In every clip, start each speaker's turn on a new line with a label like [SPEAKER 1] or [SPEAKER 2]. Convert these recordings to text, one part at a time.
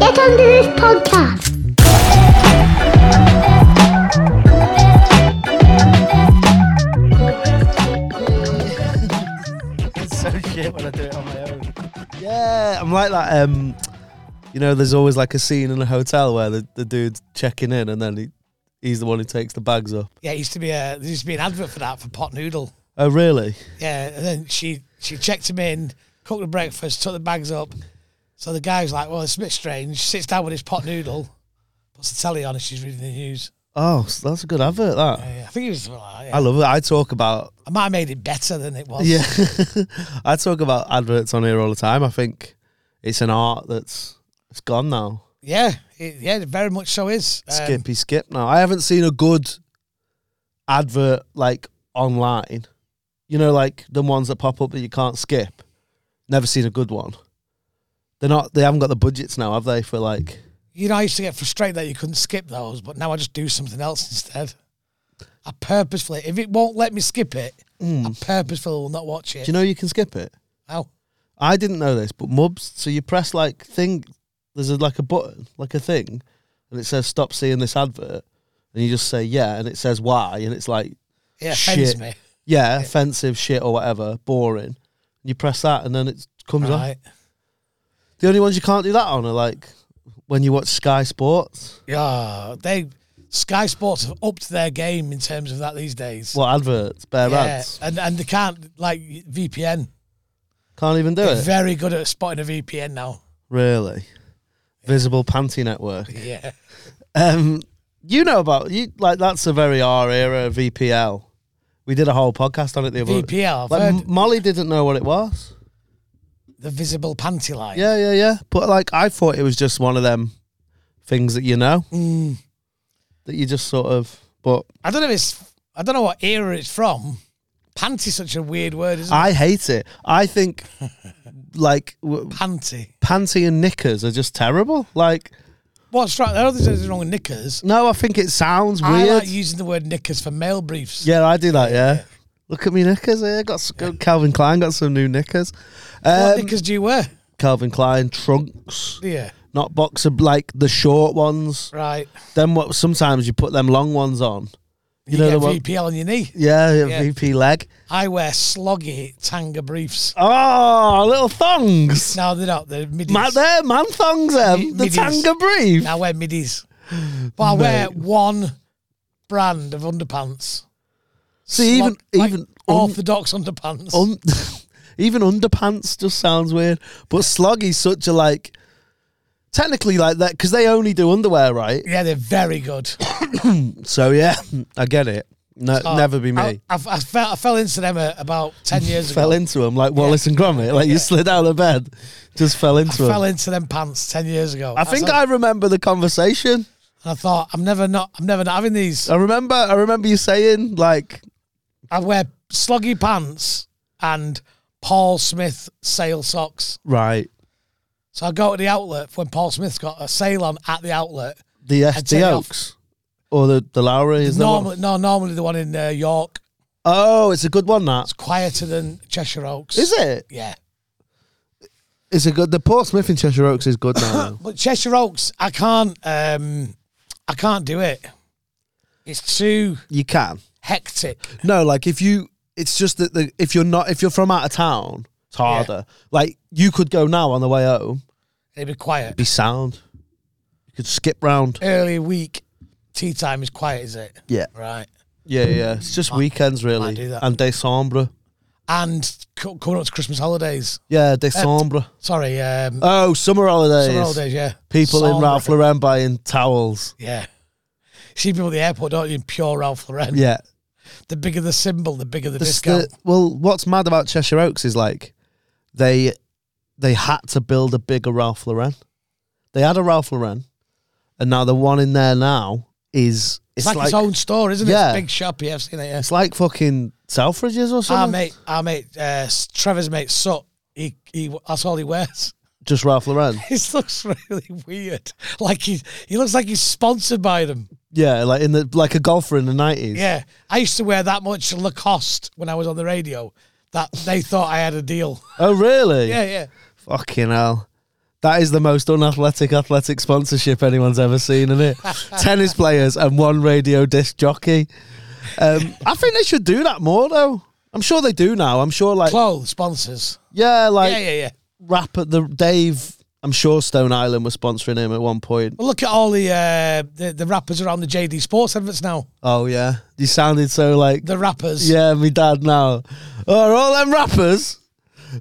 [SPEAKER 1] Welcome to this podcast.
[SPEAKER 2] It's so shit when I do it on my own. Yeah, I'm like that. Um, you know, there's always like a scene in a hotel where the, the dude's checking in and then he, he's the one who takes the bags up.
[SPEAKER 3] Yeah, it used to be a there used to be an advert for that for pot noodle.
[SPEAKER 2] Oh, really?
[SPEAKER 3] Yeah, and then she she checked him in, cooked the breakfast, took the bags up. So the guy was like, "Well, it's a bit strange." Sits down with his pot noodle, puts the telly on, and she's reading the news.
[SPEAKER 2] Oh, so that's a good advert, that.
[SPEAKER 3] Yeah, I think it was something like that.
[SPEAKER 2] I
[SPEAKER 3] Yeah.
[SPEAKER 2] love it. I talk about
[SPEAKER 3] I might have made it better than it was.
[SPEAKER 2] yeah, I talk about adverts on here all the time. I think it's an art that's it's gone now.
[SPEAKER 3] yeah, it, yeah, it very much so is. Um,
[SPEAKER 2] Skippy skip now. I haven't seen a good advert like online. You know, like the ones that pop up that you can't skip. Never seen a good one. They're not. They haven't got the budgets now, have they? For like,
[SPEAKER 3] You know, I used to get frustrated that you couldn't skip those, but now I just do something else instead. I purposefully, if it won't let me skip it, I purposefully will not watch it.
[SPEAKER 2] Hmm. do you know you can skip it?
[SPEAKER 3] How?
[SPEAKER 2] I didn't know this, but Mubs. So you press like thing. There's a, like a button, like a thing, and it says stop seeing this advert, and you just say yeah, and it says why, and it's like
[SPEAKER 3] Yeah, offends
[SPEAKER 2] shit,
[SPEAKER 3] me.
[SPEAKER 2] yeah, offensive shit or whatever, boring. You press that, and then it comes up.
[SPEAKER 3] Right.
[SPEAKER 2] The only ones you can't do that on are like when you watch Sky Sports.
[SPEAKER 3] Yeah, they Sky Sports have upped their game in terms of that these days.
[SPEAKER 2] Well, adverts, bare
[SPEAKER 3] yeah,
[SPEAKER 2] ads.
[SPEAKER 3] and and they can't like VPN.
[SPEAKER 2] Can't even do
[SPEAKER 3] They're
[SPEAKER 2] it.
[SPEAKER 3] very good at spotting a VPN now.
[SPEAKER 2] Really? Visible Panty Network.
[SPEAKER 3] Yeah,
[SPEAKER 2] Um, you know about you like that's a very our era VPL. We did a whole podcast on it the other
[SPEAKER 3] VPL. I've
[SPEAKER 2] Like
[SPEAKER 3] heard
[SPEAKER 2] M- Molly didn't know what it was.
[SPEAKER 3] the visible panty line.
[SPEAKER 2] Yeah, yeah, yeah. But like I thought it was just one of them things that you know
[SPEAKER 3] Mm.
[SPEAKER 2] that you just sort of. But
[SPEAKER 3] I don't know. If it's I don't know what era it's from. Panty, such a weird word, isn't
[SPEAKER 2] I hate it. I think like w-
[SPEAKER 3] it? Panty.
[SPEAKER 2] panty and knickers are just terrible. Like
[SPEAKER 3] What's wrong? I don't think there's anything wrong with knickers.
[SPEAKER 2] No, I think it sounds
[SPEAKER 3] I
[SPEAKER 2] weird.
[SPEAKER 3] like using the word knickers for male briefs.
[SPEAKER 2] yeah, I do that. Yeah. Look at me knickers here. Got s- Calvin Klein got some new knickers. Um,
[SPEAKER 3] What knickers do you wear?
[SPEAKER 2] Calvin Klein trunks,
[SPEAKER 3] Yeah,
[SPEAKER 2] not boxer like the short ones.
[SPEAKER 3] right.
[SPEAKER 2] Then what? Sometimes you put them long ones on.
[SPEAKER 3] You,
[SPEAKER 2] know the
[SPEAKER 3] get
[SPEAKER 2] one-
[SPEAKER 3] VPL on your knee.
[SPEAKER 2] Yeah,
[SPEAKER 3] Yeah.
[SPEAKER 2] VP leg.
[SPEAKER 3] I wear sloggy tanga briefs.
[SPEAKER 2] Oh, little thongs.
[SPEAKER 3] No, they're not. They're middies.
[SPEAKER 2] Man, they're man thongs.
[SPEAKER 3] Mi-
[SPEAKER 2] Them the
[SPEAKER 3] middies.
[SPEAKER 2] tanga brief.
[SPEAKER 3] I wear middies. But I wear one brand of underpants.
[SPEAKER 2] See, even
[SPEAKER 3] Slog- like
[SPEAKER 2] even un-
[SPEAKER 3] orthodox underpants.
[SPEAKER 2] un- even underpants just sounds weird. But Sloggy's such a like, technically like that because they only do underwear, right?
[SPEAKER 3] yeah, they're very good.
[SPEAKER 2] So yeah, I get it. No,
[SPEAKER 3] Oh,
[SPEAKER 2] never be me.
[SPEAKER 3] I, I, I fell, I fell into them uh, about 10 years
[SPEAKER 2] fell
[SPEAKER 3] ago.
[SPEAKER 2] into him like Wallace and Gromit. Like you
[SPEAKER 3] Yeah.
[SPEAKER 2] slid out of bed, just fell
[SPEAKER 3] I
[SPEAKER 2] into him.
[SPEAKER 3] fell into them pants 10 years ago.
[SPEAKER 2] I think
[SPEAKER 3] was-
[SPEAKER 2] I remember the conversation.
[SPEAKER 3] and I thought, I'm never not, I'm never not having these.
[SPEAKER 2] I remember. I remember you saying like,
[SPEAKER 3] I wear sloggy pants and Paul Smith sale socks.
[SPEAKER 2] right,
[SPEAKER 3] So I go to the outlet when Paul Smith's got a sale on at the outlet.
[SPEAKER 2] the
[SPEAKER 3] take
[SPEAKER 2] FD
[SPEAKER 3] it
[SPEAKER 2] Oaks or the the Lowry is the one.
[SPEAKER 3] normally, no, normally the one in uh, York.
[SPEAKER 2] Oh, it's a good one. That
[SPEAKER 3] It's quieter than Cheshire Oaks.
[SPEAKER 2] is it.
[SPEAKER 3] Yeah.
[SPEAKER 2] It's a good. The Paul Smith in Cheshire Oaks is good now.
[SPEAKER 3] But Cheshire Oaks, I can't um I can't do it. It's too
[SPEAKER 2] you can.
[SPEAKER 3] hectic.
[SPEAKER 2] No, like if you, it's just that the, if you're not, if you're from out of town, it's harder. Like you could go now on the way home,
[SPEAKER 3] It'd be quiet.
[SPEAKER 2] be sound. You could skip round.
[SPEAKER 3] Early week tea time is quiet, is it?
[SPEAKER 2] Yeah,
[SPEAKER 3] Right.
[SPEAKER 2] yeah, yeah. It's just weekends really,
[SPEAKER 3] do that.
[SPEAKER 2] and December.
[SPEAKER 3] And co- coming up to Christmas holidays.
[SPEAKER 2] Yeah, December.
[SPEAKER 3] Sorry, um
[SPEAKER 2] Oh, summer holidays.
[SPEAKER 3] summer holidays, yeah.
[SPEAKER 2] People in
[SPEAKER 3] Sombre.
[SPEAKER 2] Ralph Lauren buying towels.
[SPEAKER 3] Yeah. See people at the airport, don't you? In pure Ralph Lauren.
[SPEAKER 2] Yeah.
[SPEAKER 3] The bigger the symbol, the bigger the,
[SPEAKER 2] The-
[SPEAKER 3] discount.
[SPEAKER 2] the- well, what's mad about Cheshire Oaks is like they they had to build a bigger Ralph Lauren. They had a Ralph Lauren, and now the one in there now is
[SPEAKER 3] It's like, its own store, isn't it?
[SPEAKER 2] Yeah.
[SPEAKER 3] It's a big shop. Yeah, I've seen it. Yeah.
[SPEAKER 2] It's like fucking Selfridges or
[SPEAKER 3] Our
[SPEAKER 2] something.
[SPEAKER 3] Ah, mate, our mate, uh, S- Trevor's mate, Sut. He, he, that's all he wears.
[SPEAKER 2] Just Ralph Lauren.
[SPEAKER 3] This looks really weird. Like he, he looks like he's sponsored by them.
[SPEAKER 2] Yeah, like in the like a golfer in the nineties.
[SPEAKER 3] Yeah, I used to wear that much Lacoste when I was on the radio. That they thought I had a deal.
[SPEAKER 2] Oh really?
[SPEAKER 3] Yeah, yeah.
[SPEAKER 2] Fucking hell. That is the most unathletic athletic sponsorship anyone's ever seen, isn't it? Tennis players and one radio disc jockey. Um, I think they should do that more, though. I'm sure they do now. I'm sure, like,
[SPEAKER 3] Clothes, sponsors.
[SPEAKER 2] yeah, like
[SPEAKER 3] yeah, yeah, yeah.
[SPEAKER 2] rap at the Dave. I'm sure Stone Island was sponsoring him at one point.
[SPEAKER 3] Well, look at all the, uh, the the rappers around the JD Sports adverts now.
[SPEAKER 2] Oh yeah, he sounded so like
[SPEAKER 3] The rappers.
[SPEAKER 2] Yeah, me dad now. Are all them rappers?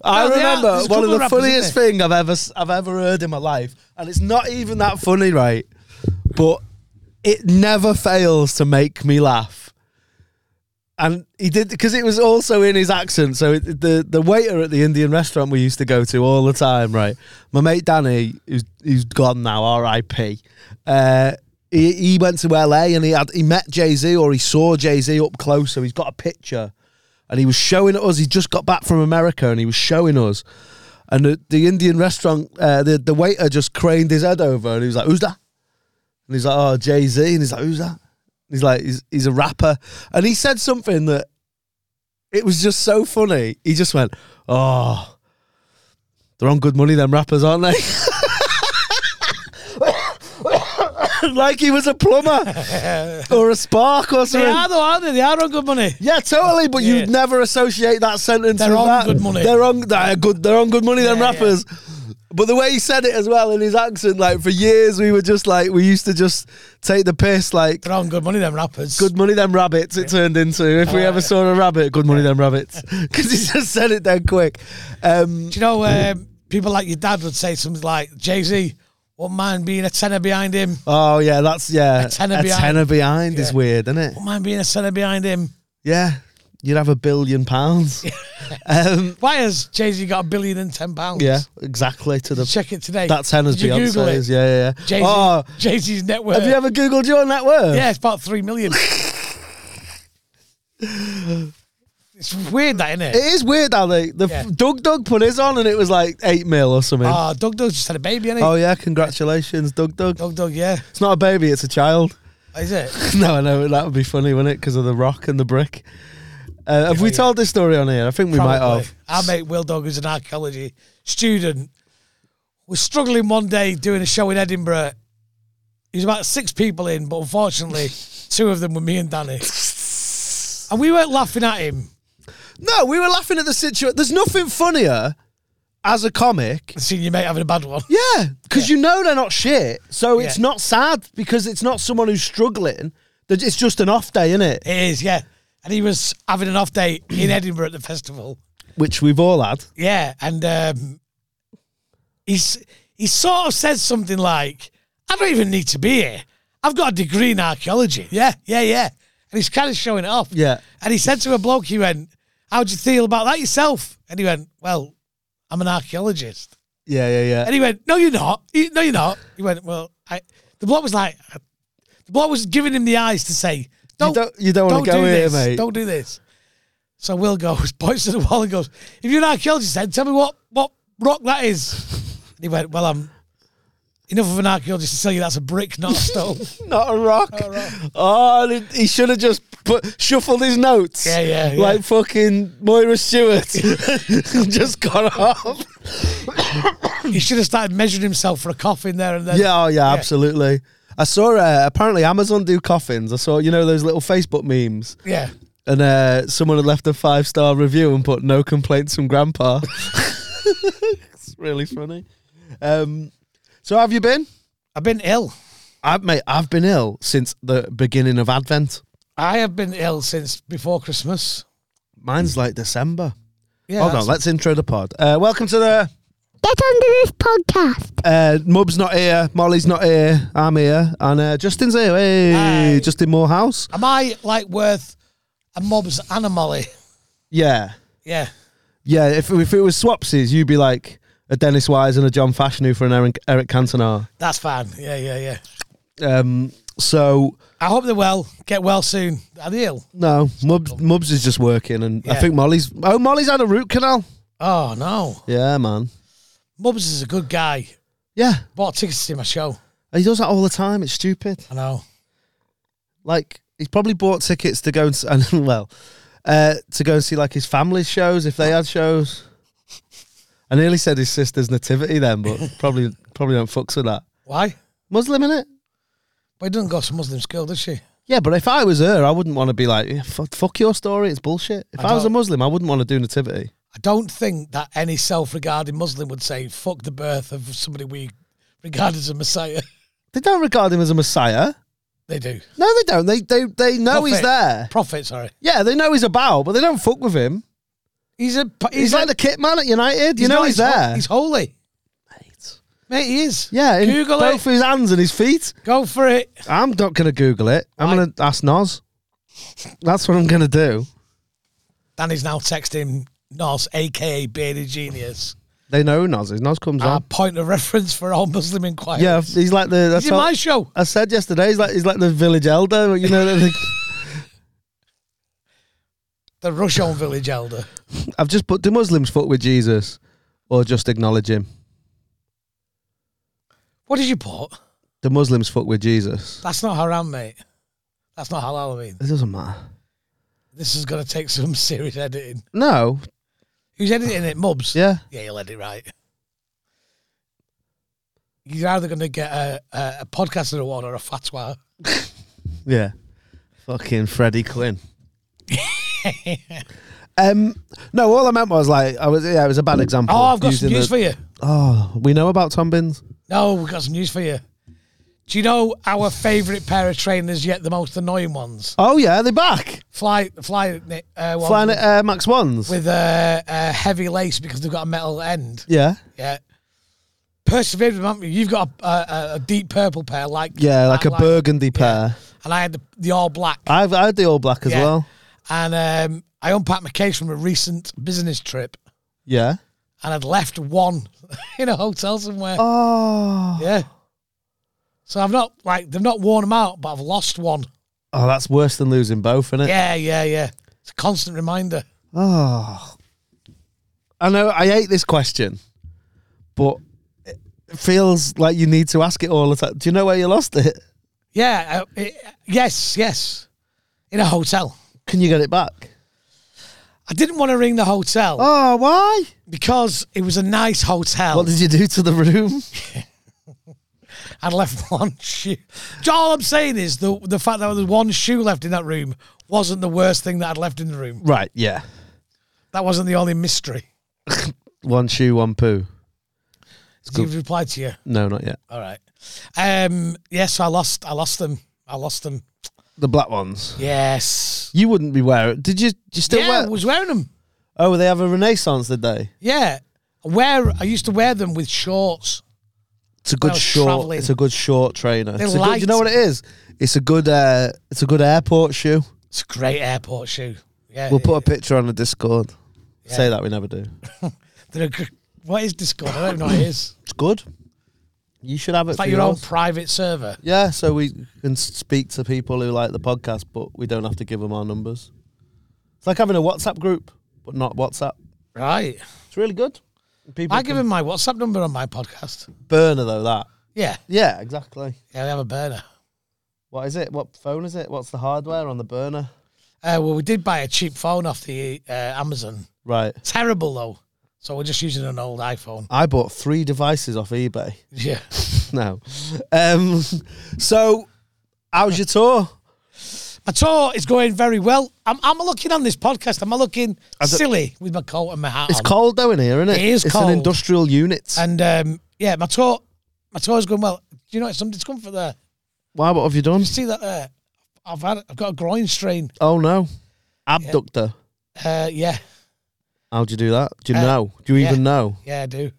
[SPEAKER 2] I
[SPEAKER 3] No, they are.
[SPEAKER 2] remember
[SPEAKER 3] There's a
[SPEAKER 2] one of
[SPEAKER 3] couple
[SPEAKER 2] the
[SPEAKER 3] of rappers,
[SPEAKER 2] funniest
[SPEAKER 3] isn't
[SPEAKER 2] thing I've ever s- I've ever heard in my life, and it's not even that funny, right? But it never fails to make me laugh. And he did because it was also in his accent. So it, the the waiter at the Indian restaurant we used to go to all the time, right? My mate Danny, who's who's gone now, R.I.P. Uh, he he went to L.A. and he had he met Jay Z or he saw Jay Z up close, so he's got a picture, and he was showing us. He just got back from America and he was showing us. And the, the Indian restaurant, uh, the the waiter just craned his head over and he was like, "Who's that?" And he's like, oh, Jay Z. And he's like, who's that? And he's like, he's, he's a rapper. And he said something that it was just so funny. He just went, oh, they're on good money, them rappers, aren't they? like he was a plumber or a spark or
[SPEAKER 3] They
[SPEAKER 2] something.
[SPEAKER 3] are though, aren't they? They are on good money.
[SPEAKER 2] Yeah, totally. But
[SPEAKER 3] Yeah.
[SPEAKER 2] you'd never associate that sentence.
[SPEAKER 3] They're
[SPEAKER 2] with
[SPEAKER 3] on
[SPEAKER 2] that.
[SPEAKER 3] good money.
[SPEAKER 2] They're on. They're good. They're on good money. them
[SPEAKER 3] Yeah, yeah.
[SPEAKER 2] rappers. But the way he said it as well in his accent, like for years we were just like we used to just take the piss, like
[SPEAKER 3] They're on good money. Them rappers.
[SPEAKER 2] good money them rabbits. It turned into if we
[SPEAKER 3] Oh,
[SPEAKER 2] ever
[SPEAKER 3] yeah.
[SPEAKER 2] saw a rabbit, good money them rabbits, because he just said it dead quick. Um,
[SPEAKER 3] Do you know um, people like your dad would say something like Jay Z? Wouldn't mind being a tenner behind him.
[SPEAKER 2] oh yeah, that's yeah.
[SPEAKER 3] A tenner behind.
[SPEAKER 2] tenner behind is
[SPEAKER 3] Yeah.
[SPEAKER 2] weird, isn't it?
[SPEAKER 3] Wouldn't mind being a tenner behind him.
[SPEAKER 2] Yeah, you'd have a billion pounds. um,
[SPEAKER 3] Why has Jay Z got a billion and ten pounds?
[SPEAKER 2] yeah, exactly to the.
[SPEAKER 3] Check it today.
[SPEAKER 2] That's Henna's
[SPEAKER 3] Did you Google
[SPEAKER 2] Beyonce's.
[SPEAKER 3] it?
[SPEAKER 2] Yeah, yeah, yeah.
[SPEAKER 3] Jay Z.
[SPEAKER 2] Oh,
[SPEAKER 3] Jay Z's net worth.
[SPEAKER 2] Have you ever googled your net worth?
[SPEAKER 3] yeah, it's about three million. it's weird, that isn't it?
[SPEAKER 2] It is weird how they the
[SPEAKER 3] Yeah.
[SPEAKER 2] Doug Doug put his on and it was like eight mil or something.
[SPEAKER 3] Oh, Doug Doug's just had a baby, ain't he?
[SPEAKER 2] oh yeah, congratulations, Doug Doug.
[SPEAKER 3] Doug Doug, yeah.
[SPEAKER 2] It's not a baby, it's a child.
[SPEAKER 3] Is it?
[SPEAKER 2] no, I know that would be funny, wouldn't it? Because of the rock and the brick. Uh, have we
[SPEAKER 3] yeah.
[SPEAKER 2] told this story on here? I think we might have.
[SPEAKER 3] Our mate Will Doug, who's an archaeology student, was struggling one day doing a show in Edinburgh. He was about six people in, but unfortunately, two of them were me and Danny. And we weren't laughing at him.
[SPEAKER 2] No, we were laughing at the situation. There's nothing funnier as a comic.
[SPEAKER 3] Seeing your mate having a bad one.
[SPEAKER 2] Yeah, because you know they're not shit, so it's
[SPEAKER 3] Yeah.
[SPEAKER 2] not sad because it's not someone who's struggling. It's just an off day, isn't it?
[SPEAKER 3] It is, yeah. And he was having an off day in Edinburgh at the festival.
[SPEAKER 2] Which we've all had.
[SPEAKER 3] Yeah, and um, he's he sort of said something like, "I don't even need to be here. I've got a degree in archaeology." Yeah, yeah, yeah. And he's kind of showing it off.
[SPEAKER 2] Yeah.
[SPEAKER 3] And he said to a bloke, he went, "How'd you feel about that yourself?" And he went, "Well, I'm an archaeologist."
[SPEAKER 2] Yeah, yeah, yeah.
[SPEAKER 3] And he went, "No, you're not. You- No, you're not." He went, "Well, I." The bloke was like, the bloke was giving him the eyes to say, "Don't,
[SPEAKER 2] don't- you don't wanna
[SPEAKER 3] do
[SPEAKER 2] go here,
[SPEAKER 3] this.
[SPEAKER 2] mate."
[SPEAKER 3] Don't do this." So Will goes, points to the wall and goes, "If you're an archaeologist, then tell me what what rock that is." And he went, "Well, I'm enough of an archaeologist to tell you that's a brick, not a stone."
[SPEAKER 2] not a rock. Oh, and he, he should have just put, shuffled his notes.
[SPEAKER 3] Yeah, yeah, yeah.
[SPEAKER 2] Like fucking Moira Stewart. just gone off.
[SPEAKER 3] he should have started measuring himself for a coffin there and then.
[SPEAKER 2] Yeah, oh, yeah, absolutely. I saw uh, apparently Amazon do coffins. I saw you know those little Facebook memes,
[SPEAKER 3] yeah.
[SPEAKER 2] and uh, someone had left a five star review and put no complaints from Grandpa. it's really funny. Um, so have you been?
[SPEAKER 3] I've been ill.
[SPEAKER 2] I've mate, I've been ill since the beginning of Advent.
[SPEAKER 3] I have been ill since before Christmas.
[SPEAKER 2] Mine's like December.
[SPEAKER 3] Hmm. Yeah,
[SPEAKER 2] Hold on,
[SPEAKER 3] that's-
[SPEAKER 2] let's intro the pod. Uh, welcome to the
[SPEAKER 1] Get under this podcast.
[SPEAKER 2] uh, Mub's not here, Molly's not here, I'm here, and uh, Justin's here. Hey,
[SPEAKER 3] Hi.
[SPEAKER 2] Justin Morehouse.
[SPEAKER 3] Am I like worth a mob's and a molly?
[SPEAKER 2] Yeah,
[SPEAKER 3] Yeah.
[SPEAKER 2] yeah. If if it was swapsies, you'd be like a Dennis Wise and a John Fashanu for an Eric, Eric Cantona.
[SPEAKER 3] That's fine. Yeah, yeah, yeah.
[SPEAKER 2] Um, so
[SPEAKER 3] I hope they're well. Get well soon. Are they ill?
[SPEAKER 2] no, Mubs, Mubs is just working, and I
[SPEAKER 3] Yeah.
[SPEAKER 2] think Molly's. Oh, Molly's had a root canal.
[SPEAKER 3] Oh no.
[SPEAKER 2] Yeah, man.
[SPEAKER 3] Mubs is a good guy.
[SPEAKER 2] Yeah,
[SPEAKER 3] Bought tickets to see my show.
[SPEAKER 2] he does that all the time. It's stupid.
[SPEAKER 3] I know.
[SPEAKER 2] like he's probably bought tickets to go and, s- and well uh, to go and see like his family's shows if they had shows I nearly said his sister's nativity then, but probably probably don't fucks with that.
[SPEAKER 3] Why?
[SPEAKER 2] Muslim in it.
[SPEAKER 3] But he doesn't go to Muslim school, does she?
[SPEAKER 2] Yeah, but if I was her, I wouldn't want to be like, "Yeah, fuck, fuck your story, it's bullshit. If
[SPEAKER 3] I
[SPEAKER 2] I, was a
[SPEAKER 3] don't-
[SPEAKER 2] Muslim, I wouldn't want to do nativity.
[SPEAKER 3] I don't think that any self-regarding Muslim would say "fuck the birth of somebody we regard as a messiah."
[SPEAKER 2] They don't regard him as a messiah.
[SPEAKER 3] They do.
[SPEAKER 2] No, they don't. They they they know he's
[SPEAKER 3] Prophet.
[SPEAKER 2] there.
[SPEAKER 3] Prophet, sorry.
[SPEAKER 2] Yeah, they know he's about, but they don't fuck with him.
[SPEAKER 3] He's a.
[SPEAKER 2] He's,
[SPEAKER 3] He's,
[SPEAKER 2] like the kit man at United. You know
[SPEAKER 3] not-
[SPEAKER 2] he's,
[SPEAKER 3] ho-
[SPEAKER 2] there.
[SPEAKER 3] He's holy,
[SPEAKER 2] Mate.
[SPEAKER 3] mate. He is.
[SPEAKER 2] Yeah, in
[SPEAKER 3] Google it.
[SPEAKER 2] both his hands and his feet.
[SPEAKER 3] Go for it.
[SPEAKER 2] I'm not gonna Google it. I'm
[SPEAKER 3] Why?
[SPEAKER 2] gonna ask Noz. That's what I'm gonna do.
[SPEAKER 3] Danny's now texting Nos, aka Bearded Genius,
[SPEAKER 2] They know Noz. is. Noz comes
[SPEAKER 3] our
[SPEAKER 2] on.
[SPEAKER 3] point of reference for all Muslim inquiries.
[SPEAKER 2] Yeah, he's like the. That's
[SPEAKER 3] he's in
[SPEAKER 2] what
[SPEAKER 3] my show.
[SPEAKER 2] I said yesterday. He's like he's like the village elder. You know, the-
[SPEAKER 3] The Rush on Village Elder.
[SPEAKER 2] I've just put do Muslims fuck with Jesus, or just acknowledge him?
[SPEAKER 3] What did you put?
[SPEAKER 2] The Muslims fuck with Jesus.
[SPEAKER 3] That's not haram, mate. That's not halal. I mean,
[SPEAKER 2] It doesn't matter.
[SPEAKER 3] this is gonna take some serious editing.
[SPEAKER 2] No.
[SPEAKER 3] Who's editing it? Mubs.
[SPEAKER 2] Yeah.
[SPEAKER 3] Yeah, you'll edit right. You're either going to get a, a, a podcaster award or a fatwa.
[SPEAKER 2] Yeah. Fucking Freddie Quinn. um. No, all I meant was like I was. Yeah, it was a bad example.
[SPEAKER 3] Oh, I've got
[SPEAKER 2] using
[SPEAKER 3] some news
[SPEAKER 2] the-
[SPEAKER 3] for you.
[SPEAKER 2] Oh, we know about Tom Bins.
[SPEAKER 3] No, we've got some news for you. Do you know our favourite pair of trainers yet the most annoying ones?
[SPEAKER 2] Oh yeah, they're back.
[SPEAKER 3] Fly, fly, uh, ones
[SPEAKER 2] Flying at Air Max Ones.
[SPEAKER 3] with a uh, uh, heavy lace because they've got a metal end.
[SPEAKER 2] yeah.
[SPEAKER 3] Yeah. Persevered, haven't you? You've got a, a, a deep purple pair, like
[SPEAKER 2] Yeah, like a burgundy pair.
[SPEAKER 3] and I had the, the all black.
[SPEAKER 2] I've I had the all black as
[SPEAKER 3] Yeah.
[SPEAKER 2] well.
[SPEAKER 3] and um, I unpacked my case from a recent business trip,
[SPEAKER 2] Yeah.
[SPEAKER 3] and I'd left one in a hotel somewhere.
[SPEAKER 2] Oh.
[SPEAKER 3] Yeah. So I've not like they've not worn them out, but I've lost one.
[SPEAKER 2] Oh, that's worse than losing both, isn't it?
[SPEAKER 3] Yeah, yeah, yeah. It's a constant reminder.
[SPEAKER 2] Oh. I know I hate this question, but it feels like you need to ask it all the time. Do you know where you lost it?
[SPEAKER 3] Yeah, I, it, yes, yes. In a hotel.
[SPEAKER 2] Can you get it back?
[SPEAKER 3] I didn't want to ring the hotel
[SPEAKER 2] Oh, why?
[SPEAKER 3] because it was a nice hotel.
[SPEAKER 2] What did you do to the room?
[SPEAKER 3] I'd left one shoe. All I'm saying is the the fact that there was one shoe left in that room wasn't the worst thing that I'd left in the room.
[SPEAKER 2] Right, yeah.
[SPEAKER 3] That wasn't the only mystery.
[SPEAKER 2] One shoe, one poo.
[SPEAKER 3] Did he reply to you?
[SPEAKER 2] No, not yet.
[SPEAKER 3] All right. Um. Yes, I lost. I lost them. I lost them.
[SPEAKER 2] The black ones.
[SPEAKER 3] Yes.
[SPEAKER 2] You wouldn't be wearing. Did you? You still
[SPEAKER 3] yeah,
[SPEAKER 2] wear?
[SPEAKER 3] I was wearing them.
[SPEAKER 2] Oh, they have a renaissance, did they?
[SPEAKER 3] Yeah. I wear. I used to wear them with shorts.
[SPEAKER 2] It's a good
[SPEAKER 3] was
[SPEAKER 2] short.
[SPEAKER 3] travelling.
[SPEAKER 2] It's a good short trainer.
[SPEAKER 3] They're
[SPEAKER 2] It's a good, you know
[SPEAKER 3] light.
[SPEAKER 2] what it is? It's a good. Uh, it's a good airport shoe.
[SPEAKER 3] It's a great airport shoe. Yeah.
[SPEAKER 2] We'll put a picture on the Discord. Say that we never do.
[SPEAKER 3] They're a gr- what is Discord? I don't know. What it is.
[SPEAKER 2] It's good. You should have it.
[SPEAKER 3] It's
[SPEAKER 2] for
[SPEAKER 3] like your own
[SPEAKER 2] yours.
[SPEAKER 3] private server.
[SPEAKER 2] Yeah, so we can s- speak to people who like the podcast, but we don't have to give them our numbers. It's like having a WhatsApp group, but not WhatsApp.
[SPEAKER 3] Right.
[SPEAKER 2] It's really good. People
[SPEAKER 3] I give him my WhatsApp number on my podcast.
[SPEAKER 2] burner though that.
[SPEAKER 3] Yeah.
[SPEAKER 2] Yeah, exactly.
[SPEAKER 3] Yeah. We have a burner.
[SPEAKER 2] What is it? What phone is it? What's the hardware on the burner?
[SPEAKER 3] Uh, well, we did buy a cheap phone off the uh, Amazon.
[SPEAKER 2] Right.
[SPEAKER 3] Terrible though. So we're just using an old iPhone.
[SPEAKER 2] I bought three devices off eBay.
[SPEAKER 3] Yeah.
[SPEAKER 2] No. Um, so, how's your tour?
[SPEAKER 3] My tour is going very well. I'm, I'm looking on this podcast. I'm looking
[SPEAKER 2] don't-
[SPEAKER 3] silly with my coat and my hat
[SPEAKER 2] It's
[SPEAKER 3] on.
[SPEAKER 2] cold though in here, isn't it?
[SPEAKER 3] Um, It is
[SPEAKER 2] It's
[SPEAKER 3] cold.
[SPEAKER 2] an industrial unit.
[SPEAKER 3] And um, yeah, my tour, my tour is going well. Do you know it's some discomfort there?
[SPEAKER 2] Why? What have you done?
[SPEAKER 3] You see that there? I've had, I've got a groin strain.
[SPEAKER 2] Oh no, abductor.
[SPEAKER 3] Uh, yeah,
[SPEAKER 2] How'd you do that? Do you
[SPEAKER 3] Uh,
[SPEAKER 2] know? Do you
[SPEAKER 3] yeah.
[SPEAKER 2] even know?
[SPEAKER 3] yeah, I do.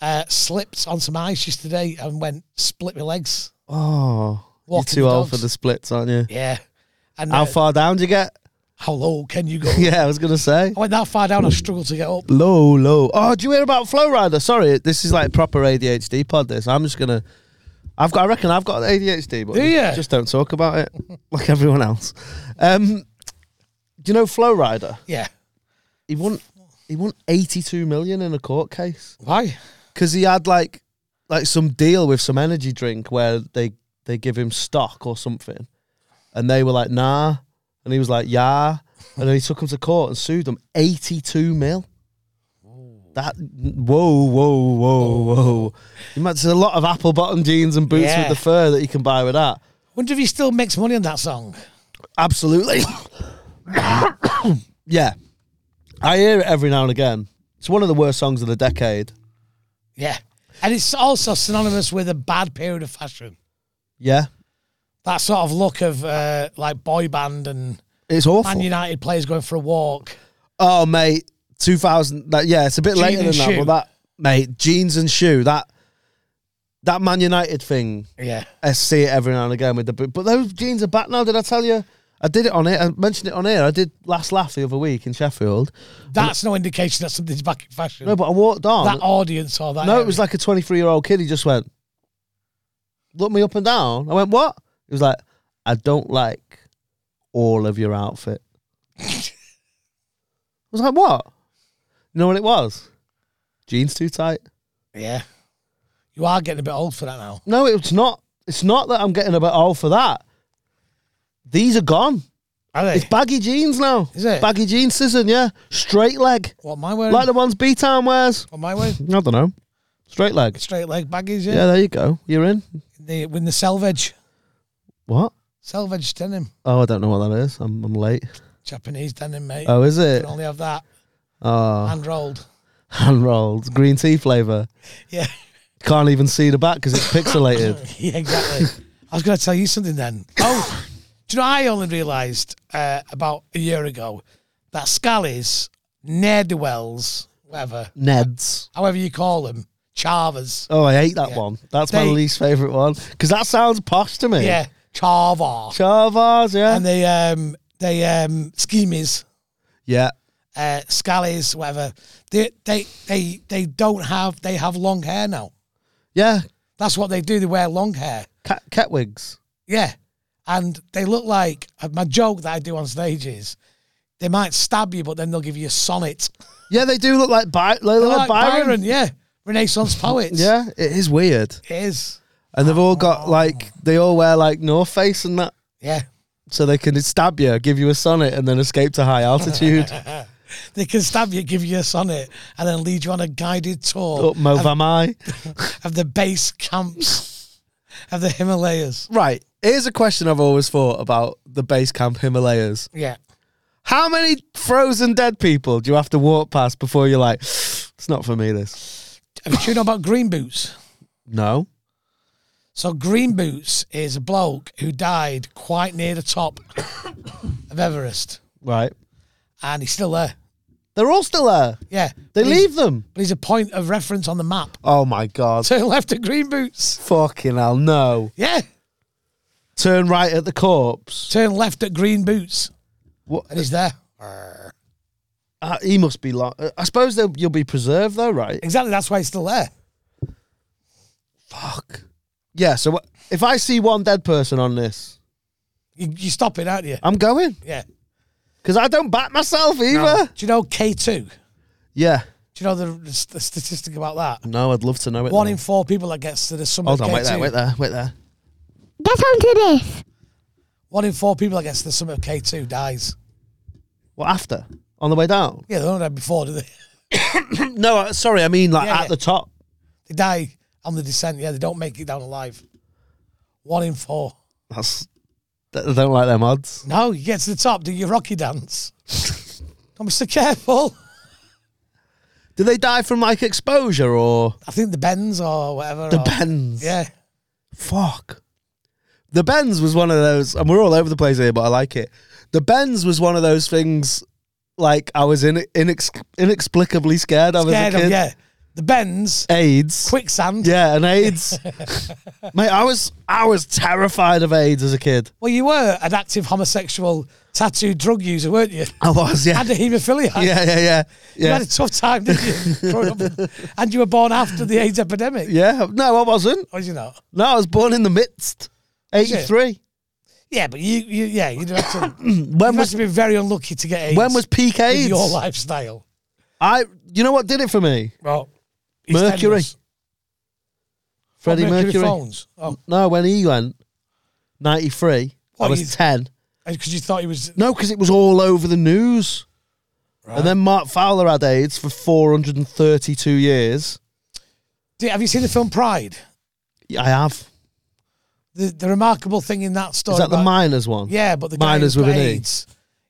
[SPEAKER 3] Uh, slipped on some ice yesterday and went split my legs.
[SPEAKER 2] Oh,
[SPEAKER 3] Walking
[SPEAKER 2] you're too
[SPEAKER 3] the
[SPEAKER 2] old for
[SPEAKER 3] dogs.
[SPEAKER 2] the splits, aren't you?
[SPEAKER 3] Yeah, and
[SPEAKER 2] How
[SPEAKER 3] uh,
[SPEAKER 2] far down do you get?
[SPEAKER 3] how low can you go?
[SPEAKER 2] yeah, I was gonna say
[SPEAKER 3] I went that far down. I struggled to get up.
[SPEAKER 2] low, low. Oh, do you hear about Flowrider? Sorry, this is like proper ADHD pod. This I'm just gonna. I've got. I reckon I've got ADHD, but
[SPEAKER 3] Do
[SPEAKER 2] we
[SPEAKER 3] ya?
[SPEAKER 2] just don't talk about it like everyone else. Um, do you know Flowrider?
[SPEAKER 3] Yeah,
[SPEAKER 2] He won. He won 82 million in a court case
[SPEAKER 3] why?
[SPEAKER 2] because he had like like some deal with some energy drink where they they give him stock or something, and they were like nah, and he was like yeah, and then he took him to court and sued them 82 mil. That whoa whoa whoa whoa! You might see a lot of apple bottom jeans and boots
[SPEAKER 3] Yeah.
[SPEAKER 2] with the fur that you can buy with that.
[SPEAKER 3] Wonder if he still makes money on that song.
[SPEAKER 2] Absolutely. yeah. I hear it every now and again. It's one of the worst songs of the decade.
[SPEAKER 3] Yeah. And it's also synonymous with a bad period of fashion.
[SPEAKER 2] Yeah.
[SPEAKER 3] That sort of look of uh, like boy band and
[SPEAKER 2] It's awful.
[SPEAKER 3] Man United players going for a walk.
[SPEAKER 2] oh, mate. 2000. That, yeah, it's a bit
[SPEAKER 3] Jean
[SPEAKER 2] later than
[SPEAKER 3] and
[SPEAKER 2] that,
[SPEAKER 3] shoe.
[SPEAKER 2] but that, mate, jeans and shoe, that that Man United thing,
[SPEAKER 3] Yeah.
[SPEAKER 2] I see it every now and again with the boot. But those jeans are back now. Did I tell you? I did it on it. I mentioned it on here. I did Last Laugh the other week in Sheffield.
[SPEAKER 3] That's no indication that something's back in fashion.
[SPEAKER 2] No, but I walked on.
[SPEAKER 3] that audience or that.
[SPEAKER 2] No, it was like a 23 year old kid. He just went, looked me up and down. I went, what? He was like, I don't like all of your outfit. I was like, what? You know what it was? Jeans too tight.
[SPEAKER 3] Yeah. You are getting a bit old for that now.
[SPEAKER 2] No, it's not. It's not that I'm getting a bit old for that. These are gone.
[SPEAKER 3] Are they?
[SPEAKER 2] It's baggy jeans now.
[SPEAKER 3] Is it? Um,
[SPEAKER 2] Baggy jeans season, yeah. Straight leg.
[SPEAKER 3] what am I wearing?
[SPEAKER 2] Like the ones B Town wears.
[SPEAKER 3] on my way?
[SPEAKER 2] I don't know. Straight leg.
[SPEAKER 3] Straight leg baggies, yeah.
[SPEAKER 2] Yeah, there you go. You're in.
[SPEAKER 3] The, with the selvage.
[SPEAKER 2] What?
[SPEAKER 3] Selvage denim.
[SPEAKER 2] Oh, I don't know what that is. I'm, I'm late.
[SPEAKER 3] Japanese denim, mate.
[SPEAKER 2] Oh, is
[SPEAKER 3] You
[SPEAKER 2] it?
[SPEAKER 3] can only have that
[SPEAKER 2] Oh,
[SPEAKER 3] hand rolled.
[SPEAKER 2] hand rolled. Green tea flavour.
[SPEAKER 3] Yeah.
[SPEAKER 2] Can't even see the back because it's pixelated.
[SPEAKER 3] Yeah, exactly. I was going to tell you something then. Oh, do you know, I only realised uh, about a year ago that Scallies, ne'er do wells, whatever,
[SPEAKER 2] Neds.
[SPEAKER 3] however you call them, charvers.
[SPEAKER 2] Oh, I hate that
[SPEAKER 3] Yeah.
[SPEAKER 2] one. That's my
[SPEAKER 3] They-
[SPEAKER 2] least favourite one because that sounds posh to me.
[SPEAKER 3] Yeah, charvar.
[SPEAKER 2] Charvars, yeah.
[SPEAKER 3] And they, um, they, um, schemies,
[SPEAKER 2] yeah.
[SPEAKER 3] uh, Scallies, whatever. They, they, they, they don't have, they have long hair now.
[SPEAKER 2] Yeah.
[SPEAKER 3] That's what they do. They wear long hair.
[SPEAKER 2] Cat, cat wigs.
[SPEAKER 3] Yeah. And they look like uh, my joke that I do on stage is they might stab you, but then they'll give you a sonnet.
[SPEAKER 2] Yeah, they do look like, By- they look like, Oh, Byron.
[SPEAKER 3] yeah. Renaissance poets.
[SPEAKER 2] Yeah, it is weird.
[SPEAKER 3] It is.
[SPEAKER 2] And they've all
[SPEAKER 3] Oh.
[SPEAKER 2] got like, they all wear like North Face and that.
[SPEAKER 3] Yeah.
[SPEAKER 2] So they can stab you, give you a sonnet, and then escape to high altitude
[SPEAKER 3] They can stab you, give you a sonnet, and then lead you on a guided tour
[SPEAKER 2] up Movamai.
[SPEAKER 3] of the base camps of the Himalayas.
[SPEAKER 2] Right. Here's a question I've always thought about the base camp Himalayas.
[SPEAKER 3] Yeah.
[SPEAKER 2] How many frozen dead people do you have to walk past before you're like, it's not for me, this?
[SPEAKER 3] Have you sure you know about Green Boots?
[SPEAKER 2] No.
[SPEAKER 3] So Green Boots is a bloke who died quite near the top of Everest,
[SPEAKER 2] Right.
[SPEAKER 3] and he's still there.
[SPEAKER 2] They're all still there.
[SPEAKER 3] Yeah.
[SPEAKER 2] They
[SPEAKER 3] But he's-
[SPEAKER 2] leave them.
[SPEAKER 3] but he's a point of reference on the map.
[SPEAKER 2] Oh my God.
[SPEAKER 3] Turn left at Green Boots.
[SPEAKER 2] Fucking hell, no.
[SPEAKER 3] Yeah.
[SPEAKER 2] Turn right at the corpse.
[SPEAKER 3] Turn left at Green Boots.
[SPEAKER 2] What?
[SPEAKER 3] And he's there.
[SPEAKER 2] Uh, he must be like, I suppose they'll- you'll be preserved though, right?
[SPEAKER 3] Exactly. That's why he's still there.
[SPEAKER 2] Fuck. Yeah, so wh- if I see one dead person on this,
[SPEAKER 3] You, you stop it, aren't you?
[SPEAKER 2] I'm going
[SPEAKER 3] Yeah.
[SPEAKER 2] because I don't back myself either.
[SPEAKER 3] Do you know K2? Do
[SPEAKER 2] Yeah.
[SPEAKER 3] you know the, the, the statistic about that?
[SPEAKER 2] No, I'd love to know it.
[SPEAKER 3] One
[SPEAKER 2] though.
[SPEAKER 3] in four people that gets to the summit
[SPEAKER 2] Hold
[SPEAKER 3] of
[SPEAKER 2] on,
[SPEAKER 3] K2.
[SPEAKER 2] wait there, wait there, wait there.
[SPEAKER 1] Get onto this.
[SPEAKER 3] One in four people that gets to the summit of K2 dies.
[SPEAKER 2] What after? On the way down?
[SPEAKER 3] Yeah, they don't die before, do they?
[SPEAKER 2] No, uh, sorry, I mean like
[SPEAKER 3] Yeah,
[SPEAKER 2] at
[SPEAKER 3] yeah.
[SPEAKER 2] the top.
[SPEAKER 3] They die on the descent. Yeah, they don't make it down alive. One in four.
[SPEAKER 2] That's th- I don't like them odds.
[SPEAKER 3] No, you get to the top, do your Rocky dance. don't be so careful.
[SPEAKER 2] Do they die from like exposure or
[SPEAKER 3] I think the Benz or whatever.
[SPEAKER 2] the
[SPEAKER 3] or-
[SPEAKER 2] bends?
[SPEAKER 3] Yeah.
[SPEAKER 2] Fuck. The bends was one of those, and we're all over the place here, but I like it. The bends was one of those things. Like I was in, inex- inexplicably scared. I was
[SPEAKER 3] Scared
[SPEAKER 2] a
[SPEAKER 3] of,
[SPEAKER 2] kid.
[SPEAKER 3] yeah. The Benz,
[SPEAKER 2] AIDS.
[SPEAKER 3] quicksand.
[SPEAKER 2] Yeah, and AIDS. Mate, I was I was terrified of AIDS as a kid.
[SPEAKER 3] Well, you were an active homosexual tattooed drug user, weren't you?
[SPEAKER 2] I was, yeah,
[SPEAKER 3] And a haemophilia.
[SPEAKER 2] yeah, yeah, yeah,
[SPEAKER 3] You
[SPEAKER 2] yeah.
[SPEAKER 3] had a tough time, didn't you? growing up? and you were born after the AIDS epidemic,
[SPEAKER 2] Yeah, no, I wasn't.
[SPEAKER 3] was you not?
[SPEAKER 2] No, I was born in the midst.
[SPEAKER 3] it?
[SPEAKER 2] 83.
[SPEAKER 3] Yeah, but you, you yeah, you'd have to,
[SPEAKER 2] When
[SPEAKER 3] you must
[SPEAKER 2] was
[SPEAKER 3] have been very unlucky to get AIDS.
[SPEAKER 2] when was peak
[SPEAKER 3] with
[SPEAKER 2] AIDS?
[SPEAKER 3] your lifestyle?
[SPEAKER 2] I you know what did it for me?
[SPEAKER 3] Well,
[SPEAKER 2] Mercury.
[SPEAKER 3] EastEnders. What,
[SPEAKER 2] Freddie Mercury.
[SPEAKER 3] phones. Oh,
[SPEAKER 2] No, when he went 93, I
[SPEAKER 3] What,
[SPEAKER 2] was
[SPEAKER 3] you-
[SPEAKER 2] 10.
[SPEAKER 3] because you thought he was.
[SPEAKER 2] No, cuz it was all over the news. And then Mark Fowler had AIDS for 432 years.
[SPEAKER 3] Do- Have you seen the film Pride?
[SPEAKER 2] I have.
[SPEAKER 3] The, the remarkable thing in that story.
[SPEAKER 2] Is that the
[SPEAKER 3] about-
[SPEAKER 2] miners one?
[SPEAKER 3] Yeah, but the
[SPEAKER 2] Miners
[SPEAKER 3] guy who's
[SPEAKER 2] with
[SPEAKER 3] got
[SPEAKER 2] an E.
[SPEAKER 3] AIDS,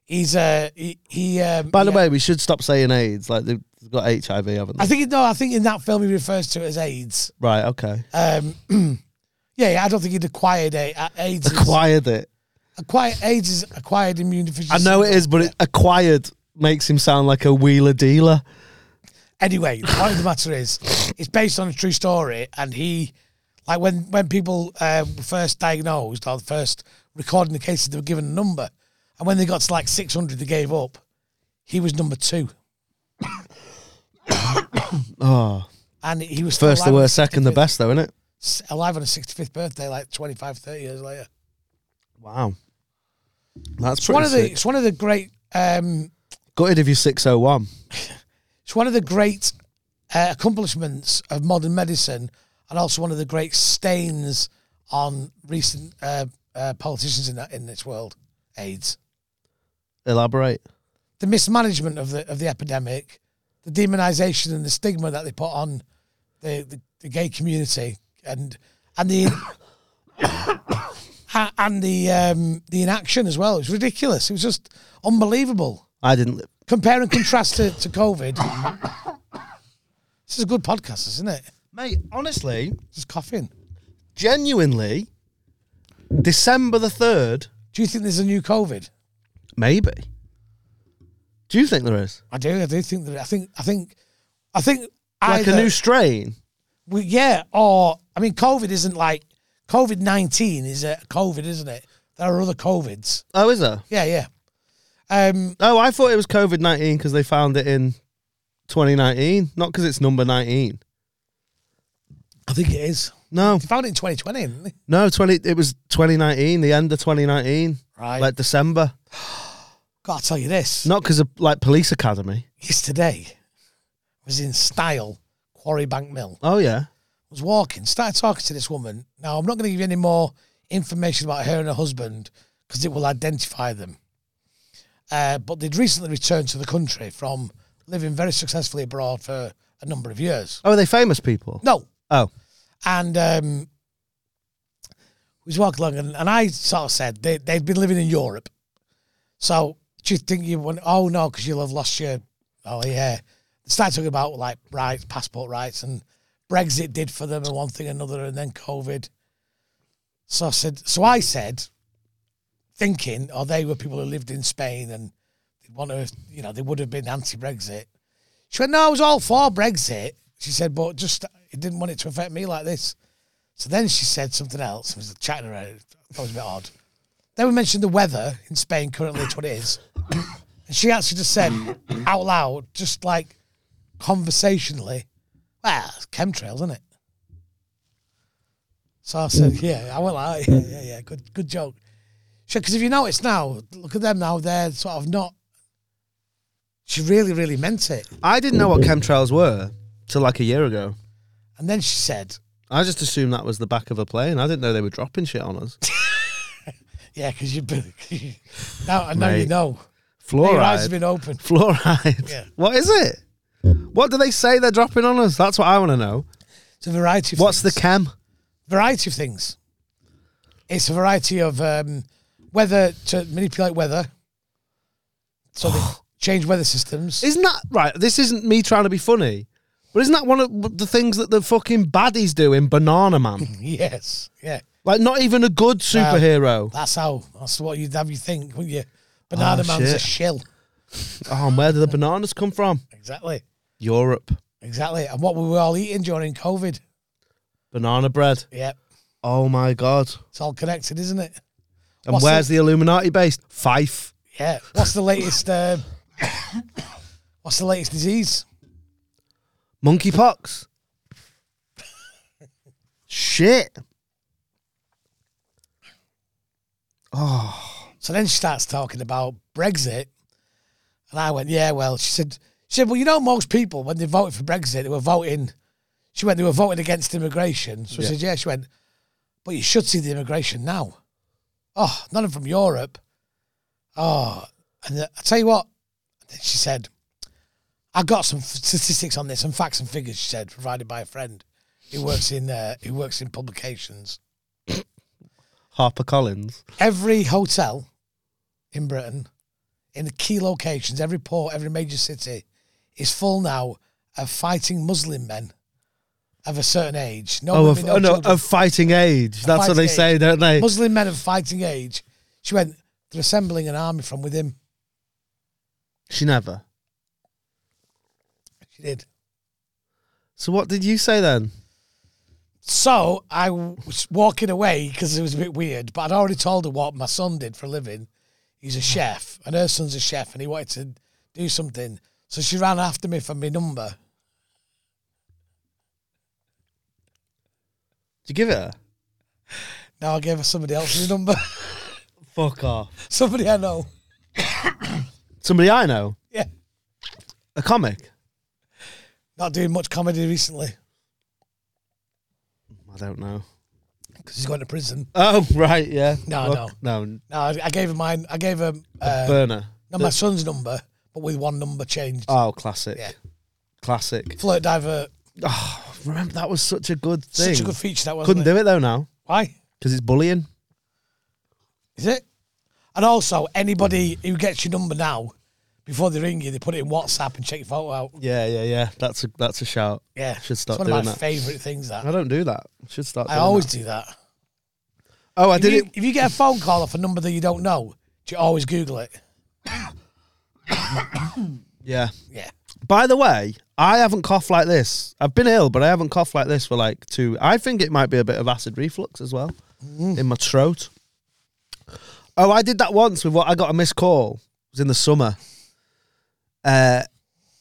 [SPEAKER 3] He's uh he, he um,
[SPEAKER 2] By the
[SPEAKER 3] yeah.
[SPEAKER 2] way, we should stop saying AIDS. Like they've got HIV, haven't they?
[SPEAKER 3] I think no, I think in that film he refers to it as AIDS.
[SPEAKER 2] right. Okay.
[SPEAKER 3] Um, yeah, yeah, I don't think he'd acquired a, a- AIDS. is-
[SPEAKER 2] Acquired it.
[SPEAKER 3] acquired AIDS is acquired immune
[SPEAKER 2] I
[SPEAKER 3] deficiency.
[SPEAKER 2] know it is, but it acquired makes him sound like a wheeler dealer.
[SPEAKER 3] Anyway, the point of the matter is, it's based on a true story, and he, like when when people uh, were first diagnosed or first recording the cases, they were given a number, and when they got to like six hundred, they gave up. He was number two,
[SPEAKER 2] Oh,
[SPEAKER 3] and he was still
[SPEAKER 2] first the
[SPEAKER 3] alive on
[SPEAKER 2] worst, second the
[SPEAKER 3] 65th
[SPEAKER 2] best, though, isn't it?
[SPEAKER 3] s- alive on his 65th birthday, like 25, 30 years later.
[SPEAKER 2] Wow. That's
[SPEAKER 3] It's
[SPEAKER 2] pretty
[SPEAKER 3] one of the
[SPEAKER 2] sick.
[SPEAKER 3] it's one of the great um,
[SPEAKER 2] Gutted if you're 601.
[SPEAKER 3] it's one of the great uh, accomplishments of modern medicine, and also one of the great stains on recent uh, uh, politicians in that in this world. AIDS,
[SPEAKER 2] Elaborate.
[SPEAKER 3] the mismanagement of the of the epidemic, the demonisation and the stigma that they put on the, the, the gay community, and and the a- and the um, the inaction as well. It was ridiculous. It was just unbelievable.
[SPEAKER 2] I didn't. Li-
[SPEAKER 3] Compare and contrast to, to COVID. this is a good podcast, isn't it?
[SPEAKER 2] Mate, honestly,
[SPEAKER 3] Just coughing.
[SPEAKER 2] genuinely, December the 3rd,
[SPEAKER 3] Do you think there's a new COVID?
[SPEAKER 2] maybe. Do you think there is?
[SPEAKER 3] I do. I do think that. I think. I think. I think.
[SPEAKER 2] Like
[SPEAKER 3] either-
[SPEAKER 2] a new strain?
[SPEAKER 3] we- yeah. Or I mean, COVID isn't like COVID nineteen is a COVID, isn't it? There are other COVIDs.
[SPEAKER 2] Oh, is there?
[SPEAKER 3] Yeah, yeah. Um,
[SPEAKER 2] Oh, I thought it was COVID 19 because they found it in 2019, not because it's number 19.
[SPEAKER 3] I think it is.
[SPEAKER 2] No,
[SPEAKER 3] They found it in twenty twenty, didn't they?
[SPEAKER 2] no, 20. It was 2019, the end of 2019,
[SPEAKER 3] Right.
[SPEAKER 2] like December.
[SPEAKER 3] God, I tell you this.
[SPEAKER 2] Not because of like police academy.
[SPEAKER 3] Yesterday was in style Quarry Bank Mill.
[SPEAKER 2] Oh yeah,
[SPEAKER 3] was walking, started talking to this woman. Now, I'm not going to give you any more information about her and her husband because it will identify them. Uh, but they'd recently returned to the country from living very successfully abroad for a number of years.
[SPEAKER 2] Oh, are they famous people?
[SPEAKER 3] No,
[SPEAKER 2] Oh,
[SPEAKER 3] and um, we was walking along, and, and I sort of said they they've been living in Europe. So do you think you want? Oh no, because you'll have lost your. Oh yeah, they started talking about like rights, passport rights, and Brexit did for them, and one thing and another, and then COVID. So I said, so I said, thinking, or they were people who lived in Spain and they want to, you know, they would have been anti-Brexit. She went, no, I was all for Brexit. She said, but just, it didn't want it to affect me like this. So then she said something else. I was chatting around. it. That was a bit odd. Then we mentioned the weather in Spain currently, it's what it is. And she actually just said out loud, just like conversationally, well, it's chemtrails, isn't it? So I said, yeah, I went like, yeah, yeah, yeah, good, good joke. Because if you notice now, look at them now, they're sort of not. She really, really meant it.
[SPEAKER 2] I didn't know what chemtrails were till like a year ago.
[SPEAKER 3] And then she said,
[SPEAKER 2] I just assumed that was the back of a plane. I didn't know they were dropping shit on us.
[SPEAKER 3] "Yeah, because you've been now. I know you
[SPEAKER 2] Mate.
[SPEAKER 3] know. Your eyes have
[SPEAKER 2] Fluoride.
[SPEAKER 3] been open.
[SPEAKER 2] Fluoride.
[SPEAKER 3] Yeah.
[SPEAKER 2] What is it? What do they say they're dropping on us? That's what I want to know.
[SPEAKER 3] It's a variety. Of
[SPEAKER 2] What's the
[SPEAKER 3] things.
[SPEAKER 2] chem?
[SPEAKER 3] variety of things? It's a variety of um, weather to manipulate weather, so they change weather systems.
[SPEAKER 2] Isn't that right? This isn't me trying to be funny, but isn't that one of the things that the fucking baddies do in Banana Man?
[SPEAKER 3] yes, yeah.
[SPEAKER 2] like, not even a good superhero.
[SPEAKER 3] That's how. That's what you'd have you think, wouldn't you? Banana
[SPEAKER 2] Oh,
[SPEAKER 3] man's a
[SPEAKER 2] shit.
[SPEAKER 3] shill.
[SPEAKER 2] oh, and where do the bananas come from?
[SPEAKER 3] Exactly.
[SPEAKER 2] Europe.
[SPEAKER 3] Exactly. And what we were all eating during COVID.
[SPEAKER 2] Banana bread.
[SPEAKER 3] Yep.
[SPEAKER 2] Oh my god.
[SPEAKER 3] It's all connected, isn't it?
[SPEAKER 2] And
[SPEAKER 3] What's
[SPEAKER 2] where's the, Illuminati based? Fife.
[SPEAKER 3] Yeah. What's the latest? Uh, what's the latest disease?
[SPEAKER 2] Monkeypox. Shit.
[SPEAKER 3] So then she starts talking about Brexit, and I went, "Yeah, well," she said. She said, "Well, you know, most people when they voted for Brexit, they were voting." She went, "They were voting against immigration." So I
[SPEAKER 2] Yeah.
[SPEAKER 3] said, "Yeah." She went, "But you should see the immigration now. uh, Oh, none of them from Europe. Oh, and the- I tell you what." Then she said, I got some f- statistics on this and facts and figures. She said, provided by a friend who works in uh, who works in publications.
[SPEAKER 2] Harper Collins.
[SPEAKER 3] Every hotel in Britain, in the key locations, every port, every major city, is full now of fighting Muslim men of a certain age. No
[SPEAKER 2] Oh,
[SPEAKER 3] women,
[SPEAKER 2] of,
[SPEAKER 3] no
[SPEAKER 2] oh, no,
[SPEAKER 3] children.
[SPEAKER 2] of fighting age. That's what
[SPEAKER 3] fighting
[SPEAKER 2] they
[SPEAKER 3] age.
[SPEAKER 2] say, don't they?
[SPEAKER 3] Muslim men of fighting age. She went, they're assembling an army from within.
[SPEAKER 2] She never.
[SPEAKER 3] She did.
[SPEAKER 2] So what did you say then?
[SPEAKER 3] So I was walking away because it was a bit weird, but I'd already told her what my son did for a living. He's a chef, and her son's a chef, and he wanted to do something. So she ran after me for my number.
[SPEAKER 2] Did you give it her?
[SPEAKER 3] Now I gave her somebody else's number,
[SPEAKER 2] Fuck off.
[SPEAKER 3] somebody I know.
[SPEAKER 2] Somebody I know.
[SPEAKER 3] Yeah,
[SPEAKER 2] A comic.
[SPEAKER 3] not doing much comedy recently
[SPEAKER 2] I don't know.
[SPEAKER 3] because he's going to prison.
[SPEAKER 2] Oh right, yeah.
[SPEAKER 3] No, Um,
[SPEAKER 2] no, no.
[SPEAKER 3] No, I, I gave her mine. I gave her uh,
[SPEAKER 2] burner.
[SPEAKER 3] no, my son's number, but with one number changed.
[SPEAKER 2] Oh, classic.
[SPEAKER 3] Yeah.
[SPEAKER 2] Classic.
[SPEAKER 3] Flirt divert.
[SPEAKER 2] Oh, remember that was such a good thing.
[SPEAKER 3] Such a good feature that was.
[SPEAKER 2] Couldn't do it though now
[SPEAKER 3] Why?
[SPEAKER 2] because it's bullying.
[SPEAKER 3] Is it? And also, anybody who gets your number now, before they ring you, they put it in WhatsApp and check your photo out.
[SPEAKER 2] Yeah, yeah, yeah. That's a that's a shout.
[SPEAKER 3] Yeah,
[SPEAKER 2] Should stop
[SPEAKER 3] It's one
[SPEAKER 2] doing
[SPEAKER 3] of my
[SPEAKER 2] that.
[SPEAKER 3] favourite things. That
[SPEAKER 2] I
[SPEAKER 3] I,
[SPEAKER 2] don't do that. Should start. Doing
[SPEAKER 3] always
[SPEAKER 2] that.
[SPEAKER 3] do that.
[SPEAKER 2] Oh, I
[SPEAKER 3] If
[SPEAKER 2] did
[SPEAKER 3] you,
[SPEAKER 2] it.
[SPEAKER 3] if you get a phone call off a number that you don't know, do you always Google it?
[SPEAKER 2] Yeah.
[SPEAKER 3] Yeah,
[SPEAKER 2] By the way, I haven't coughed like this. I've been ill, but I haven't coughed like this for like two. I think it might be a bit of acid reflux as well in my throat. Oh, I did that once with what I got a missed call. It was in the summer. Uh,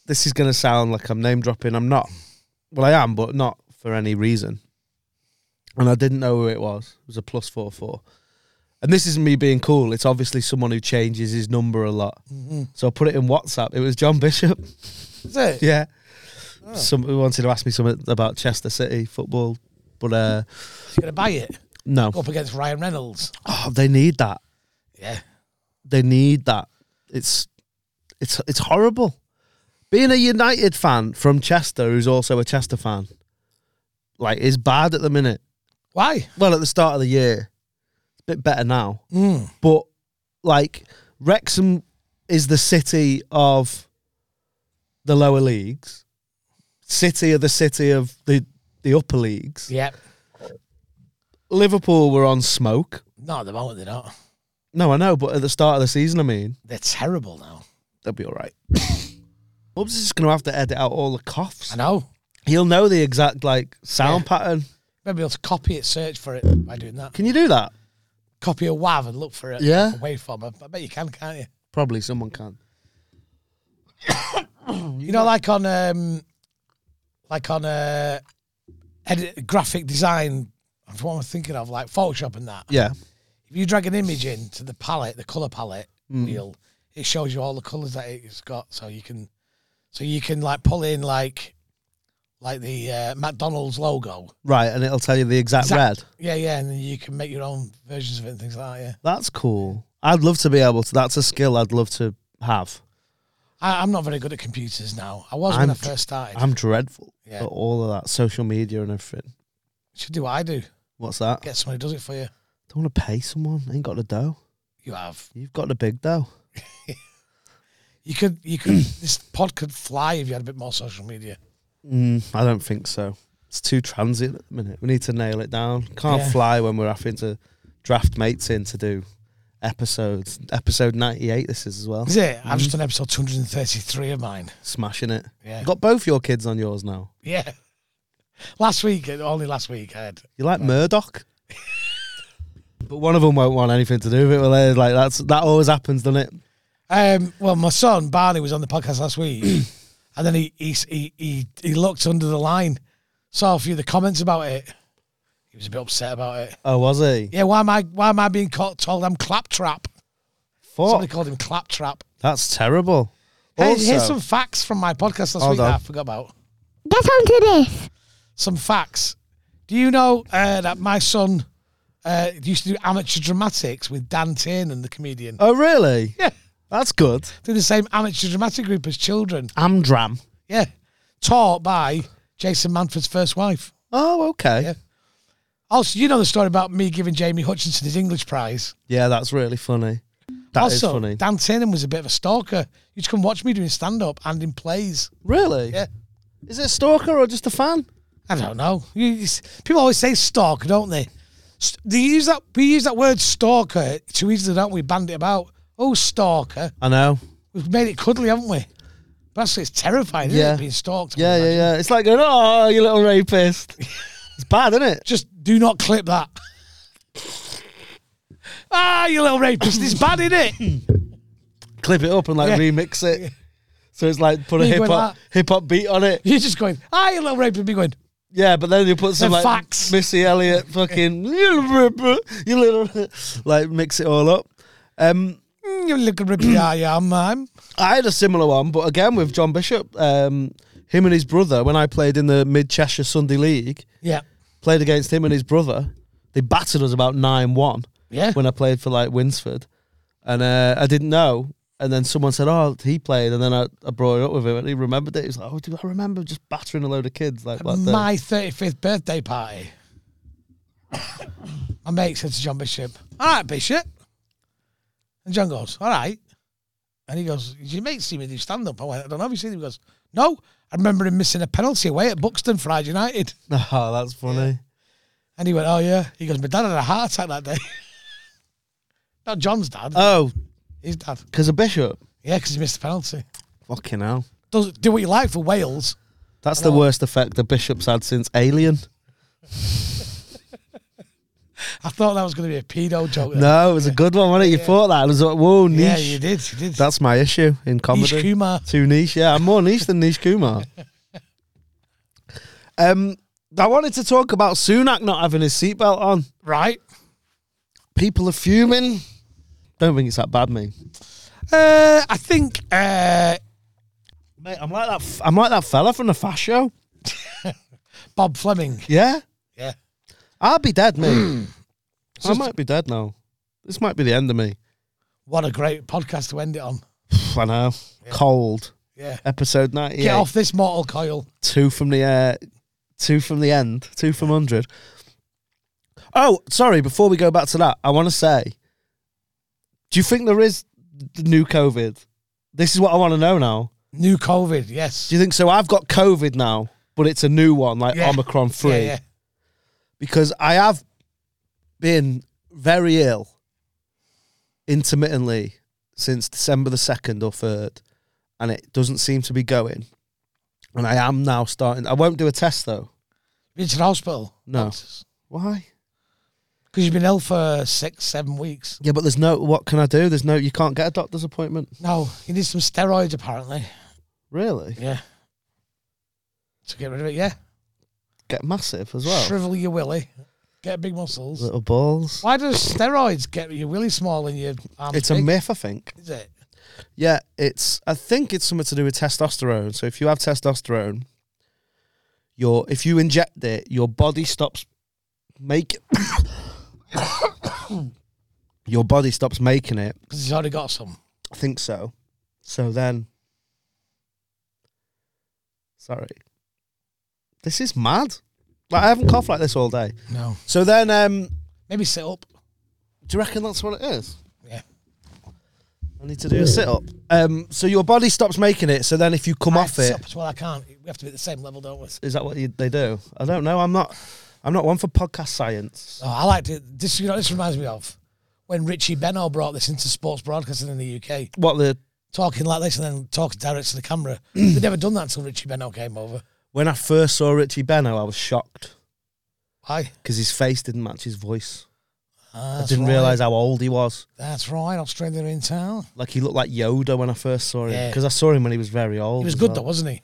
[SPEAKER 2] this is going to sound like I'm name dropping. I'm not. Well, I am, but not for any reason. And I didn't know who it was. It was a plus four four. And this isn't me being cool. It's obviously someone who changes his number a lot. So I put it in WhatsApp. It was John Bishop.
[SPEAKER 3] is it?
[SPEAKER 2] Yeah. Some who wanted to ask me something about Chester City football, but uh,
[SPEAKER 3] You're gonna buy it.
[SPEAKER 2] no.
[SPEAKER 3] Go up against Ryan Reynolds.
[SPEAKER 2] Oh, they need that.
[SPEAKER 3] Yeah,
[SPEAKER 2] They need that. It's it's it's horrible. Being a United fan from Chester, who's also a Chester fan, like is bad at the minute.
[SPEAKER 3] why?
[SPEAKER 2] Well, at the start of the year, it's a bit better now.
[SPEAKER 3] Mm.
[SPEAKER 2] But like Wrexham is the city of the lower leagues. City are the city of the the upper leagues.
[SPEAKER 3] Yeah,
[SPEAKER 2] Liverpool were on smoke.
[SPEAKER 3] not at the moment they're not.
[SPEAKER 2] No, I know, but at the start of the season, I mean,
[SPEAKER 3] They're terrible now.
[SPEAKER 2] they'll be all right. Bubs is just going to have to edit out all the
[SPEAKER 3] I
[SPEAKER 2] coughs.
[SPEAKER 3] know.
[SPEAKER 2] He'll know the exact like sound pattern.
[SPEAKER 3] Maybe be able to copy it, search for it by doing that.
[SPEAKER 2] Can you do that?
[SPEAKER 3] Copy a WAV and look for it.
[SPEAKER 2] Yeah.
[SPEAKER 3] a waveform. I bet you can, can't you?
[SPEAKER 2] Probably someone can.
[SPEAKER 3] You know, like on um, like on uh, edit, graphic design. That's what I'm thinking of, like Photoshop and that.
[SPEAKER 2] Yeah.
[SPEAKER 3] If you drag an image into the palette, the color palette
[SPEAKER 2] Hmm.
[SPEAKER 3] wheel, it shows you all the colors that it's got, so you can, so you can like pull in like, like the uh, McDonald's logo.
[SPEAKER 2] Right, and it'll tell you the exact
[SPEAKER 3] Exact-
[SPEAKER 2] red.
[SPEAKER 3] Yeah, yeah, and then you can make your own versions of it and things like that. Yeah,
[SPEAKER 2] That's cool. I'd love to be able to. That's a skill I'd love to have.
[SPEAKER 3] I, I'm not very good at computers now. I was
[SPEAKER 2] I'm
[SPEAKER 3] when I
[SPEAKER 2] dr-
[SPEAKER 3] first started.
[SPEAKER 2] I'm dreadful
[SPEAKER 3] Yeah.
[SPEAKER 2] at all of that social media and everything.
[SPEAKER 3] Should do what I do.
[SPEAKER 2] What's that?
[SPEAKER 3] Get someone who does it for you.
[SPEAKER 2] Don't want to pay someone. I ain't got the dough.
[SPEAKER 3] You have.
[SPEAKER 2] You've got the big dough.
[SPEAKER 3] You could, you could. this pod could fly if you had a bit more social media.
[SPEAKER 2] Mm, I don't think so. It's too transient at the minute. We need to nail it down. Can't
[SPEAKER 3] Yeah.
[SPEAKER 2] fly when we're having to draft mates in to do episodes. Episode 98, this is as well.
[SPEAKER 3] Is it? I've just done episode 233 of mine.
[SPEAKER 2] Smashing it.
[SPEAKER 3] Yeah.
[SPEAKER 2] You've got both your kids on yours now.
[SPEAKER 3] Yeah. Last week, uh, only last week, I had.
[SPEAKER 2] You like Murdoch? but one of them won't want anything to do with it. Well, they're like, that's, that always happens, doesn't it?
[SPEAKER 3] Um, well, my son Barney was on the podcast last week, and then he he, he he he looked under the line, saw a few of the comments about it. He was a bit upset about it.
[SPEAKER 2] Oh, was he?
[SPEAKER 3] Yeah, why am I why am I being called, told I'm claptrap?
[SPEAKER 2] Fuck.
[SPEAKER 3] Somebody called him claptrap.
[SPEAKER 2] That's terrible.
[SPEAKER 3] Hey,
[SPEAKER 2] Oh. also,
[SPEAKER 3] here's some facts from my podcast last
[SPEAKER 2] Hold
[SPEAKER 3] week that
[SPEAKER 2] on.
[SPEAKER 3] I forgot about.
[SPEAKER 1] Get onto this.
[SPEAKER 3] Some facts. Do you know uh, that my son uh, used to do amateur dramatics with Dan Tiernan, the comedian?
[SPEAKER 2] oh, really?
[SPEAKER 3] Yeah.
[SPEAKER 2] That's good.
[SPEAKER 3] Through the same amateur dramatic group as children.
[SPEAKER 2] Amdram.
[SPEAKER 3] Yeah. Taught by Jason Manford's first wife.
[SPEAKER 2] Oh, okay.
[SPEAKER 3] Yeah.
[SPEAKER 2] Yeah,
[SPEAKER 3] Also, you know the story about me giving Jamie Hutchinson his English prize.
[SPEAKER 2] that's really funny. That is
[SPEAKER 3] also,
[SPEAKER 2] funny.
[SPEAKER 3] Dan Tiernan was a bit of a stalker. You'd come watch me doing stand up and in plays.
[SPEAKER 2] really?
[SPEAKER 3] Yeah.
[SPEAKER 2] Is it a stalker or just a fan?
[SPEAKER 3] I don't know. You, you s- people always say stalker, don't they? S- They use that. We use that word stalker too easily, don't we? Band it about. Oh, stalker.
[SPEAKER 2] I know.
[SPEAKER 3] We've made it cuddly, haven't we? But actually, it's terrifying, isn't
[SPEAKER 2] Yeah.
[SPEAKER 3] it? Being stalked.
[SPEAKER 2] Yeah, yeah, yeah. It's like going, oh, you little rapist. it's bad, isn't it?
[SPEAKER 3] Just do not clip that. ah, you little rapist. It's bad, isn't it?
[SPEAKER 2] Clip it up and like
[SPEAKER 3] Yeah.
[SPEAKER 2] remix it. So it's like put a
[SPEAKER 3] You
[SPEAKER 2] hip
[SPEAKER 3] went
[SPEAKER 2] hop
[SPEAKER 3] like-
[SPEAKER 2] hip hop beat on it.
[SPEAKER 3] You're just going, ah, you little rapist. Me going,
[SPEAKER 2] Yeah, but then you put some
[SPEAKER 3] The
[SPEAKER 2] like
[SPEAKER 3] facts.
[SPEAKER 2] Missy Elliott fucking you little like mix it all up. Um,
[SPEAKER 3] mm, you little rapist. yeah, yeah, I'm, I'm.
[SPEAKER 2] I had a similar one, but again with John Bishop, um, him and his brother. When I played in the Mid Cheshire Sunday League,
[SPEAKER 3] Yeah.
[SPEAKER 2] played against him and his brother. They battered us about nine one
[SPEAKER 3] Yeah.
[SPEAKER 2] when I played for like Winsford, and uh, I didn't know. And then someone said, "Oh, he played," and then I, I brought it up with him, and he remembered it. He was like, "Oh, do I remember just battering a load of kids like that?" day."
[SPEAKER 3] my 35th birthday party. my mate said to John Bishop, All right, Bishop. And John goes, All right. And he goes, Did your mate see me do stand up? I went, I don't know if you seen him. He goes, No. I remember him missing a penalty away at Buxton Friday United.
[SPEAKER 2] Oh, that's funny.
[SPEAKER 3] And he went, Oh, yeah. He goes, My dad had a heart attack that day. Not John's dad,
[SPEAKER 2] Oh,
[SPEAKER 3] his dad.
[SPEAKER 2] because of Bishop.
[SPEAKER 3] Yeah, because he missed the penalty.
[SPEAKER 2] Fucking hell.
[SPEAKER 3] Does, do what you like for Wales.
[SPEAKER 2] That's the worst effect the Bishop's had since Alien.
[SPEAKER 3] I thought that was going to be a pedo joke. then.
[SPEAKER 2] No, it was a good one, wasn't it? You thought that. It was like, whoa, niche.
[SPEAKER 3] Yeah, you did. You did.
[SPEAKER 2] That's my issue in
[SPEAKER 3] Ish
[SPEAKER 2] comedy.
[SPEAKER 3] Kumar.
[SPEAKER 2] Too niche. Yeah, I'm more niche than Nish Kumar. um, I wanted to talk about Sunak not having his seatbelt on.
[SPEAKER 3] Right.
[SPEAKER 2] People are fuming. Don't think it's that bad, me.
[SPEAKER 3] Uh, I think uh,
[SPEAKER 2] Mate, I'm like that. F- I'm like that fella from the Fast Show.
[SPEAKER 3] Bob Fleming.
[SPEAKER 2] Yeah,
[SPEAKER 3] Yeah.
[SPEAKER 2] I'll be dead, me. I
[SPEAKER 3] Just-
[SPEAKER 2] might be dead now. This might be the end of me.
[SPEAKER 3] What a great podcast to end it on.
[SPEAKER 2] I know. Cold.
[SPEAKER 3] Yeah.
[SPEAKER 2] Episode 98.
[SPEAKER 3] Get off this mortal coil.
[SPEAKER 2] Two from the uh, two from the end. Two from hundred. Oh, sorry. Before we go back to that, I want to say, do you think there is the new COVID? This is what I want to know now.
[SPEAKER 3] New COVID. Yes.
[SPEAKER 2] Do you think so? I've got COVID now, but it's a new one, like
[SPEAKER 3] Yeah.
[SPEAKER 2] Omicron three,
[SPEAKER 3] Yeah, yeah.
[SPEAKER 2] because I have been very ill intermittently since December the second or third, and it doesn't seem to be going. And I am now starting. I won't do a test though.
[SPEAKER 3] Been to the hospital.
[SPEAKER 2] No.
[SPEAKER 3] Because
[SPEAKER 2] Why?
[SPEAKER 3] you've been ill for six, seven weeks.
[SPEAKER 2] Yeah, but there's no. What can I do? There's no. You can't get a doctor's appointment.
[SPEAKER 3] No, you need some steroids apparently.
[SPEAKER 2] Really?
[SPEAKER 3] Yeah. To get rid of it, yeah.
[SPEAKER 2] Get massive as well.
[SPEAKER 3] Shrivel your willy. Get big muscles.
[SPEAKER 2] Little balls.
[SPEAKER 3] Why does steroids get your willy small and your arm
[SPEAKER 2] It's a
[SPEAKER 3] big?
[SPEAKER 2] myth, I think.
[SPEAKER 3] Is it?
[SPEAKER 2] Yeah, it's. I think it's something to do with testosterone. So if you have testosterone, your if you inject it, your body stops make. your body stops making it.
[SPEAKER 3] Because he's already got some.
[SPEAKER 2] I think so. So then. Sorry. This is mad. Like I haven't coughed like this all day.
[SPEAKER 3] No.
[SPEAKER 2] So then, um,
[SPEAKER 3] Maybe sit up.
[SPEAKER 2] do you reckon that's what it is?
[SPEAKER 3] Yeah.
[SPEAKER 2] I need to do a sit up. Um, so your body stops making it. So then, if you come
[SPEAKER 3] I
[SPEAKER 2] off
[SPEAKER 3] sit
[SPEAKER 2] it,
[SPEAKER 3] up as well. I can't. We have to be at the same level, don't we?
[SPEAKER 2] is that what you, they do? I don't know. I'm not. I'm not one for podcast science.
[SPEAKER 3] Oh, I liked it. This, you know, this reminds me of when Richie Beno brought this into sports broadcasting in the UK,
[SPEAKER 2] What the
[SPEAKER 3] talking like this and then talking direct to the camera. They'd never done that until Richie Beno came over.
[SPEAKER 2] when I first saw Richie Beno, I was shocked
[SPEAKER 3] Why?
[SPEAKER 2] because his face didn't match his voice.
[SPEAKER 3] That's
[SPEAKER 2] I didn't
[SPEAKER 3] right.
[SPEAKER 2] realize how old he was.
[SPEAKER 3] That's right. Australia in town.
[SPEAKER 2] Like he looked like Yoda when I first saw him
[SPEAKER 3] Yeah.
[SPEAKER 2] because I saw him when he was very old.
[SPEAKER 3] He was
[SPEAKER 2] as
[SPEAKER 3] good
[SPEAKER 2] well.
[SPEAKER 3] though, wasn't he?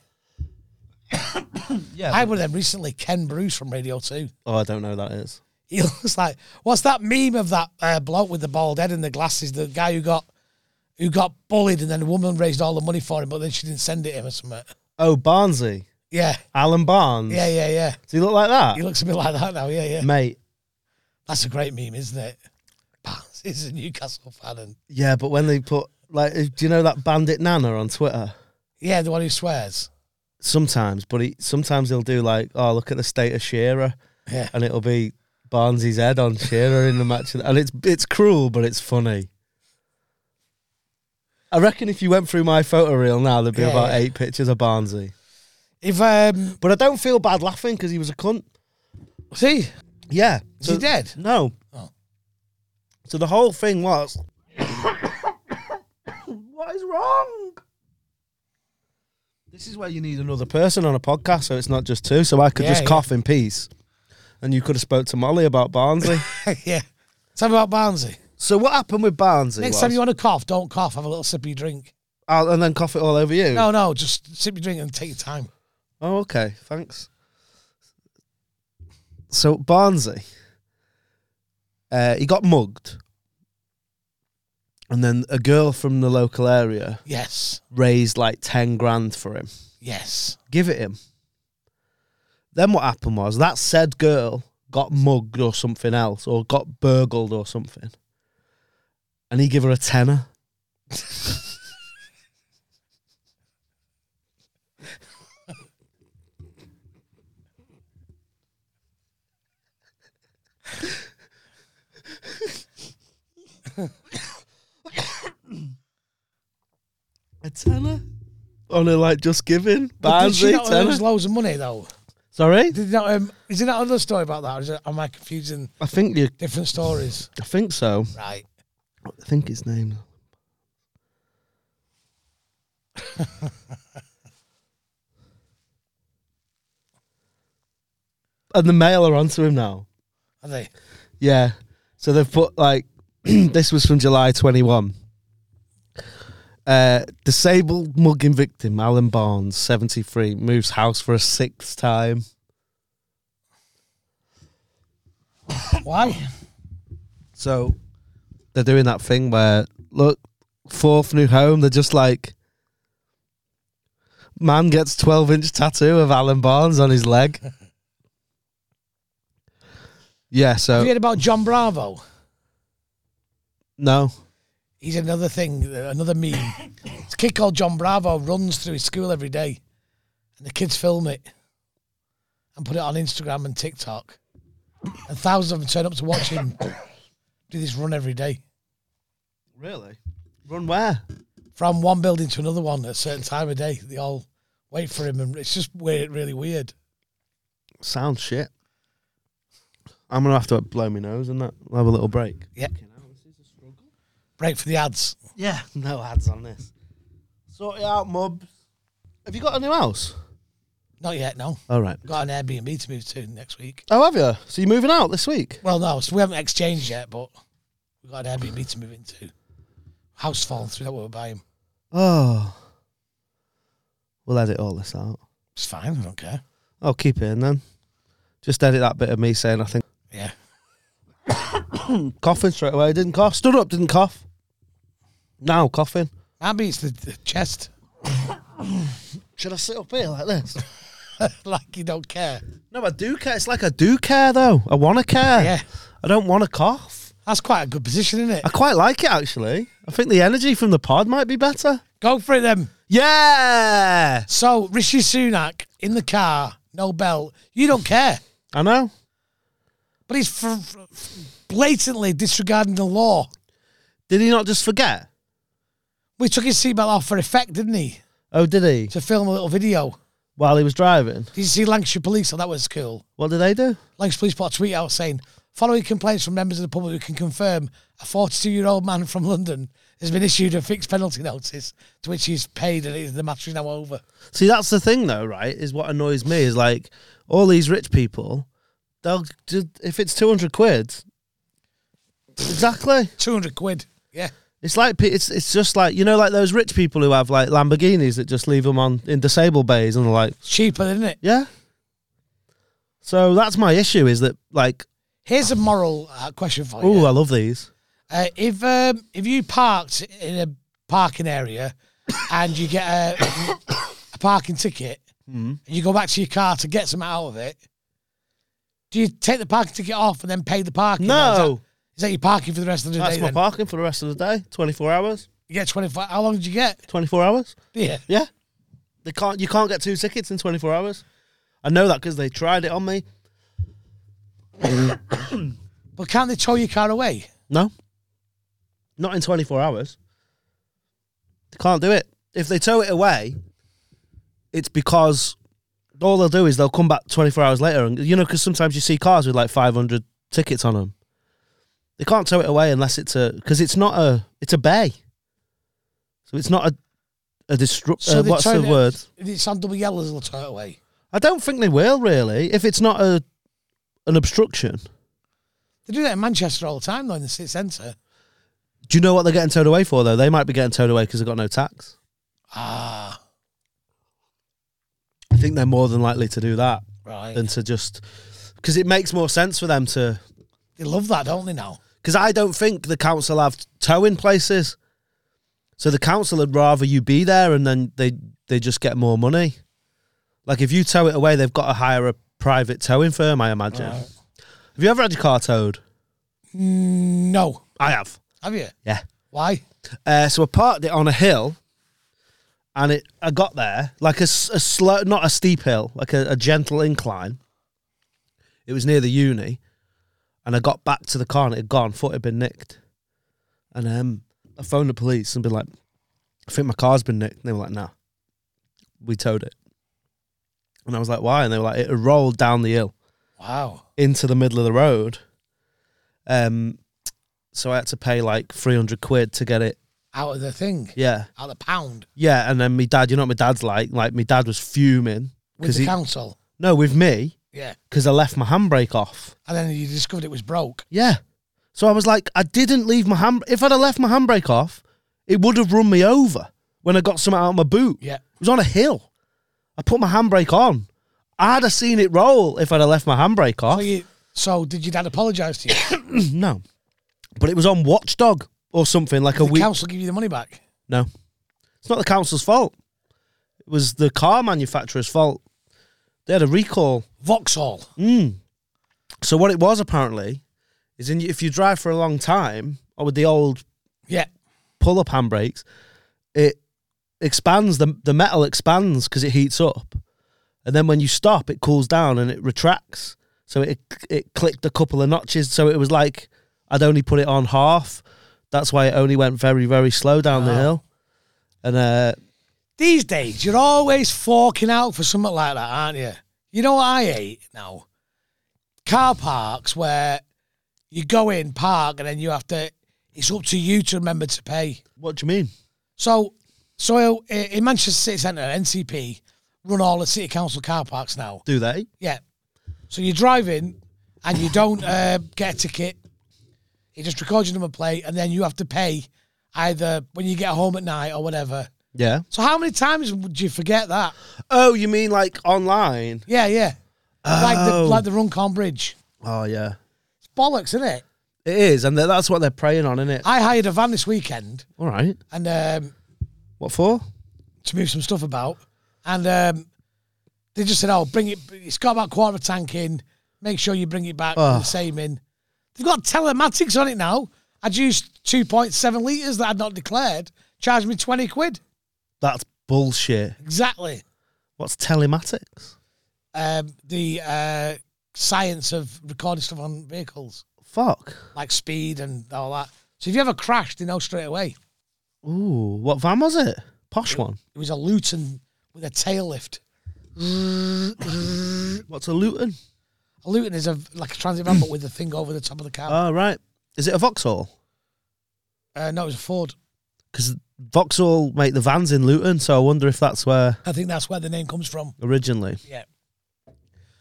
[SPEAKER 2] Yeah.
[SPEAKER 3] I would them recently. Ken Bruce from Radio Two.
[SPEAKER 2] oh, I don't know who that is.
[SPEAKER 3] He looks like what's that meme of that uh, bloke with the bald head and the glasses? The guy who got who got bullied and then the woman raised all the money for him, but then she didn't send it him or something.
[SPEAKER 2] Oh, Barnsey,
[SPEAKER 3] Yeah,
[SPEAKER 2] Alan Barnes.
[SPEAKER 3] yeah, yeah, yeah.
[SPEAKER 2] Does he look like that,
[SPEAKER 3] He looks a bit like that now. Yeah, yeah.
[SPEAKER 2] mate?
[SPEAKER 3] That's a great meme, isn't it? Barnes is a Newcastle fan, and
[SPEAKER 2] Yeah, but when they put like, uh, do you know that bandit Nana on Twitter?
[SPEAKER 3] Yeah, the one who swears.
[SPEAKER 2] Sometimes, but he sometimes he'll do like, oh, look at the state of Shearer,
[SPEAKER 3] Yeah.
[SPEAKER 2] and it'll be Barnsley's head on Shearer in the match, of the- and it's it's cruel, but it's funny. I reckon if you went through my photo reel now, there'd be
[SPEAKER 3] Yeah,
[SPEAKER 2] about
[SPEAKER 3] yeah.
[SPEAKER 2] eight pictures of Barnsley.
[SPEAKER 3] If um,
[SPEAKER 2] But I don't feel bad laughing because he was a cunt.
[SPEAKER 3] see,
[SPEAKER 2] Yeah.
[SPEAKER 3] is he dead?
[SPEAKER 2] No.
[SPEAKER 3] Oh.
[SPEAKER 2] So the whole thing was. what is wrong? This is where you need another person on a podcast, so it's not just two. So I could
[SPEAKER 3] Yeah,
[SPEAKER 2] just
[SPEAKER 3] yeah.
[SPEAKER 2] cough in peace, and you could have spoke to Molly about Barnsley.
[SPEAKER 3] yeah. Tell me about Barnsley.
[SPEAKER 2] so what happened with Barnsley?
[SPEAKER 3] Next
[SPEAKER 2] was-
[SPEAKER 3] time you want to cough, don't cough. Have a little sip of your drink.
[SPEAKER 2] I'll- and then cough it all over you.
[SPEAKER 3] No, no, just sip your drink and take your time.
[SPEAKER 2] Oh, okay. Thanks. So Barnsley, uh, he got mugged, and then a girl from the local area
[SPEAKER 3] Yes,
[SPEAKER 2] raised like ten grand for him.
[SPEAKER 3] yes.
[SPEAKER 2] Give it him. Then what happened was that said girl got mugged or something else, or got burgled or something, and he gave her a tenner. A tenner? On a like just giving?
[SPEAKER 3] But did
[SPEAKER 2] Barnsley
[SPEAKER 3] she not
[SPEAKER 2] tenner?
[SPEAKER 3] lose loads of money though?
[SPEAKER 2] Sorry?
[SPEAKER 3] Did not? Um, is there not another story about that? Or is it, am I confusing
[SPEAKER 2] I think you
[SPEAKER 3] different stories?
[SPEAKER 2] I think so.
[SPEAKER 3] Right.
[SPEAKER 2] I think his name. and the mail are onto him now.
[SPEAKER 3] Are they?
[SPEAKER 2] Yeah. So they've put like this was from July 21. Uh, disabled mugging victim Alan Barnes, 73, moves house for a sixth time.
[SPEAKER 3] Why?
[SPEAKER 2] So they're doing that thing where look, fourth new home, they're just like man gets twelve inch tattoo of Alan Barnes on his leg. yeah,
[SPEAKER 3] Have you
[SPEAKER 2] so
[SPEAKER 3] heard about John Bravo?
[SPEAKER 2] no.
[SPEAKER 3] He's another thing, another meme. This kid called John Bravo runs through his school every day, and the kids film it and put it on Instagram and TikTok, and thousands of them turn up to watch him do this run every day
[SPEAKER 2] Really? Run where?
[SPEAKER 3] from one building to another one at a certain time of day. They all wait for him, and it's just weird, really weird.
[SPEAKER 2] Sounds shit. I'm gonna have to blow my nose and that. We'll have a little break.
[SPEAKER 3] Yeah. Break for the ads.
[SPEAKER 2] Yeah, no ads on this. Sort it out, mubs. Have you got a new house?
[SPEAKER 3] Not yet, no.
[SPEAKER 2] All right.
[SPEAKER 3] Got an Airbnb to move to next week.
[SPEAKER 2] Oh, have you? So you're moving out this week?
[SPEAKER 3] Well, no, so we haven't exchanged yet, but we've got an Airbnb to move into. House falling through, that's what we're buying.
[SPEAKER 2] Oh. We'll edit all this out.
[SPEAKER 3] It's fine, I don't care.
[SPEAKER 2] I'll keep it in then. Just edit that bit of me saying I think
[SPEAKER 3] Yeah.
[SPEAKER 2] coughing straight away. Didn't cough. Stood up, didn't cough. Now coughing.
[SPEAKER 3] That beats the, the chest.
[SPEAKER 2] Should I sit up here like this?
[SPEAKER 3] like you don't care.
[SPEAKER 2] no, I do care. It's like I do care though. I want to care.
[SPEAKER 3] Yeah.
[SPEAKER 2] I don't want to cough.
[SPEAKER 3] That's quite a good position, isn't it?
[SPEAKER 2] I quite like it actually. I think the energy from the pod might be better.
[SPEAKER 3] Go for it then.
[SPEAKER 2] Yeah.
[SPEAKER 3] So, Rishi Sunak in the car, no bell. You don't care.
[SPEAKER 2] I know.
[SPEAKER 3] But he's fr- fr- blatantly disregarding the law.
[SPEAKER 2] Did he not just forget?
[SPEAKER 3] We took his seatbelt off for effect, didn't he?
[SPEAKER 2] Oh, did he?
[SPEAKER 3] To film a little video.
[SPEAKER 2] While he was driving.
[SPEAKER 3] Did you see Lancashire Police? Oh, that was cool.
[SPEAKER 2] What did they do?
[SPEAKER 3] Lancashire Police put a tweet out saying, following complaints from members of the public who can confirm a 42-year-old man from London has been issued a fixed penalty notice to which he's paid and it is- the matter is now over.
[SPEAKER 2] See, that's the thing, though, right? Is what annoys me is like all these rich people. They'll ju- if it's two hundred quid. Exactly.
[SPEAKER 3] 200 quid. Yeah.
[SPEAKER 2] It's like pe- it's it's just like you know, like those rich people who have like Lamborghinis that just leave them on in disabled bays, and they're like,
[SPEAKER 3] It's cheaper, isn't it?
[SPEAKER 2] yeah. So that's my issue is that like,
[SPEAKER 3] Here's a moral uh, question for you.
[SPEAKER 2] oh, I love these.
[SPEAKER 3] Uh, if um, if you parked in a parking area and you get a, a parking ticket
[SPEAKER 2] Hmm.
[SPEAKER 3] and you go back to your car to get something out of it, do you take the parking ticket off and then pay the parking? Or Is that,
[SPEAKER 2] No,
[SPEAKER 3] is that your parking for the rest of the
[SPEAKER 2] that's
[SPEAKER 3] day?
[SPEAKER 2] my
[SPEAKER 3] then?
[SPEAKER 2] parking for the rest of the day, twenty four hours.
[SPEAKER 3] You get 24. How long did you get?
[SPEAKER 2] Twenty four hours.
[SPEAKER 3] Yeah.
[SPEAKER 2] Yeah, they can't. You can't get two tickets in twenty four hours. I know that because they tried it on me.
[SPEAKER 3] But can't they tow your car away?
[SPEAKER 2] No, not in twenty four hours. They can't do it. If they tow it away, it's because all they'll do is they'll come back twenty four hours later, and you know, because sometimes you see cars with like five hundred tickets on them. They can't tow it away unless it's a because it's not a it's a bay, so it's not a a destruct.
[SPEAKER 3] So
[SPEAKER 2] uh,
[SPEAKER 3] they
[SPEAKER 2] what's the
[SPEAKER 3] towed it-
[SPEAKER 2] word?
[SPEAKER 3] If It's on double yellows, they'll tow it away.
[SPEAKER 2] I don't think they will really. If it's not a an obstruction,
[SPEAKER 3] They do that in Manchester all the time, though, in the city centre.
[SPEAKER 2] do you know what they're getting towed away for though? They might be getting towed away because they've got no tax.
[SPEAKER 3] Ah,
[SPEAKER 2] I think they're more than likely to do that
[SPEAKER 3] right.
[SPEAKER 2] than to just because it makes more sense for them to.
[SPEAKER 3] they love that, don't they, now?
[SPEAKER 2] Because I don't think the council have towing places, so the council would rather you be there and then they they just get more money. Like if you tow it away, they've got to hire a private towing firm. I imagine.
[SPEAKER 3] Right.
[SPEAKER 2] Have you ever had your car towed?
[SPEAKER 3] No.
[SPEAKER 2] I have.
[SPEAKER 3] Have you?
[SPEAKER 2] Yeah.
[SPEAKER 3] Why?
[SPEAKER 2] Uh, so I parked it on a hill, and it I got there like a, s- a slow, not a steep hill, like a, a gentle incline. It was near the uni, and I got back to the car and it had gone. Thought it had been nicked, and um, I phoned the police and been like, "I think my car's been nicked." And they were like, "Nah, we towed it." And I was like, "Why?" And they were like, "It had rolled down the hill."
[SPEAKER 3] Wow.
[SPEAKER 2] into the middle of the road. Um, so I had to pay like three hundred quid to get it.
[SPEAKER 3] Out of the thing.
[SPEAKER 2] Yeah,
[SPEAKER 3] Out of the pound.
[SPEAKER 2] yeah. And then my dad, you know what my dad's like? Like my dad was fuming
[SPEAKER 3] With the
[SPEAKER 2] he
[SPEAKER 3] council.
[SPEAKER 2] no with me
[SPEAKER 3] Yeah.
[SPEAKER 2] because I left my handbrake off.
[SPEAKER 3] And then you discovered it was broke.
[SPEAKER 2] Yeah. So I was like, I didn't leave my hand. If I'd have left my handbrake off, it would have run me over when I got something out of my boot.
[SPEAKER 3] Yeah.
[SPEAKER 2] It was on a hill. I put my handbrake on. I'd have seen it roll if I'd have left my handbrake off.
[SPEAKER 3] So, you, so did your dad apologise to you?
[SPEAKER 2] No. But it was on Watchdog or something like a
[SPEAKER 3] Did the
[SPEAKER 2] week.
[SPEAKER 3] council give you the money back?
[SPEAKER 2] no. It's not the council's fault. It was the car manufacturer's fault. They had a recall.
[SPEAKER 3] Vauxhall.
[SPEAKER 2] Hmm? So what it was apparently is in, if you drive for a long time or with the old
[SPEAKER 3] Yeah.
[SPEAKER 2] pull-up handbrakes, it expands the the metal expands because it heats up, and then when you stop, it cools down and it retracts. So it it clicked a couple of notches. So it was like I'd only put it on half. That's why it only went very very slow down the
[SPEAKER 3] Wow.
[SPEAKER 2] hill, and uh,
[SPEAKER 3] These days, you're always forking out for something like that, aren't you? You know what I hate now? Car parks where you go in, park, and then you have to, it's up to you to remember to pay.
[SPEAKER 2] what do you mean?
[SPEAKER 3] So, so i- in Manchester City Centre, NCP run all the city council car parks now.
[SPEAKER 2] Do they?
[SPEAKER 3] Yeah. So you drive in and you don't uh, get a ticket. It just records your number plate, and then you have to pay either when you get home at night or whatever.
[SPEAKER 2] Yeah.
[SPEAKER 3] So how many times would you forget that?
[SPEAKER 2] Oh, you mean like online?
[SPEAKER 3] Yeah, yeah. Like the
[SPEAKER 2] Oh.
[SPEAKER 3] like the Runcorn Bridge.
[SPEAKER 2] Oh yeah,
[SPEAKER 3] It's bollocks, isn't it?
[SPEAKER 2] it is, and tha- that's what they're preying on, isn't it?
[SPEAKER 3] I hired a van this weekend
[SPEAKER 2] All right.
[SPEAKER 3] and um,
[SPEAKER 2] What for?
[SPEAKER 3] to move some stuff about, and um, they just said, "Oh, bring it. It's got about quarter of a tank in. Make sure you bring it back
[SPEAKER 2] Oh.
[SPEAKER 3] the same in." They've got telematics on it now. I'd used two point seven liters that I'd not declared. Charged me twenty quid
[SPEAKER 2] That's bullshit.
[SPEAKER 3] exactly.
[SPEAKER 2] What's telematics?
[SPEAKER 3] Um, the uh, science of recording stuff on vehicles,
[SPEAKER 2] Fuck.
[SPEAKER 3] like speed and all that. So if you ever crashed, they know straight away.
[SPEAKER 2] Ooh, what van was it? Posh one.
[SPEAKER 3] It was a Luton with a tail lift.
[SPEAKER 2] What's a Luton?
[SPEAKER 3] A Luton is a like a transit van, but with a thing over the top of the car.
[SPEAKER 2] Oh, right. Is it a Vauxhall? Oh.
[SPEAKER 3] Uh, no, it was a Ford.
[SPEAKER 2] Because Vauxhall make the vans in Luton, so I wonder if that's where
[SPEAKER 3] I think that's where the name comes from.
[SPEAKER 2] originally.
[SPEAKER 3] Yeah,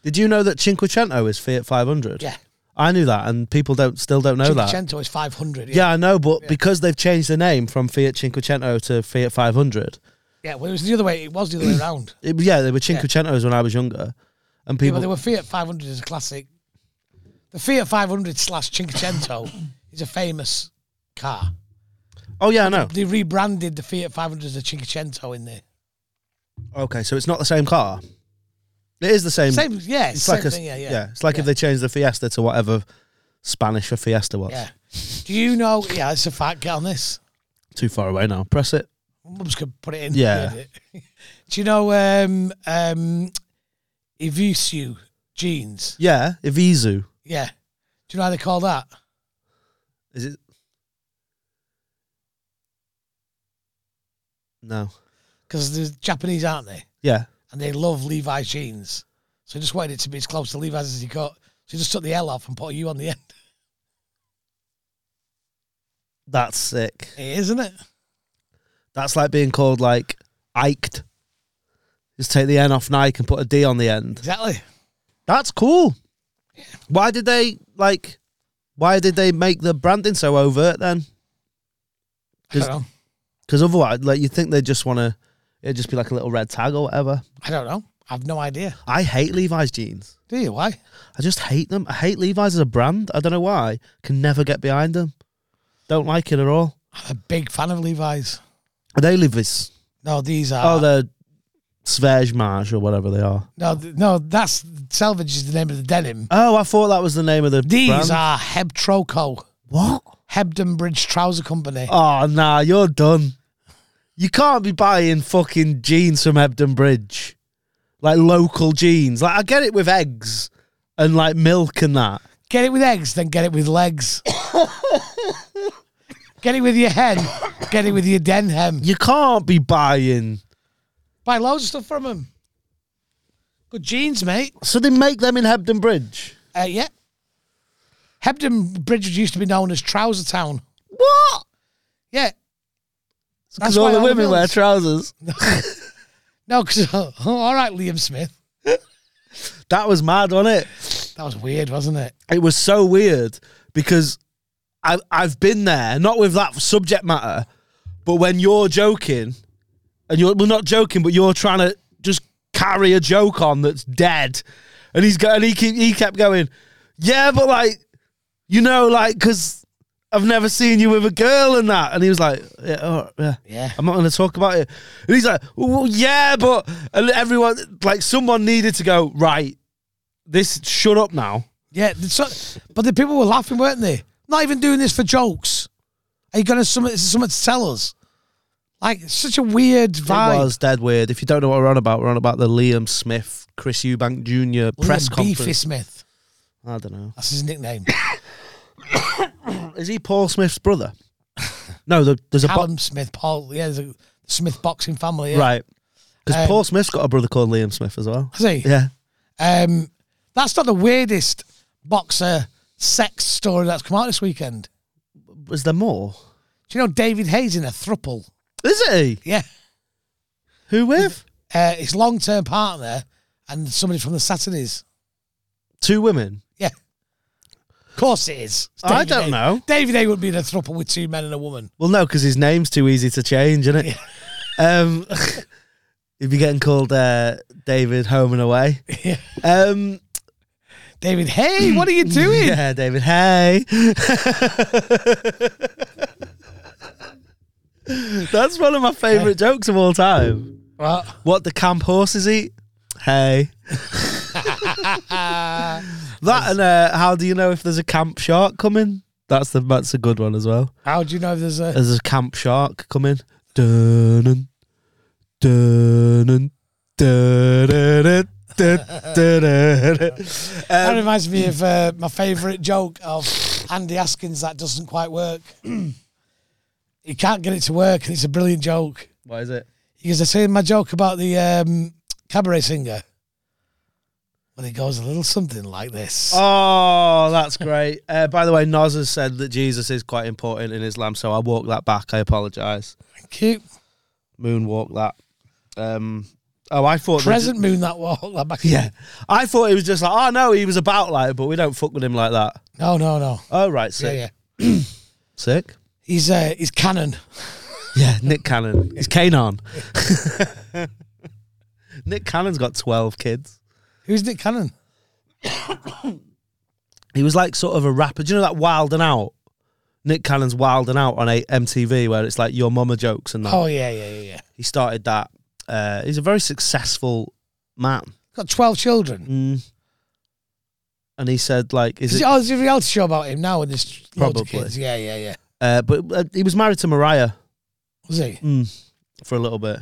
[SPEAKER 2] Did you know that Cinquecento is Fiat 500?
[SPEAKER 3] yeah.
[SPEAKER 2] I knew that, and people don't still don't know that.
[SPEAKER 3] Cinquecento is five hundred.
[SPEAKER 2] Yeah, I know, but because they've changed the name from Fiat Cinquecento to Fiat 500,
[SPEAKER 3] yeah. Well, it was the other way. It was the other way around.
[SPEAKER 2] it, yeah, they were Cinquecentos when I was younger, and
[SPEAKER 3] Yeah, but
[SPEAKER 2] people.
[SPEAKER 3] they were Fiat five hundred is a classic. The Fiat five hundred slash Cinquecento is a famous car.
[SPEAKER 2] oh yeah, I know.
[SPEAKER 3] They rebranded the Fiat five hundred as a Cinquecento in there.
[SPEAKER 2] Okay, so it's not the same car. It is the same.
[SPEAKER 3] Same, yeah,
[SPEAKER 2] It's
[SPEAKER 3] same
[SPEAKER 2] like a
[SPEAKER 3] thing. Yeah, yeah,
[SPEAKER 2] It's like
[SPEAKER 3] Yeah.
[SPEAKER 2] if they changed the Fiesta to whatever Spanish a Fiesta was.
[SPEAKER 3] yeah. Do you know? Yeah, it's a fact. Get on this.
[SPEAKER 2] Too far away now. Press it.
[SPEAKER 3] Mum's could put it in.
[SPEAKER 2] Yeah.
[SPEAKER 3] edit. Do you know um um Evisu jeans?
[SPEAKER 2] Yeah, Ivizu.
[SPEAKER 3] Yeah. Do you know how they call that?
[SPEAKER 2] Is it? No.
[SPEAKER 3] Because they're Japanese, aren't they?
[SPEAKER 2] Yeah.
[SPEAKER 3] And they love Levi's jeans. So he just wanted it to be as close to Levi's as he got. So he just took the L off and put a U on the end.
[SPEAKER 2] That's sick.
[SPEAKER 3] It is, isn't it?
[SPEAKER 2] That's like being called like Iked. Just take the N off Nike and put a D on the end.
[SPEAKER 3] Exactly.
[SPEAKER 2] That's cool. Why did they like? Why did they make the branding so overt then?
[SPEAKER 3] I don't
[SPEAKER 2] Does-
[SPEAKER 3] know.
[SPEAKER 2] Because otherwise, like you think they just want to, it'd just be like a little red tag or whatever.
[SPEAKER 3] I don't know. I've no idea.
[SPEAKER 2] I hate Levi's jeans.
[SPEAKER 3] Do you? Why?
[SPEAKER 2] I just hate them. I hate Levi's as a brand. I don't know why. Can never get behind them. Don't like it at all.
[SPEAKER 3] I'm a big fan of Levi's.
[SPEAKER 2] Are they Levi's?
[SPEAKER 3] No, these
[SPEAKER 2] Oh,
[SPEAKER 3] are.
[SPEAKER 2] they're Sverge Marsh or whatever they are.
[SPEAKER 3] no, th- no, that's Salvage is the name of the denim.
[SPEAKER 2] Oh, I thought that was the name of the
[SPEAKER 3] These
[SPEAKER 2] brand.
[SPEAKER 3] are Heb Troco,
[SPEAKER 2] what?
[SPEAKER 3] Hebden Bridge Trouser Company.
[SPEAKER 2] Oh nah, you're done. You can't be buying fucking jeans from Hebden Bridge, like local jeans. Like I get it with eggs and like milk and that.
[SPEAKER 3] Get it with eggs, then get it with legs. get it with your hen, get it with your den hem.
[SPEAKER 2] You can't be buying.
[SPEAKER 3] Buy loads of stuff from them. Good jeans, mate.
[SPEAKER 2] So they make them in Hebden Bridge.
[SPEAKER 3] Uh, yeah. Hebden Bridge used to be known as Trouser Town.
[SPEAKER 2] What?
[SPEAKER 3] Yeah. That's
[SPEAKER 2] Because all
[SPEAKER 3] why
[SPEAKER 2] the
[SPEAKER 3] all the
[SPEAKER 2] women wear
[SPEAKER 3] bills-
[SPEAKER 2] trousers.
[SPEAKER 3] No, because, all right, Liam Smith.
[SPEAKER 2] That was mad, wasn't it?
[SPEAKER 3] That was weird, wasn't it?
[SPEAKER 2] It was so weird because I I've been there, not with that subject matter, but when you're joking and you're well not joking, but you're trying to just carry a joke on that's dead, and he's got and he keep, he kept going, yeah, but like you know like because I've never seen you with a girl and that, and he was like yeah all right,
[SPEAKER 3] Yeah.
[SPEAKER 2] I'm not going to talk about it, and he's like well, yeah but and everyone like someone needed to go right this shut up now.
[SPEAKER 3] Yeah, the- so, but the people were laughing, weren't they? Not even doing this for jokes. Are you gonna something? Is there something to tell us? Like it's such a weird
[SPEAKER 2] It
[SPEAKER 3] vibe.
[SPEAKER 2] was dead weird. If you don't know what we're on about, we're on about the Liam Smith, Chris Eubank Jr. press
[SPEAKER 3] Liam
[SPEAKER 2] conference.
[SPEAKER 3] Beefy Smith.
[SPEAKER 2] I don't know.
[SPEAKER 3] That's his nickname.
[SPEAKER 2] Is he Paul Smith's brother? no, the, there's a bo-
[SPEAKER 3] Callum Smith. Paul. Yeah, the Smith boxing family. Yeah.
[SPEAKER 2] right because
[SPEAKER 3] Um,
[SPEAKER 2] Paul Smith's got a brother called Liam Smith as well.
[SPEAKER 3] Has he?
[SPEAKER 2] Yeah,
[SPEAKER 3] Um, that's not the weirdest boxer sex story that's come out this weekend.
[SPEAKER 2] is there more?
[SPEAKER 3] Do you know David Hayes in a thruple?
[SPEAKER 2] Is he?
[SPEAKER 3] Yeah.
[SPEAKER 2] Who with?
[SPEAKER 3] Uh, his long-term partner and somebody from the Saturdays.
[SPEAKER 2] Two women.
[SPEAKER 3] Yeah. Of course it is. It's
[SPEAKER 2] I
[SPEAKER 3] David
[SPEAKER 2] don't
[SPEAKER 3] A.
[SPEAKER 2] know.
[SPEAKER 3] David A would be in a throuple with two men and a woman.
[SPEAKER 2] Well, no, because his name's too easy to change, isn't it? um, he'd be getting called uh, David Home and Away.
[SPEAKER 3] Yeah.
[SPEAKER 2] Um,
[SPEAKER 3] David, hey, what are you doing?
[SPEAKER 2] Hmm. Yeah, David. Hey. That's one of my favourite jokes of all time.
[SPEAKER 3] Well,
[SPEAKER 2] What the camp horses eat? Hey. that and uh, how do you know if there's a camp shark coming? That's the that's a good one as well.
[SPEAKER 3] how do you know there's a.
[SPEAKER 2] There's a camp shark coming. Dun dun dun
[SPEAKER 3] That
[SPEAKER 2] dun
[SPEAKER 3] reminds me of uh, my favourite joke of Andy Askins that doesn't quite work. he can't get it to work, and it's a brilliant joke.
[SPEAKER 2] What is it?
[SPEAKER 3] He goes, I say my joke about the um, cabaret singer. Well, it goes a little something like this.
[SPEAKER 2] Oh, that's great. Uh, by the way, Nas has said that Jesus is quite important in Islam, so I walk that back. I apologise.
[SPEAKER 3] Cute.
[SPEAKER 2] Moonwalk that. Um, oh, I thought. they
[SPEAKER 3] Present moon that walk. That back.
[SPEAKER 2] ju- yeah. I thought he was just like, oh, no, he was about like, but we don't fuck with him like that.
[SPEAKER 3] No, no, no.
[SPEAKER 2] Oh, right.
[SPEAKER 3] Yeah,
[SPEAKER 2] Sick.
[SPEAKER 3] yeah.
[SPEAKER 2] Sick.
[SPEAKER 3] He's, uh, he's canon.
[SPEAKER 2] Yeah, Nick Cannon. He's Kanon. Nick Cannon's got 12 kids.
[SPEAKER 3] Who's Nick Cannon?
[SPEAKER 2] He was like sort of a rapper. Do you know that Wild and Out? Nick Cannon's Wild and Out on a MTV where it's like your mama jokes and that.
[SPEAKER 3] Oh, yeah, yeah, yeah, yeah.
[SPEAKER 2] he started that. Uh, he's a very successful man,
[SPEAKER 3] Got 12 children.
[SPEAKER 2] mm. and he said like, "Is
[SPEAKER 3] Is
[SPEAKER 2] it?"
[SPEAKER 3] it, oh, is it a reality show about him now and this loads
[SPEAKER 2] Probably.
[SPEAKER 3] of kids? Yeah, yeah, yeah.
[SPEAKER 2] Uh, but uh, he was married to Mariah,
[SPEAKER 3] Was he?
[SPEAKER 2] for a little bit.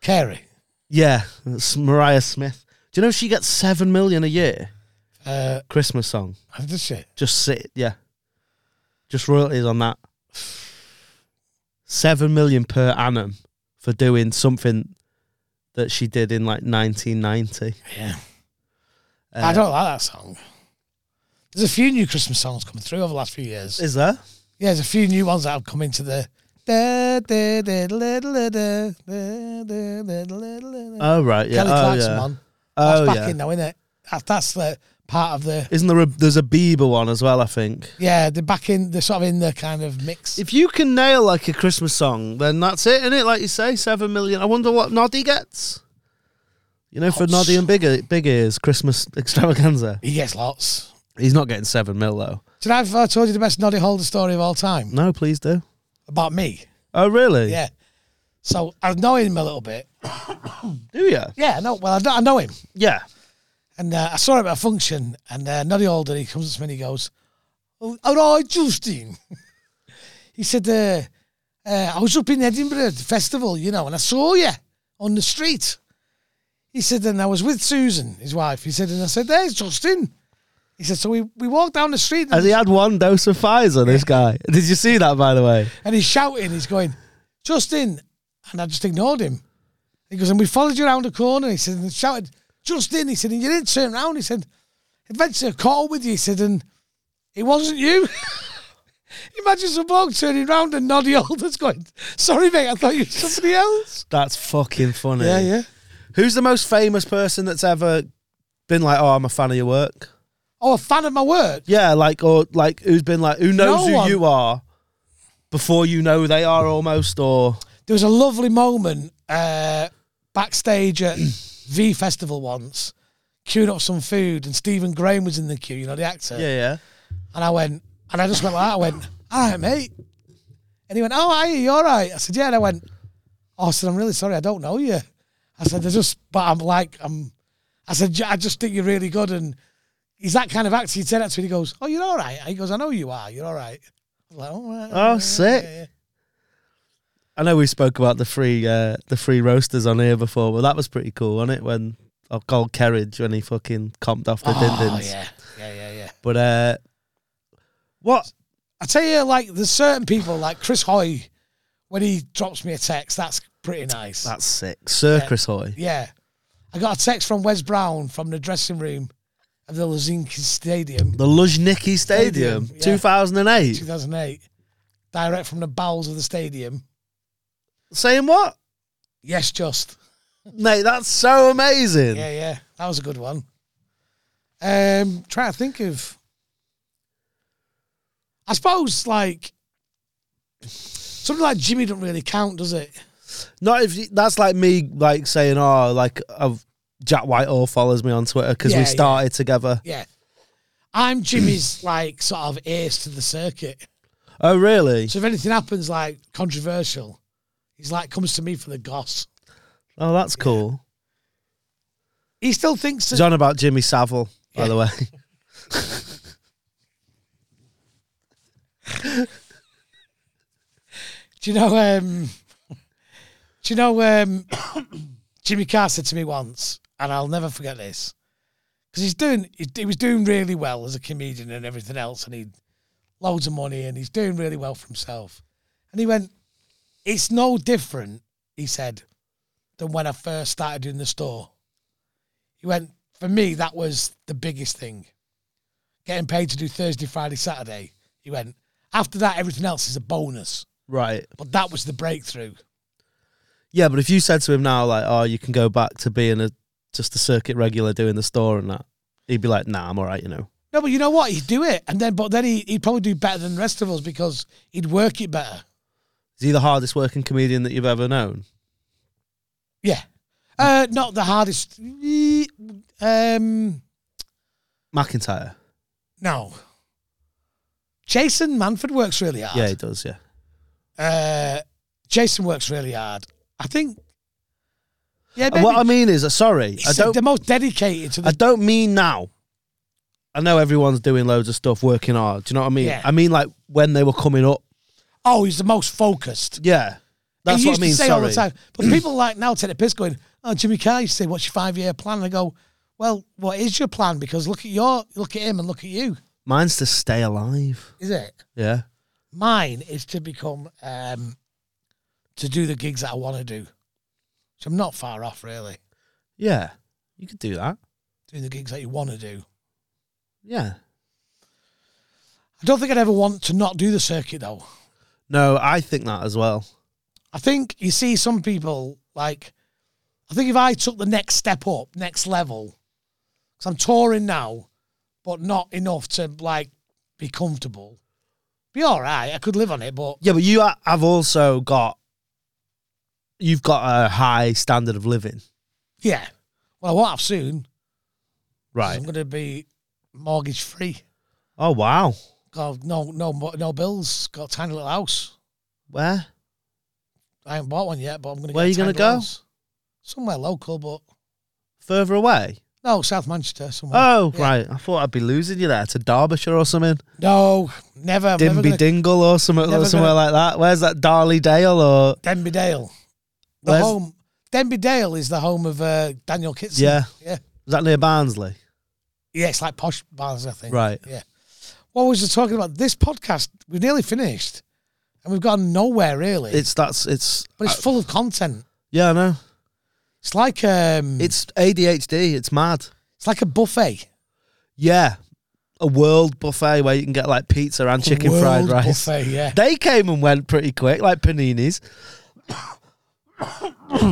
[SPEAKER 3] Carey.
[SPEAKER 2] Yeah, it's Mariah Smith. Do you know she gets seven million a year?
[SPEAKER 3] Uh,
[SPEAKER 2] Christmas song.
[SPEAKER 3] I did shit.
[SPEAKER 2] Just sit. Yeah, just royalties on that. Seven million per annum for doing something that she did in like 1990.
[SPEAKER 3] Yeah.
[SPEAKER 2] Uh,
[SPEAKER 3] I don't like that song. There's a few new Christmas songs coming through over the last few years.
[SPEAKER 2] Uh, Is there?
[SPEAKER 3] Yeah, there's a few new ones that have come into the. Da, da, da, da, da, da, da, da, da, da, da, da, da.
[SPEAKER 2] Oh right, yeah.
[SPEAKER 3] Kelly
[SPEAKER 2] oh,
[SPEAKER 3] Clarkson
[SPEAKER 2] yeah.
[SPEAKER 3] one. That's
[SPEAKER 2] Oh
[SPEAKER 3] back
[SPEAKER 2] yeah.
[SPEAKER 3] in now, innit? That, that's the part of the.
[SPEAKER 2] Isn't there a there's a Bieber one as well? I think.
[SPEAKER 3] Yeah, they're back in. They're sort of in the kind of mix.
[SPEAKER 2] If you can nail like a Christmas song, then that's it, isn't it? Like you say, seven million. I wonder what Noddy gets. You know, for
[SPEAKER 3] Lots.
[SPEAKER 2] Noddy and Big Big Ears Christmas extravaganza,
[SPEAKER 3] he gets lots.
[SPEAKER 2] he's not getting seven mil though.
[SPEAKER 3] Did I have I told you the best Noddy Holder story of all time
[SPEAKER 2] No, please do.
[SPEAKER 3] about me?
[SPEAKER 2] Oh really?
[SPEAKER 3] Yeah. So I know him a little bit.
[SPEAKER 2] Do you?
[SPEAKER 3] Yeah, no, well, I know, I know him.
[SPEAKER 2] Yeah.
[SPEAKER 3] And uh, I saw him at a function, and uh, Noddy Holder, he comes up to me and he goes, Oh, all right, Justin. he said, uh, uh, I was up in Edinburgh at the festival, you know, and I saw you on the street. He said, and I was with Susan, his wife. He said, and I said, there's Justin. He said, so we, we walked down the street and,
[SPEAKER 2] Has he had one dose of Pfizer? This guy. Did you see that by the way?
[SPEAKER 3] and he's shouting, he's going, Justin. And I just ignored him. He goes, and we followed you around the corner. He said, and shouted, Justin. He said, and you didn't turn around. He said, eventually I caught up with you. He said, and it wasn't you. Imagine some bloke turning round and Noddy Holder's going, sorry, mate, I thought you were somebody else.
[SPEAKER 2] That's fucking funny.
[SPEAKER 3] Yeah, yeah.
[SPEAKER 2] Who's the most famous person that's ever been like, oh, I'm a fan of your work?
[SPEAKER 3] Oh, a fan of my work.
[SPEAKER 2] Yeah, like or like who's been like who knows
[SPEAKER 3] No
[SPEAKER 2] who
[SPEAKER 3] one.
[SPEAKER 2] you are before you know who they are almost or
[SPEAKER 3] There was a lovely moment uh, backstage at V Festival once, queuing up some food, and Stephen Graham was in the queue, you know, the actor.
[SPEAKER 2] yeah
[SPEAKER 3] And I went, and I just went like that. I went, all right, mate. And he went, oh, are you? You all right? I said, yeah. And I went, oh, I said, I'm really sorry. I don't know you. I said, I just, but I'm like, I'm, I said, "Yeah, I just think you're really good. And he's that kind of actor. He'd say that to me. He goes, oh, you're all right. He goes, I know you are. You're all right. I was like, all right. all
[SPEAKER 2] Oh,
[SPEAKER 3] right,
[SPEAKER 2] sick.
[SPEAKER 3] yeah, yeah."
[SPEAKER 2] I know we spoke about the free uh, the free roasters on here before, but that was pretty cool, wasn't it? When oh, Gold Kerridge when he fucking comped off the
[SPEAKER 3] Oh,
[SPEAKER 2] dindins.
[SPEAKER 3] yeah. Yeah, yeah, yeah.
[SPEAKER 2] But uh, what?
[SPEAKER 3] I tell you, like, there's certain people, like Chris Hoy, when he drops me a text, that's pretty nice.
[SPEAKER 2] That's sick, Sir
[SPEAKER 3] Yeah.
[SPEAKER 2] Chris Hoy.
[SPEAKER 3] Yeah. I got a text from Wes Brown from the dressing room of the Lozinki Stadium,
[SPEAKER 2] The Luzhniki Stadium,
[SPEAKER 3] Stadium, yeah.
[SPEAKER 2] 2008.
[SPEAKER 3] 2008, direct from the bowels of the stadium.
[SPEAKER 2] Saying what?
[SPEAKER 3] Yes, just.
[SPEAKER 2] Mate, that's so amazing.
[SPEAKER 3] Yeah, yeah. That was a good one. Um, try to think of. I suppose, like, something like Jimmy don't really count, does it?
[SPEAKER 2] Not if you, that's like me, like saying, oh, like I've, Jack Whitehall follows me on Twitter because
[SPEAKER 3] Yeah,
[SPEAKER 2] we
[SPEAKER 3] yeah.
[SPEAKER 2] started together.
[SPEAKER 3] Yeah. I'm Jimmy's, like, sort of ace to the circuit.
[SPEAKER 2] Oh, really?
[SPEAKER 3] So if anything happens, like, controversial, he's like, comes to me for the goss.
[SPEAKER 2] Oh, that's cool.
[SPEAKER 3] He still thinks that.
[SPEAKER 2] It's on about Jimmy Savile, by the way.
[SPEAKER 3] Do you know? Um, do you know? Um, Jimmy Carr said to me once, and I'll never forget this, because he's doing. He, he was doing really well as a comedian and everything else, and he loads of money, and he's doing really well for himself. And he went, "It's no different," he said, "than when I first started in the store." He went, "For me, that was the biggest thing, getting paid to do Thursday, Friday, Saturday." He went. After that, everything else is a bonus.
[SPEAKER 2] right.
[SPEAKER 3] But that was the breakthrough.
[SPEAKER 2] Yeah, but if you said to him now, like, oh, you can go back to being a just a circuit regular doing the store and that, he'd be like, nah, I'm all right, you know.
[SPEAKER 3] No, but you know what? He'd do it, and then but then he, he'd probably do better than the rest of us because he'd work it better.
[SPEAKER 2] Is he the hardest working comedian that you've ever known?
[SPEAKER 3] Yeah, uh, not the hardest. Um,
[SPEAKER 2] McIntyre.
[SPEAKER 3] no. Jason Manford works really hard.
[SPEAKER 2] Yeah, he does, yeah.
[SPEAKER 3] Uh, Jason works really hard. I think. Yeah,
[SPEAKER 2] And
[SPEAKER 3] maybe
[SPEAKER 2] What I mean is, uh, sorry, I
[SPEAKER 3] he's
[SPEAKER 2] don't,
[SPEAKER 3] the most dedicated to the.
[SPEAKER 2] I don't mean now. I know everyone's doing loads of stuff, working hard. Do you know what I mean?
[SPEAKER 3] Yeah.
[SPEAKER 2] I mean, like, when they were coming up.
[SPEAKER 3] oh, he's the most focused.
[SPEAKER 2] Yeah. That's
[SPEAKER 3] he
[SPEAKER 2] what I mean,
[SPEAKER 3] used To say all the
[SPEAKER 2] sorry.
[SPEAKER 3] time, but people like now take the piss going, "Oh, Jimmy Carr used to say, what's your five year plan?" And I go, "Well, what is your plan? Because look at your, look at him, and look at you.
[SPEAKER 2] Mine's to stay alive.
[SPEAKER 3] Is it?
[SPEAKER 2] Yeah.
[SPEAKER 3] Mine is to become, um, to do the gigs that I want to do. So I'm not far off really
[SPEAKER 2] Yeah. You could do that.
[SPEAKER 3] doing the gigs that you want to do.
[SPEAKER 2] Yeah.
[SPEAKER 3] I don't think I'd ever want to not do the circuit though.
[SPEAKER 2] No, I think that as well.
[SPEAKER 3] I think you see some people like, I think if I took the next step up, next level, because I'm touring now, but not enough to like be comfortable, be all right. I could live on it, but
[SPEAKER 2] Yeah, but you ha- have also got you've got a high standard of living.
[SPEAKER 3] yeah. Well, I won't have soon. 'cause
[SPEAKER 2] Right.
[SPEAKER 3] I'm going to be mortgage free.
[SPEAKER 2] Oh wow.
[SPEAKER 3] God, no, no, mo- no bills. Got a tiny little house.
[SPEAKER 2] Where?
[SPEAKER 3] I haven't bought one yet, but I'm going to.
[SPEAKER 2] Where
[SPEAKER 3] get
[SPEAKER 2] you
[SPEAKER 3] going
[SPEAKER 2] gonna
[SPEAKER 3] to
[SPEAKER 2] go?
[SPEAKER 3] Somewhere local, but
[SPEAKER 2] Further away?
[SPEAKER 3] no, South Manchester. Somewhere.
[SPEAKER 2] Oh,
[SPEAKER 3] Yeah.
[SPEAKER 2] right. I thought I'd be losing you there to Derbyshire or something.
[SPEAKER 3] No, never. I'm never
[SPEAKER 2] Dimby
[SPEAKER 3] gonna-
[SPEAKER 2] Dingle or something
[SPEAKER 3] Never
[SPEAKER 2] or somewhere like that. Where's that Darley Dale or
[SPEAKER 3] Denby Dale. The
[SPEAKER 2] Where's-
[SPEAKER 3] home. Denby Dale is the home of uh, Daniel Kitson.
[SPEAKER 2] Yeah.
[SPEAKER 3] Yeah.
[SPEAKER 2] is that near Barnsley?
[SPEAKER 3] Yeah, it's like posh bars, I think.
[SPEAKER 2] Right.
[SPEAKER 3] Yeah. What was I talking about? This podcast, we've nearly finished and we've gone nowhere really.
[SPEAKER 2] It's uh, that's it's
[SPEAKER 3] but it's full of content.
[SPEAKER 2] yeah, I know.
[SPEAKER 3] It's like um it's,
[SPEAKER 2] It's ADHD, it's mad.
[SPEAKER 3] like a buffet.
[SPEAKER 2] Yeah. A world buffet where you can get like pizza and chicken
[SPEAKER 3] World
[SPEAKER 2] fried rice.
[SPEAKER 3] Buffet, yeah.
[SPEAKER 2] They came and went pretty quick, like paninis.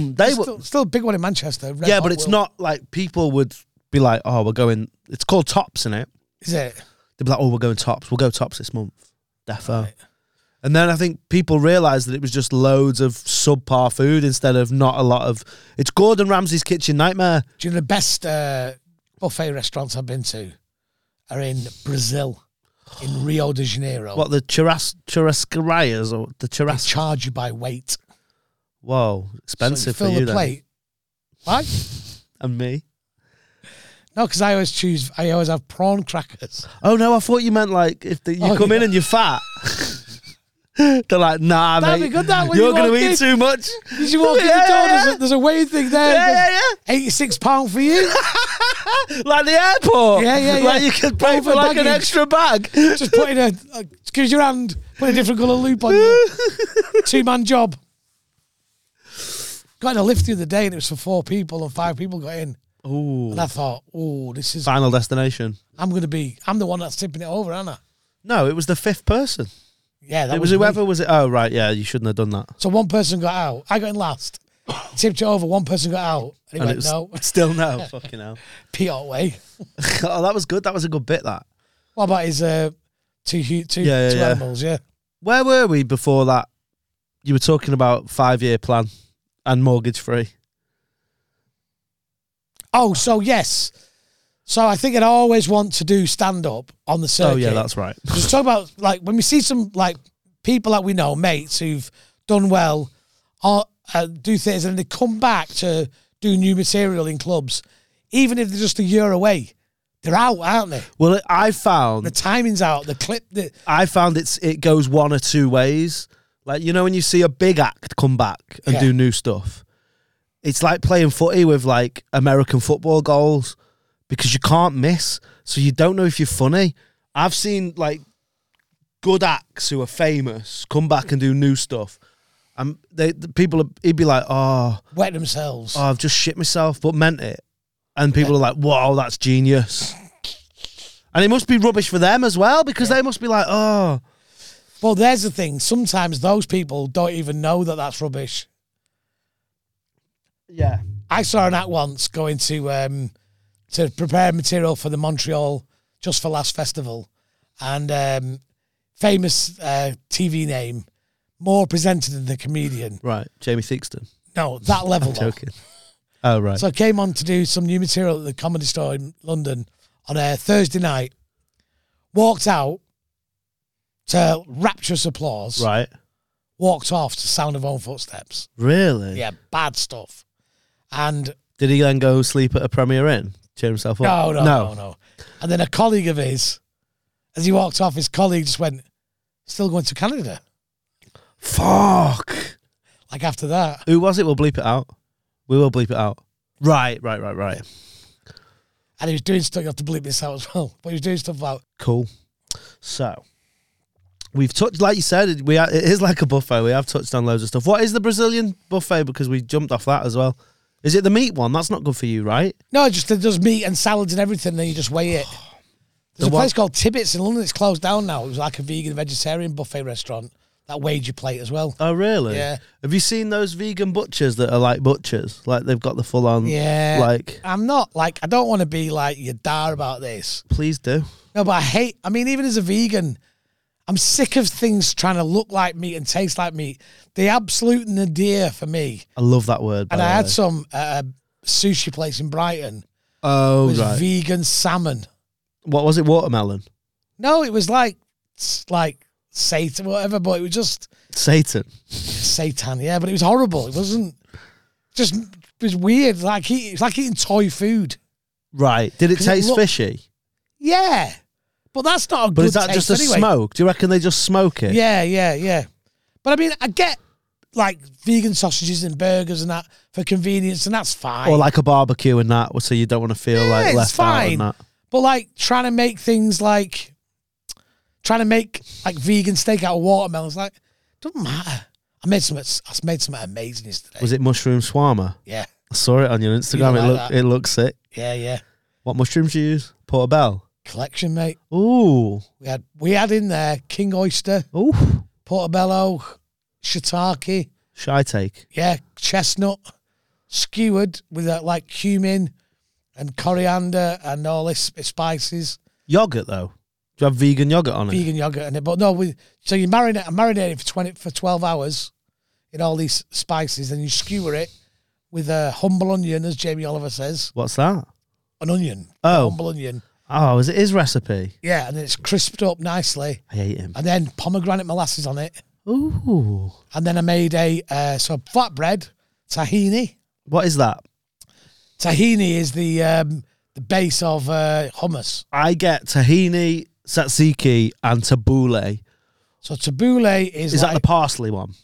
[SPEAKER 2] they were,
[SPEAKER 3] Still, still a big one in Manchester. Red
[SPEAKER 2] yeah,
[SPEAKER 3] Hot
[SPEAKER 2] but it's
[SPEAKER 3] World.
[SPEAKER 2] not like people would be like, "Oh, we're going." It's called Tops, in it.
[SPEAKER 3] Is it?
[SPEAKER 2] They'd be like, "Oh, we're going Tops. We'll go Tops this month, defo." And then I think people realised that it was just loads of subpar food instead of not a lot of. It's Gordon Ramsay's kitchen nightmare.
[SPEAKER 3] Do you know the best uh, buffet restaurants I've been to are in Brazil, in Rio de Janeiro.
[SPEAKER 2] What the churras churrascarias or the
[SPEAKER 3] They
[SPEAKER 2] churras?
[SPEAKER 3] charge you by weight.
[SPEAKER 2] Whoa,
[SPEAKER 3] So you
[SPEAKER 2] expensive
[SPEAKER 3] fill
[SPEAKER 2] for you
[SPEAKER 3] the
[SPEAKER 2] then.
[SPEAKER 3] plate. Why?
[SPEAKER 2] and me.
[SPEAKER 3] No, because I always choose. I always have prawn crackers.
[SPEAKER 2] Oh no, I thought you meant like if the, you
[SPEAKER 3] Oh,
[SPEAKER 2] come in
[SPEAKER 3] yeah.
[SPEAKER 2] and you're fat. They're like, nah,
[SPEAKER 3] That'd
[SPEAKER 2] mate.
[SPEAKER 3] be good, that, when
[SPEAKER 2] you're
[SPEAKER 3] you
[SPEAKER 2] gonna
[SPEAKER 3] walk
[SPEAKER 2] eat
[SPEAKER 3] in."
[SPEAKER 2] too much.
[SPEAKER 3] Did you walk in the door?
[SPEAKER 2] Yeah, yeah,
[SPEAKER 3] There's, a, there's a weigh thing there.
[SPEAKER 2] Yeah,
[SPEAKER 3] It
[SPEAKER 2] yeah,
[SPEAKER 3] goes, Eighty-six pound for you.
[SPEAKER 2] yeah. Like the airport.
[SPEAKER 3] Yeah, yeah,
[SPEAKER 2] Like
[SPEAKER 3] yeah.
[SPEAKER 2] you could pay
[SPEAKER 3] Over
[SPEAKER 2] for like an
[SPEAKER 3] baggage.
[SPEAKER 2] extra bag.
[SPEAKER 3] Just put in a. a excuse your hand. Put a different colour loop on you. Two-man job. Got in a lift the other day and it was for four people and five people got in.
[SPEAKER 2] Ooh.
[SPEAKER 3] And I thought, oh, this is.
[SPEAKER 2] Final destination.
[SPEAKER 3] I'm going to be. I'm the one that's tipping it over, aren't I?
[SPEAKER 2] No, it was the fifth person.
[SPEAKER 3] Yeah, that
[SPEAKER 2] it was,
[SPEAKER 3] me.
[SPEAKER 2] whoever was it. Oh right, yeah, you shouldn't have done that.
[SPEAKER 3] So one person got out. I got in last. tipped it over. One person got out. And he
[SPEAKER 2] And
[SPEAKER 3] went,
[SPEAKER 2] it was
[SPEAKER 3] no,
[SPEAKER 2] still no. Fucking hell.
[SPEAKER 3] Pete Otway.
[SPEAKER 2] oh, that was good. That was a good bit. That.
[SPEAKER 3] What about his uh, two hu- two
[SPEAKER 2] Yeah, yeah,
[SPEAKER 3] two
[SPEAKER 2] yeah.
[SPEAKER 3] animals? Yeah,
[SPEAKER 2] Where were we before that? You were talking about five year plan and mortgage free.
[SPEAKER 3] Oh, so yes. So I think I'd always want to do stand up on the circuit.
[SPEAKER 2] Oh yeah, that's right.
[SPEAKER 3] just talk about like when we see some like people that we know, mates who've done well, or uh, do things, and they come back to do new material in clubs, even if they're just a year away, they're out, aren't they?
[SPEAKER 2] Well, I found
[SPEAKER 3] The timing's out. The clip. The,
[SPEAKER 2] I found it's it goes one or two ways. Like you know when you see a big act come back and
[SPEAKER 3] Yeah.
[SPEAKER 2] do new stuff, it's like playing footy with like American football goals because you can't miss. So you don't know if you're funny. I've seen like good acts who are famous come back and do new stuff. And they the people are, he'd be like, oh,
[SPEAKER 3] wet themselves.
[SPEAKER 2] oh, I've just shit myself, but meant it. And people are like, wow, that's genius. And it must be rubbish for them as well because they must be like, oh,
[SPEAKER 3] Well, there's the thing. Sometimes those people don't even know that that's rubbish.
[SPEAKER 2] Yeah.
[SPEAKER 3] I saw an act once going to um, to prepare material for the Montreal Just for Last Festival, and um, famous uh, TV name, more presented than the comedian.
[SPEAKER 2] Right. Jamie Theakston.
[SPEAKER 3] No, that level. though.
[SPEAKER 2] Joking. Oh, right.
[SPEAKER 3] So I came on to do some new material at the Comedy Store in London on a Thursday night. Walked out to rapturous applause.
[SPEAKER 2] right.
[SPEAKER 3] Walked off to sound of own footsteps.
[SPEAKER 2] Really?
[SPEAKER 3] Yeah, bad stuff. And
[SPEAKER 2] Did he then go sleep at a Premier Inn? Cheer himself
[SPEAKER 3] No,
[SPEAKER 2] up?
[SPEAKER 3] no, no, no, And then a colleague of his, as he walked off, his colleague just went, "Still going to Canada?"
[SPEAKER 2] Fuck.
[SPEAKER 3] Like after that,
[SPEAKER 2] Who was it? We'll bleep it out. We will bleep it out. Right, right, right, right.
[SPEAKER 3] and he was doing stuff. You have to bleep this out as well. But he was doing stuff about
[SPEAKER 2] Cool. So we've touched, like you said, we are, it is like a buffet. We have touched on loads of stuff. What is the Brazilian buffet? Because we jumped off that as well. Is it the meat one? That's not good for you, right?
[SPEAKER 3] no, just it does meat and salads and everything. And then you just weigh it. There's
[SPEAKER 2] The
[SPEAKER 3] a
[SPEAKER 2] what-
[SPEAKER 3] place called Tibbets in London. It's closed down now. It was like a vegan vegetarian buffet restaurant that weighed your plate as well.
[SPEAKER 2] Oh, really?
[SPEAKER 3] Yeah.
[SPEAKER 2] Have you seen those vegan butchers that are like butchers? Like they've got the full on.
[SPEAKER 3] Yeah.
[SPEAKER 2] Like,
[SPEAKER 3] I'm not like I don't want to be like your dar about this.
[SPEAKER 2] please do.
[SPEAKER 3] No, but I hate. I mean, even as a vegan, I'm sick of things trying to look like meat and taste like meat. The absolute nadir for me.
[SPEAKER 2] I love that word. by
[SPEAKER 3] And
[SPEAKER 2] the
[SPEAKER 3] I had
[SPEAKER 2] way.
[SPEAKER 3] some at a sushi place in Brighton. It
[SPEAKER 2] Oh,
[SPEAKER 3] was
[SPEAKER 2] right.
[SPEAKER 3] vegan salmon.
[SPEAKER 2] what was it? Watermelon?
[SPEAKER 3] No, it was like s- like satan whatever, but it was just
[SPEAKER 2] Satan.
[SPEAKER 3] satan. Yeah, but it was horrible. It wasn't just. It was weird. Like eat, it's like eating toy food.
[SPEAKER 2] Right. Did it
[SPEAKER 3] 'Cause it
[SPEAKER 2] taste
[SPEAKER 3] look-
[SPEAKER 2] fishy?
[SPEAKER 3] Yeah, but that's not a
[SPEAKER 2] But
[SPEAKER 3] good.
[SPEAKER 2] is that
[SPEAKER 3] taste
[SPEAKER 2] just a
[SPEAKER 3] anyway.
[SPEAKER 2] smoke? Do you reckon they just smoke it?
[SPEAKER 3] Yeah, yeah, yeah. But I mean, I get like vegan sausages and burgers and that for convenience, and that's fine.
[SPEAKER 2] Or like a barbecue and that, so you don't want to feel
[SPEAKER 3] Yeah,
[SPEAKER 2] like
[SPEAKER 3] it's
[SPEAKER 2] left
[SPEAKER 3] fine.
[SPEAKER 2] out and that.
[SPEAKER 3] but like trying to make things like trying to make like vegan steak out of watermelons, like doesn't matter. I made some. I made some amazing yesterday.
[SPEAKER 2] Was it mushroom shawarma?
[SPEAKER 3] Yeah,
[SPEAKER 2] I saw it on your Instagram.
[SPEAKER 3] You
[SPEAKER 2] it
[SPEAKER 3] like
[SPEAKER 2] looked
[SPEAKER 3] that?
[SPEAKER 2] it looks sick.
[SPEAKER 3] yeah, yeah.
[SPEAKER 2] What mushrooms do you use? Portobello.
[SPEAKER 3] Collection, mate.
[SPEAKER 2] Ooh,
[SPEAKER 3] We had we had in there king oyster,
[SPEAKER 2] ooh,
[SPEAKER 3] portobello, shiitake,
[SPEAKER 2] shy take.
[SPEAKER 3] yeah, chestnut, skewered with uh, like cumin and coriander and all this uh, spices.
[SPEAKER 2] Yogurt though. Do you have vegan yogurt on it?
[SPEAKER 3] vegan yogurt in it. But no, we so you marinate, I marinate it for twenty for twelve hours in all these spices, then you skewer it with a humble onion, as Jamie Oliver says,
[SPEAKER 2] What's that?
[SPEAKER 3] an onion,
[SPEAKER 2] Oh.
[SPEAKER 3] humble onion.
[SPEAKER 2] Oh, is it his recipe?
[SPEAKER 3] Yeah, and then it's crisped up nicely,
[SPEAKER 2] I hate him.
[SPEAKER 3] and then pomegranate molasses on it,
[SPEAKER 2] Ooh,
[SPEAKER 3] and then I made a uh, so flatbread tahini.
[SPEAKER 2] what is that?
[SPEAKER 3] Tahini is the um, the base of uh, hummus.
[SPEAKER 2] I get tahini, tzatziki, and tabbouleh.
[SPEAKER 3] So tabbouleh is,
[SPEAKER 2] Is that the
[SPEAKER 3] like
[SPEAKER 2] parsley one?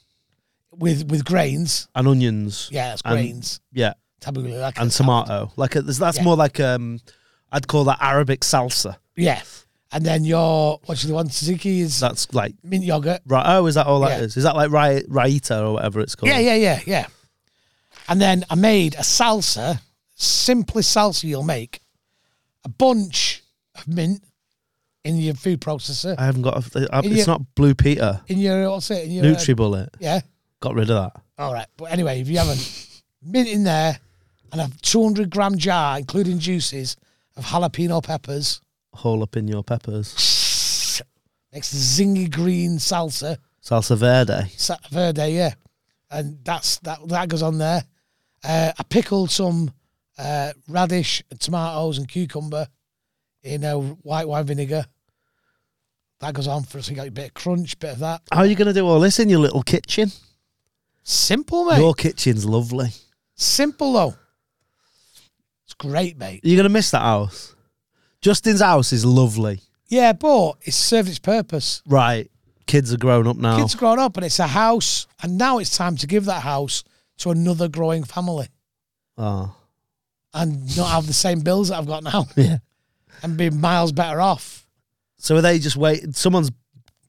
[SPEAKER 3] with with grains.
[SPEAKER 2] And onions.
[SPEAKER 3] Yeah, it's
[SPEAKER 2] And-
[SPEAKER 3] grains.
[SPEAKER 2] Yeah,
[SPEAKER 3] Tabbouleh like
[SPEAKER 2] and
[SPEAKER 3] a-
[SPEAKER 2] tomato. Like a, that's
[SPEAKER 3] Yeah.
[SPEAKER 2] more like um, I'd call that Arabic salsa.
[SPEAKER 3] Yeah. And then your what's the one tzatziki is
[SPEAKER 2] That's like
[SPEAKER 3] mint yogurt.
[SPEAKER 2] right. Oh, is that all that is?
[SPEAKER 3] Yeah.
[SPEAKER 2] is? that like rai- raita or whatever it's called?
[SPEAKER 3] Yeah, yeah, yeah, yeah. And then I made a salsa, simplest salsa you'll make, a bunch of mint in your food processor,
[SPEAKER 2] I haven't got. A, I,
[SPEAKER 3] Yeah.
[SPEAKER 2] it's not Blue Peter.
[SPEAKER 3] in your what's it? In your uh,
[SPEAKER 2] Nutri Bullet.
[SPEAKER 3] yeah.
[SPEAKER 2] Got rid of that.
[SPEAKER 3] All right. But anyway, if you haven't mint in there, and a 200 gram jar including juices of jalapeno peppers,
[SPEAKER 2] Hole up in your peppers.
[SPEAKER 3] next to zingy green salsa.
[SPEAKER 2] Salsa verde.
[SPEAKER 3] Sa- Verde, yeah, and that's that that goes on there. Uh, I pickled some uh, radish, and tomatoes, and cucumber in uh, white wine vinegar. That goes on for us. You got a bit of crunch, bit of that.
[SPEAKER 2] How are you going to do all this in your little kitchen?
[SPEAKER 3] Simple, mate.
[SPEAKER 2] Your kitchen's lovely.
[SPEAKER 3] Simple though. It's great, mate.
[SPEAKER 2] You're going to miss that house. Justin's house is lovely.
[SPEAKER 3] Yeah, but it's served its purpose.
[SPEAKER 2] Right. Kids are grown up now.
[SPEAKER 3] Kids are grown up, and it's a house, and now it's time to give that house to another growing family,
[SPEAKER 2] Oh.
[SPEAKER 3] and not have the same bills that I've got now,
[SPEAKER 2] Yeah.
[SPEAKER 3] and be miles better off.
[SPEAKER 2] So are they just wait? Someone's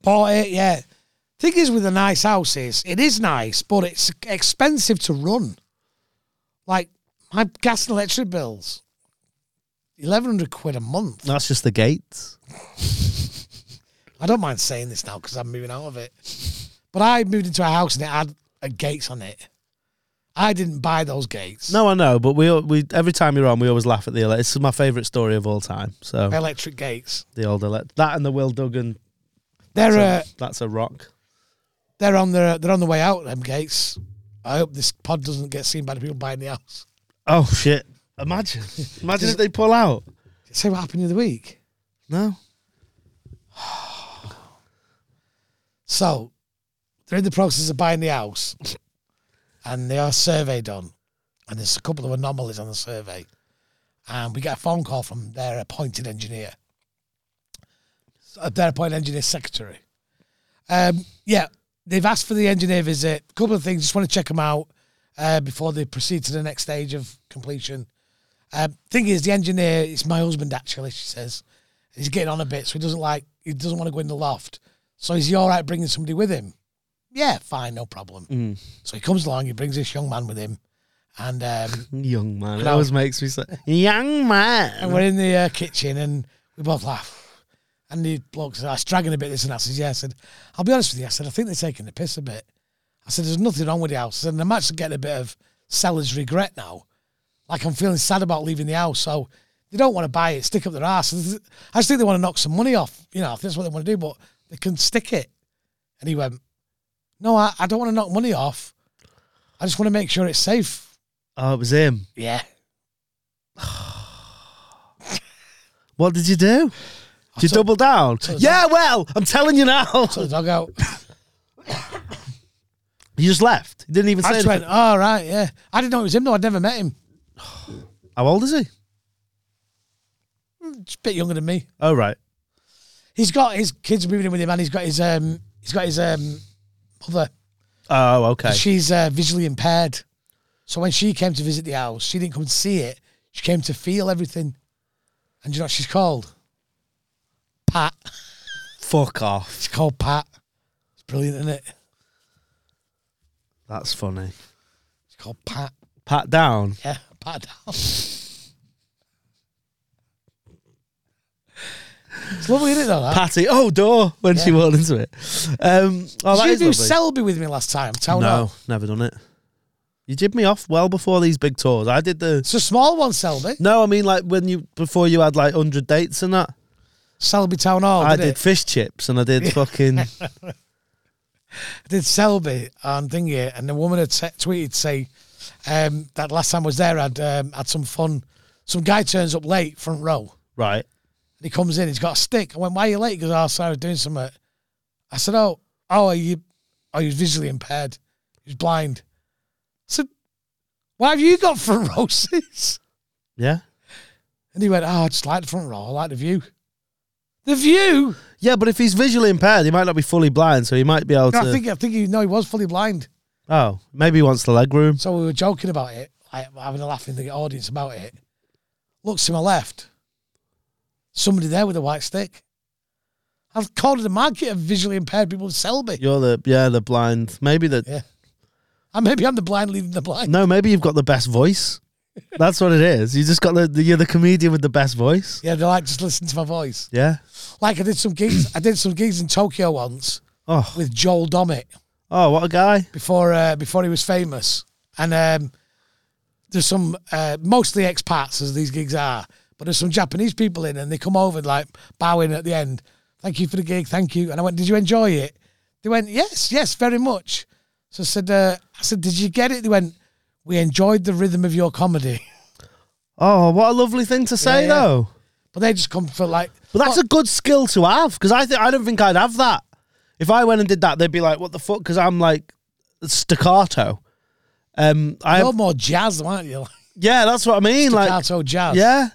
[SPEAKER 3] Bought it, yeah. Thing is, with a nice house is it is nice, but it's expensive to run. Like my gas and electric bills, eleven hundred quid a month.
[SPEAKER 2] that's just the gates.
[SPEAKER 3] I don't mind saying this now because I'm moving out of it. But I moved into a house and it had uh, gates on it. I didn't buy those gates.
[SPEAKER 2] No, I know, but we we every time you're on, we always laugh at the. ele- It's my favourite story of all time. So
[SPEAKER 3] They're electric gates.
[SPEAKER 2] the old elect that and the Will Duggan.
[SPEAKER 3] They're uh,
[SPEAKER 2] that's a- that's a rock.
[SPEAKER 3] they're on the they're on the way out. Them gates. I hope this pod doesn't get seen by the people buying the house.
[SPEAKER 2] Oh shit! Imagine, imagine if they pull out.
[SPEAKER 3] Say what happened the other week.
[SPEAKER 2] No.
[SPEAKER 3] So they're in the process of buying the house and they are survey done. And there's a couple of anomalies on the survey. And we get a phone call from their appointed engineer, uh, their appointed engineer secretary. Um, yeah, they've asked for the engineer visit. A couple of things, just want to check them out uh, before they proceed to the next stage of completion. Um, thing is, the engineer, it's my husband actually, she says. He's getting on a bit, so he doesn't like, he doesn't want to go in the loft. So is he all right bringing somebody with him? Yeah, fine, no problem. So he comes along, he brings this young man with him. And um,
[SPEAKER 2] Young man. It
[SPEAKER 3] No.
[SPEAKER 2] always makes me say, young
[SPEAKER 3] And
[SPEAKER 2] man.
[SPEAKER 3] we're in the uh, kitchen and we both laugh. And the bloke said, I was dragging a bit this and that. I said, Yeah, I said, I'll be honest with you. I said, I think they're taking the piss a bit. I said, There's nothing wrong with the house. And I'm actually getting a bit of seller's regret now. Like I'm feeling sad about leaving the house. So they don't want to buy it, stick up their ass. I just think they want to knock some money off. You know, I think that's what they want to do, but they can stick it. And he went, No, I, I don't want to knock money off. I just want to make sure it's safe.
[SPEAKER 2] Oh, it was him.
[SPEAKER 3] Yeah.
[SPEAKER 2] What did you do? Did you
[SPEAKER 3] took-
[SPEAKER 2] double down? Yeah, well, I'm telling you now.
[SPEAKER 3] So the dog out.
[SPEAKER 2] You just left. You didn't even
[SPEAKER 3] I
[SPEAKER 2] say
[SPEAKER 3] just went,
[SPEAKER 2] anything.
[SPEAKER 3] oh, right, yeah. I didn't know it was him, though. I'd never met him.
[SPEAKER 2] How old is he?
[SPEAKER 3] Just a bit younger than me.
[SPEAKER 2] Oh, right.
[SPEAKER 3] He's got his kids moving in with him, and he's got his um, he's got his um, mother.
[SPEAKER 2] Oh, okay.
[SPEAKER 3] She's uh, visually impaired, so when she came to visit the house, she didn't come to see it. She came to feel everything, and do you know what she's called? Pat.
[SPEAKER 2] Fuck off.
[SPEAKER 3] She's called Pat. It's brilliant, isn't it?
[SPEAKER 2] That's funny.
[SPEAKER 3] She's called Pat.
[SPEAKER 2] Pat down.
[SPEAKER 3] Yeah, pat down. it's lovely, isn't it? Though, that?
[SPEAKER 2] Patty, oh, door when she
[SPEAKER 3] Uh, Yeah.
[SPEAKER 2] walked into it. Um, oh, that
[SPEAKER 3] Did you
[SPEAKER 2] is
[SPEAKER 3] do
[SPEAKER 2] lovely.
[SPEAKER 3] Selby with me last time? Tell
[SPEAKER 2] no,
[SPEAKER 3] no.
[SPEAKER 2] never done it. You did me off well before these big tours. I did the.
[SPEAKER 3] It's a small one, Selby.
[SPEAKER 2] No, I mean like when you before you had like hundred dates and that.
[SPEAKER 3] Selby Town Hall.
[SPEAKER 2] I
[SPEAKER 3] Oh, did
[SPEAKER 2] did
[SPEAKER 3] it?
[SPEAKER 2] fish chips and I did fucking.
[SPEAKER 3] I did Selby and thingy, and the woman had t- tweeted say um, that last time I was there, I'd um, had some fun. Some guy turns up late, front row, and
[SPEAKER 2] right.
[SPEAKER 3] he comes in. He's got a stick. I went, "Why are you late?" He goes, "Oh, sorry, I was doing something." I said, "Oh, oh, are you? Are you visually impaired? He's blind." I said, "Why have you got front row seats?"
[SPEAKER 2] Yeah.
[SPEAKER 3] And he went, "Oh, I just like the front row. I like the view." The view.
[SPEAKER 2] Yeah, but if he's visually impaired, he might not be fully blind, so he might be able
[SPEAKER 3] No,
[SPEAKER 2] to.
[SPEAKER 3] I think I think he no, he was fully blind.
[SPEAKER 2] oh, maybe he wants the leg room.
[SPEAKER 3] So we were joking about it, like having a laugh in the audience about it. Looks to my left, somebody there with a white stick. I've called it a market of visually impaired people in Selby.
[SPEAKER 2] You're the yeah the blind. Maybe the
[SPEAKER 3] Yeah. And maybe I'm the blind leading the blind.
[SPEAKER 2] no. Maybe you've got the best voice. That's what it is. You just got the, the you're the comedian with the best voice.
[SPEAKER 3] Yeah, they like just listen to my voice.
[SPEAKER 2] Yeah.
[SPEAKER 3] Like I did some gigs. I did some gigs in Tokyo once
[SPEAKER 2] Oh
[SPEAKER 3] with Joel Dommett.
[SPEAKER 2] oh, what a guy.
[SPEAKER 3] before uh, before he was famous. And um, there's some uh, mostly expats as these gigs are, but there's some Japanese people in, and they come over like bowing at the end. Thank you for the gig, thank you. And I went, did you enjoy it? They went, yes, yes, very much. So I said, uh, I said, did you get it? They went, we enjoyed the rhythm of your comedy.
[SPEAKER 2] Oh, what a lovely thing to say
[SPEAKER 3] yeah.
[SPEAKER 2] though.
[SPEAKER 3] But they just come for like,
[SPEAKER 2] But that's a good skill to have because I think I don't think I'd have that. If I went and did that, they'd be like, "What the fuck?" Because I'm like staccato. Um, I
[SPEAKER 3] you're more jazz, aren't you? Like,
[SPEAKER 2] yeah, that's what I mean. Like
[SPEAKER 3] Staccato jazz.
[SPEAKER 2] yeah.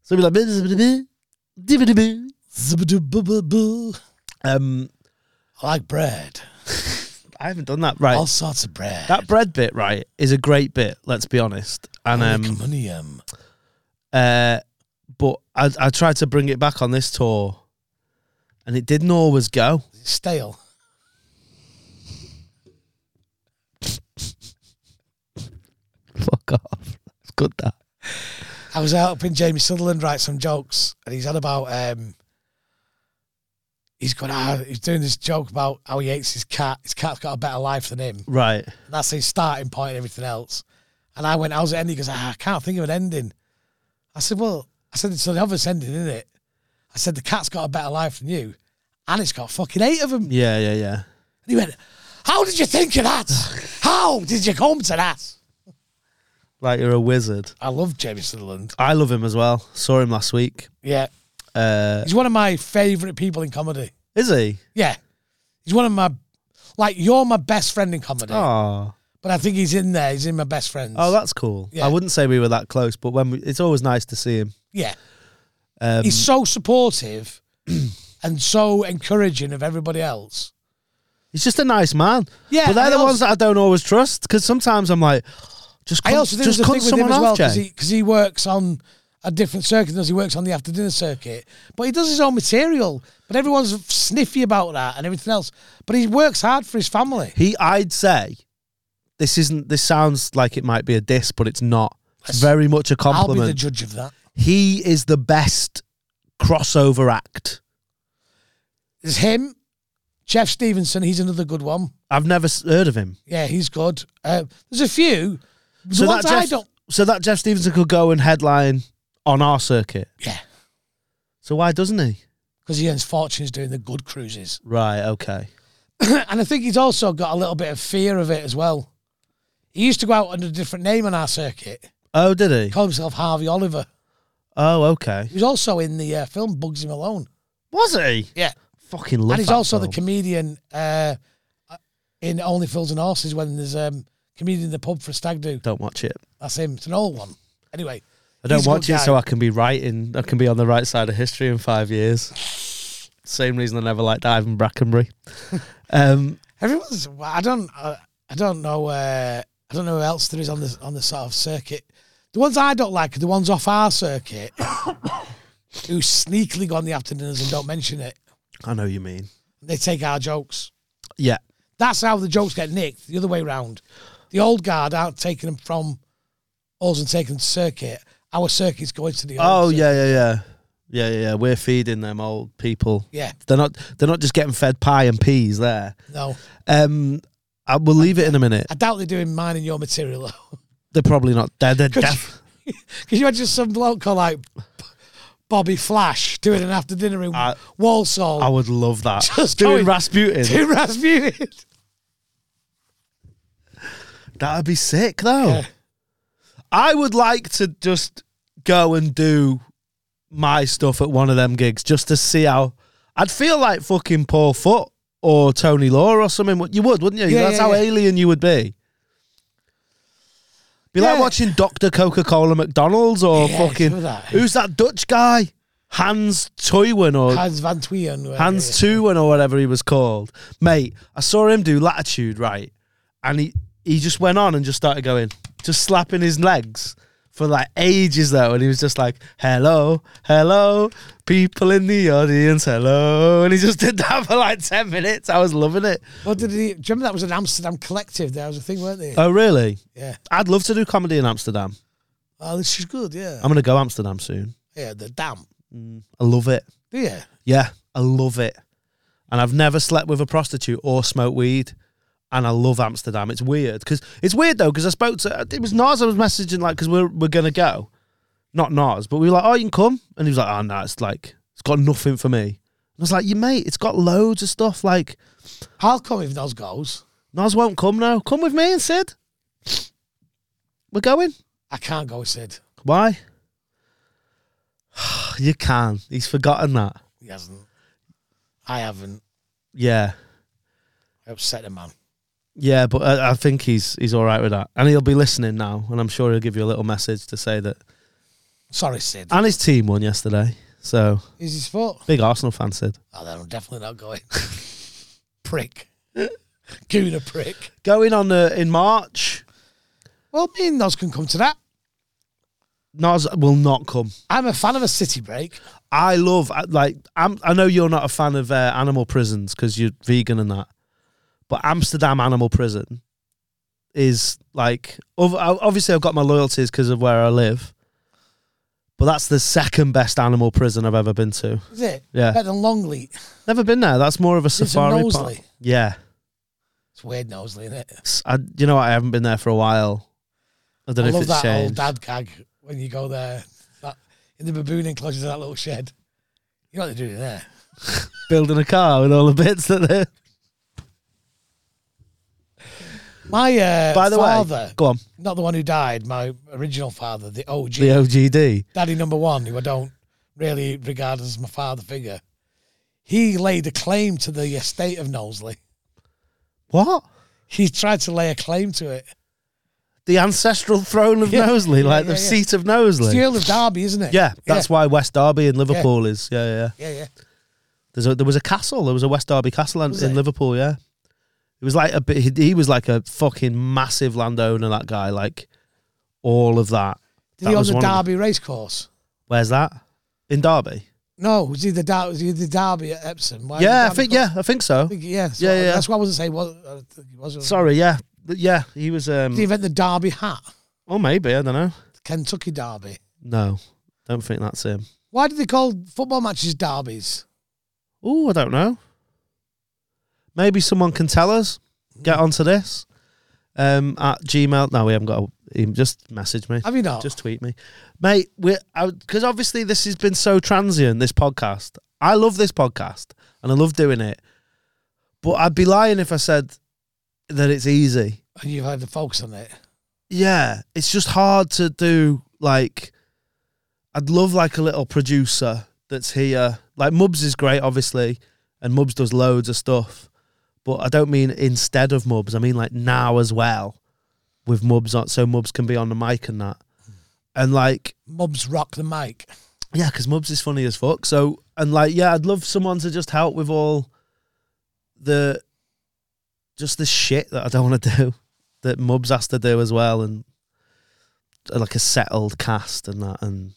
[SPEAKER 2] So it'd be like, "Bzz, bzz, bzz, bzz."
[SPEAKER 3] Zub-a-dub-bu-bu-bu.
[SPEAKER 2] um,
[SPEAKER 3] I like bread.
[SPEAKER 2] I haven't done that right.
[SPEAKER 3] All sorts of bread.
[SPEAKER 2] that bread bit right is a great bit. Let's be honest. And um,
[SPEAKER 3] Communium.
[SPEAKER 2] uh, but I I tried to bring it back on this tour, and it didn't always go.
[SPEAKER 3] stale.
[SPEAKER 2] Fuck off. It's good that.
[SPEAKER 3] I was helping Jamie Sutherland write some jokes, and he's had about um, he's going ah, he's doing this joke about how he hates his cat. His cat's got a better life than him.
[SPEAKER 2] Right.
[SPEAKER 3] And that's his starting point and everything else. And I went, how's it ending? He goes, ah, I can't think of an ending. I said, well, I said it's an obvious ending, isn't it? I said the cat's got a better life than you, and it's got fucking eight of them. And
[SPEAKER 2] Yeah. Yeah. Yeah.
[SPEAKER 3] he went, how did you think of that? how did you come to that?
[SPEAKER 2] Like you're a wizard.
[SPEAKER 3] I love Jamie Sutherland.
[SPEAKER 2] I love him as well. Saw him last week.
[SPEAKER 3] Yeah,
[SPEAKER 2] Uh,
[SPEAKER 3] he's one of my favourite people in comedy.
[SPEAKER 2] is he?
[SPEAKER 3] Yeah. He's one of my like you're my best friend in comedy.
[SPEAKER 2] Oh,
[SPEAKER 3] But I think he's in there, he's in my best friends.
[SPEAKER 2] oh, that's cool.
[SPEAKER 3] Yeah.
[SPEAKER 2] I wouldn't say we were that close, but when we, it's always nice to see him.
[SPEAKER 3] yeah.
[SPEAKER 2] Um,
[SPEAKER 3] He's so supportive and so encouraging of everybody else.
[SPEAKER 2] He's just a nice man.
[SPEAKER 3] Yeah,
[SPEAKER 2] but they're
[SPEAKER 3] and
[SPEAKER 2] the
[SPEAKER 3] I
[SPEAKER 2] ones that I don't always trust because sometimes I'm like, just
[SPEAKER 3] I
[SPEAKER 2] cunt-
[SPEAKER 3] also think
[SPEAKER 2] just
[SPEAKER 3] there's a
[SPEAKER 2] cut
[SPEAKER 3] thing with him
[SPEAKER 2] someone
[SPEAKER 3] as well
[SPEAKER 2] off,
[SPEAKER 3] because
[SPEAKER 2] Jay.
[SPEAKER 3] he, 'cause he works on a different circuit as he works on the after dinner circuit, but he does his own material. But everyone's sniffy about that and everything else. But he works hard for his family.
[SPEAKER 2] He, I'd say, this isn't. This sounds like it might be a diss, but it's not. It's very much a
[SPEAKER 3] I'll be the
[SPEAKER 2] compliment.
[SPEAKER 3] judge of that.
[SPEAKER 2] he is the best crossover act.
[SPEAKER 3] There's him, Jeff Stevenson. He's another good one.
[SPEAKER 2] I've never s- heard of him.
[SPEAKER 3] Yeah, he's good. Uh, there's a few. The
[SPEAKER 2] So that
[SPEAKER 3] ones I
[SPEAKER 2] Jeff,
[SPEAKER 3] don't.
[SPEAKER 2] so that Jeff Stevenson could go and headline on our circuit.
[SPEAKER 3] Yeah,
[SPEAKER 2] So why doesn't he?
[SPEAKER 3] because he earns fortunes doing the good cruises.
[SPEAKER 2] Right. Okay.
[SPEAKER 3] and I think he's also got a little bit of fear of it as well. He used to go out under a different name on our circuit.
[SPEAKER 2] Oh, did he?
[SPEAKER 3] He called himself Harvey Oliver.
[SPEAKER 2] Oh, okay.
[SPEAKER 3] He was also in the uh, film Bugsy Malone.
[SPEAKER 2] Was he?
[SPEAKER 3] Yeah.
[SPEAKER 2] Fucking love
[SPEAKER 3] and he's
[SPEAKER 2] that
[SPEAKER 3] also the
[SPEAKER 2] film.
[SPEAKER 3] comedian uh, in Only Fools and Horses when there's um, comedian in the pub for a stag do.
[SPEAKER 2] don't watch it.
[SPEAKER 3] That's him. It's an old one. Anyway.
[SPEAKER 2] I don't
[SPEAKER 3] he's a
[SPEAKER 2] watch
[SPEAKER 3] good
[SPEAKER 2] it
[SPEAKER 3] guy.
[SPEAKER 2] so I can be writing. I can be on the right side of history in five years. Same reason I never liked Ivan Brackenbury. um,
[SPEAKER 3] Everyone's. I don't. I, I don't know. Uh, I don't know who else there is on the on the sort of circuit. The ones I don't like are the ones off our circuit who sneakily go on the afternoons and don't mention it.
[SPEAKER 2] I know you mean.
[SPEAKER 3] They take our jokes.
[SPEAKER 2] Yeah.
[SPEAKER 3] That's how the jokes get nicked. The other way round. The old guard aren't taking them from us and taking them to circuit. Our circuit's going to the old.
[SPEAKER 2] Oh
[SPEAKER 3] circuit.
[SPEAKER 2] yeah, yeah, yeah, yeah, yeah, yeah. We're feeding them old people.
[SPEAKER 3] yeah.
[SPEAKER 2] They're not. They're not just getting fed pie and peas. There.
[SPEAKER 3] No,
[SPEAKER 2] Um, I, we'll leave it in a minute.
[SPEAKER 3] I doubt they're doing mine and your material though.
[SPEAKER 2] They're probably not. They're, they're
[SPEAKER 3] Could
[SPEAKER 2] def-
[SPEAKER 3] Because you had just some bloke called like Bobby Flash doing an after dinner in
[SPEAKER 2] I-
[SPEAKER 3] Walsall.
[SPEAKER 2] Uh, I would love that.
[SPEAKER 3] Just
[SPEAKER 2] Doing
[SPEAKER 3] going-
[SPEAKER 2] Rasputin.
[SPEAKER 3] to Rasputin.
[SPEAKER 2] That would be sick, though.
[SPEAKER 3] Yeah.
[SPEAKER 2] I would like to just go and do my stuff at one of them gigs just to see how. I'd feel like fucking Paul Foot or Tony Law or something. You would, wouldn't you?
[SPEAKER 3] Yeah,
[SPEAKER 2] That's
[SPEAKER 3] yeah,
[SPEAKER 2] how
[SPEAKER 3] yeah.
[SPEAKER 2] alien you would be. Be like
[SPEAKER 3] Yeah.
[SPEAKER 2] watching Doctor Coca Cola McDonald's or
[SPEAKER 3] Yeah,
[SPEAKER 2] fucking
[SPEAKER 3] do that.
[SPEAKER 2] who's that Dutch guy Hans Toywen or
[SPEAKER 3] Hans Van Tweeren. whatever
[SPEAKER 2] Hans
[SPEAKER 3] it is.
[SPEAKER 2] Tuwen or whatever he was called. Mate, I saw him do latitude, right? And he, he just went on and just started going, just slapping his legs for like ages though. And he was just like, hello, hello, people in the audience, hello. And he just did that for like 10 minutes. I was loving it.
[SPEAKER 3] What did he? Do you remember that was an Amsterdam collective? There was a thing, weren't they?
[SPEAKER 2] Oh, really?
[SPEAKER 3] yeah.
[SPEAKER 2] I'd love to do comedy in Amsterdam.
[SPEAKER 3] Oh, this is good. Yeah.
[SPEAKER 2] I'm going to go Amsterdam soon.
[SPEAKER 3] yeah. The damn.
[SPEAKER 2] I love it.
[SPEAKER 3] Yeah.
[SPEAKER 2] Yeah, I love it. And I've never slept with a prostitute or smoked weed. And I love Amsterdam. It's weird because it's weird though because I spoke to it was Nas I was messaging like because we're we're gonna go, not Nas, but we were like oh you can come and he was like oh no it's like it's got nothing for me. And I was like you mate it's got loads of stuff like
[SPEAKER 3] I'll come if those goes.
[SPEAKER 2] Nas won't come now come with me and Sid. We're going.
[SPEAKER 3] I can't go, Sid.
[SPEAKER 2] Why? you can. He's forgotten that.
[SPEAKER 3] He hasn't. I haven't.
[SPEAKER 2] Yeah.
[SPEAKER 3] I upset a man.
[SPEAKER 2] Yeah, but I, I think he's he's all right with that, and he'll be listening now, and I'm sure he'll give you a little message to say that.
[SPEAKER 3] Sorry, Sid.
[SPEAKER 2] And his team won yesterday, so
[SPEAKER 3] Is his fault?
[SPEAKER 2] big Arsenal fan said,
[SPEAKER 3] Oh, then I'm definitely not going. prick. Gooner prick.
[SPEAKER 2] going on uh, in March,
[SPEAKER 3] Well, me and those can come to that.
[SPEAKER 2] Nas will not come.
[SPEAKER 3] I'm a fan of a city break.
[SPEAKER 2] I love I- like I'm, I know you're not a fan of uh, animal prisons because you're vegan and that, but Amsterdam animal prison is like ov- o- obviously I've got my loyalties because of where I live, but that's the second best animal prison I've ever been to.
[SPEAKER 3] Is it?
[SPEAKER 2] Yeah.
[SPEAKER 3] Better than Longleat.
[SPEAKER 2] Never been there. That's more of a
[SPEAKER 3] in
[SPEAKER 2] safari park.
[SPEAKER 3] Knowsley.
[SPEAKER 2] Yeah,
[SPEAKER 3] It's weird, Nosley, isn't it?
[SPEAKER 2] S- I, you know what? I haven't been there for a while. I don't
[SPEAKER 3] I
[SPEAKER 2] know
[SPEAKER 3] love
[SPEAKER 2] if it's
[SPEAKER 3] that old
[SPEAKER 2] changed.
[SPEAKER 3] dad gag when you go there that, in the baboon enclosure to that little shed. You know what they're doing there.
[SPEAKER 2] Building a car with all the bits that they.
[SPEAKER 3] My uh,
[SPEAKER 2] By the
[SPEAKER 3] father,
[SPEAKER 2] way, go on.
[SPEAKER 3] not the one who died, my original father, the OG,
[SPEAKER 2] The OGD.
[SPEAKER 3] daddy number one, who I don't really regard as my father figure, he laid a claim to the estate of Knowsley.
[SPEAKER 2] What?
[SPEAKER 3] He tried to lay a claim to it.
[SPEAKER 2] The ancestral throne of
[SPEAKER 3] Yeah,
[SPEAKER 2] Knowsley,
[SPEAKER 3] yeah,
[SPEAKER 2] like
[SPEAKER 3] yeah,
[SPEAKER 2] the
[SPEAKER 3] yeah.
[SPEAKER 2] seat of
[SPEAKER 3] It's the
[SPEAKER 2] Knowsley.
[SPEAKER 3] Earl of Derby, isn't it?
[SPEAKER 2] Yeah, that's why West Derby in Liverpool is. Yeah, yeah.
[SPEAKER 3] yeah, yeah.
[SPEAKER 2] There's a, there was a castle. There was a West Derby castle in,
[SPEAKER 3] Was
[SPEAKER 2] in
[SPEAKER 3] there?
[SPEAKER 2] Liverpool. Yeah, It was like a bit. he- He was like a fucking massive landowner. That guy, like all of that.
[SPEAKER 3] Did
[SPEAKER 2] That
[SPEAKER 3] he own
[SPEAKER 2] was
[SPEAKER 3] the
[SPEAKER 2] one of them.
[SPEAKER 3] Derby racecourse?
[SPEAKER 2] Where's that? In Derby.
[SPEAKER 3] No, was he the Derby? Was he the Derby at Epsom? Why
[SPEAKER 2] yeah, I
[SPEAKER 3] the Derby
[SPEAKER 2] think.
[SPEAKER 3] course?
[SPEAKER 2] Yeah, I think so.
[SPEAKER 3] I think, yeah, that's
[SPEAKER 2] Yeah,
[SPEAKER 3] what-
[SPEAKER 2] yeah, yeah.
[SPEAKER 3] That's what I wasn't saying. Was I think he was
[SPEAKER 2] Sorry. Yeah, But yeah. He was.
[SPEAKER 3] Did he
[SPEAKER 2] Um.
[SPEAKER 3] invent the Derby hat?
[SPEAKER 2] Well, maybe I don't know.
[SPEAKER 3] The Kentucky Derby.
[SPEAKER 2] No, don't think that's him.
[SPEAKER 3] Why do they call football matches derbies?
[SPEAKER 2] Oh, I don't know. Maybe someone can tell us. Get onto this. Um, at Gmail. No, we haven't got. A, em- just message me.
[SPEAKER 3] Have you not?
[SPEAKER 2] Just tweet me, mate. We're because obviously this has been so transient. This podcast. I love this podcast and I love doing it, but I'd be lying if I said that it's easy.
[SPEAKER 3] and you've had to focus on it.
[SPEAKER 2] Yeah, it's just hard to do. Like, I'd love like a little producer that's here. Like Mubs is great, obviously, and Mubs does loads of stuff. But I don't mean instead of Mubs. I mean like now as well, with Mubs on, so Mubs can be on the mic and that. And like,
[SPEAKER 3] Mubs rock the mic.
[SPEAKER 2] yeah, because Mubs is funny as fuck. So and like, yeah, I'd love someone to just help with all the just the shit that I don't want to do that Mubs has to do as well, and uh, like a settled cast and that, and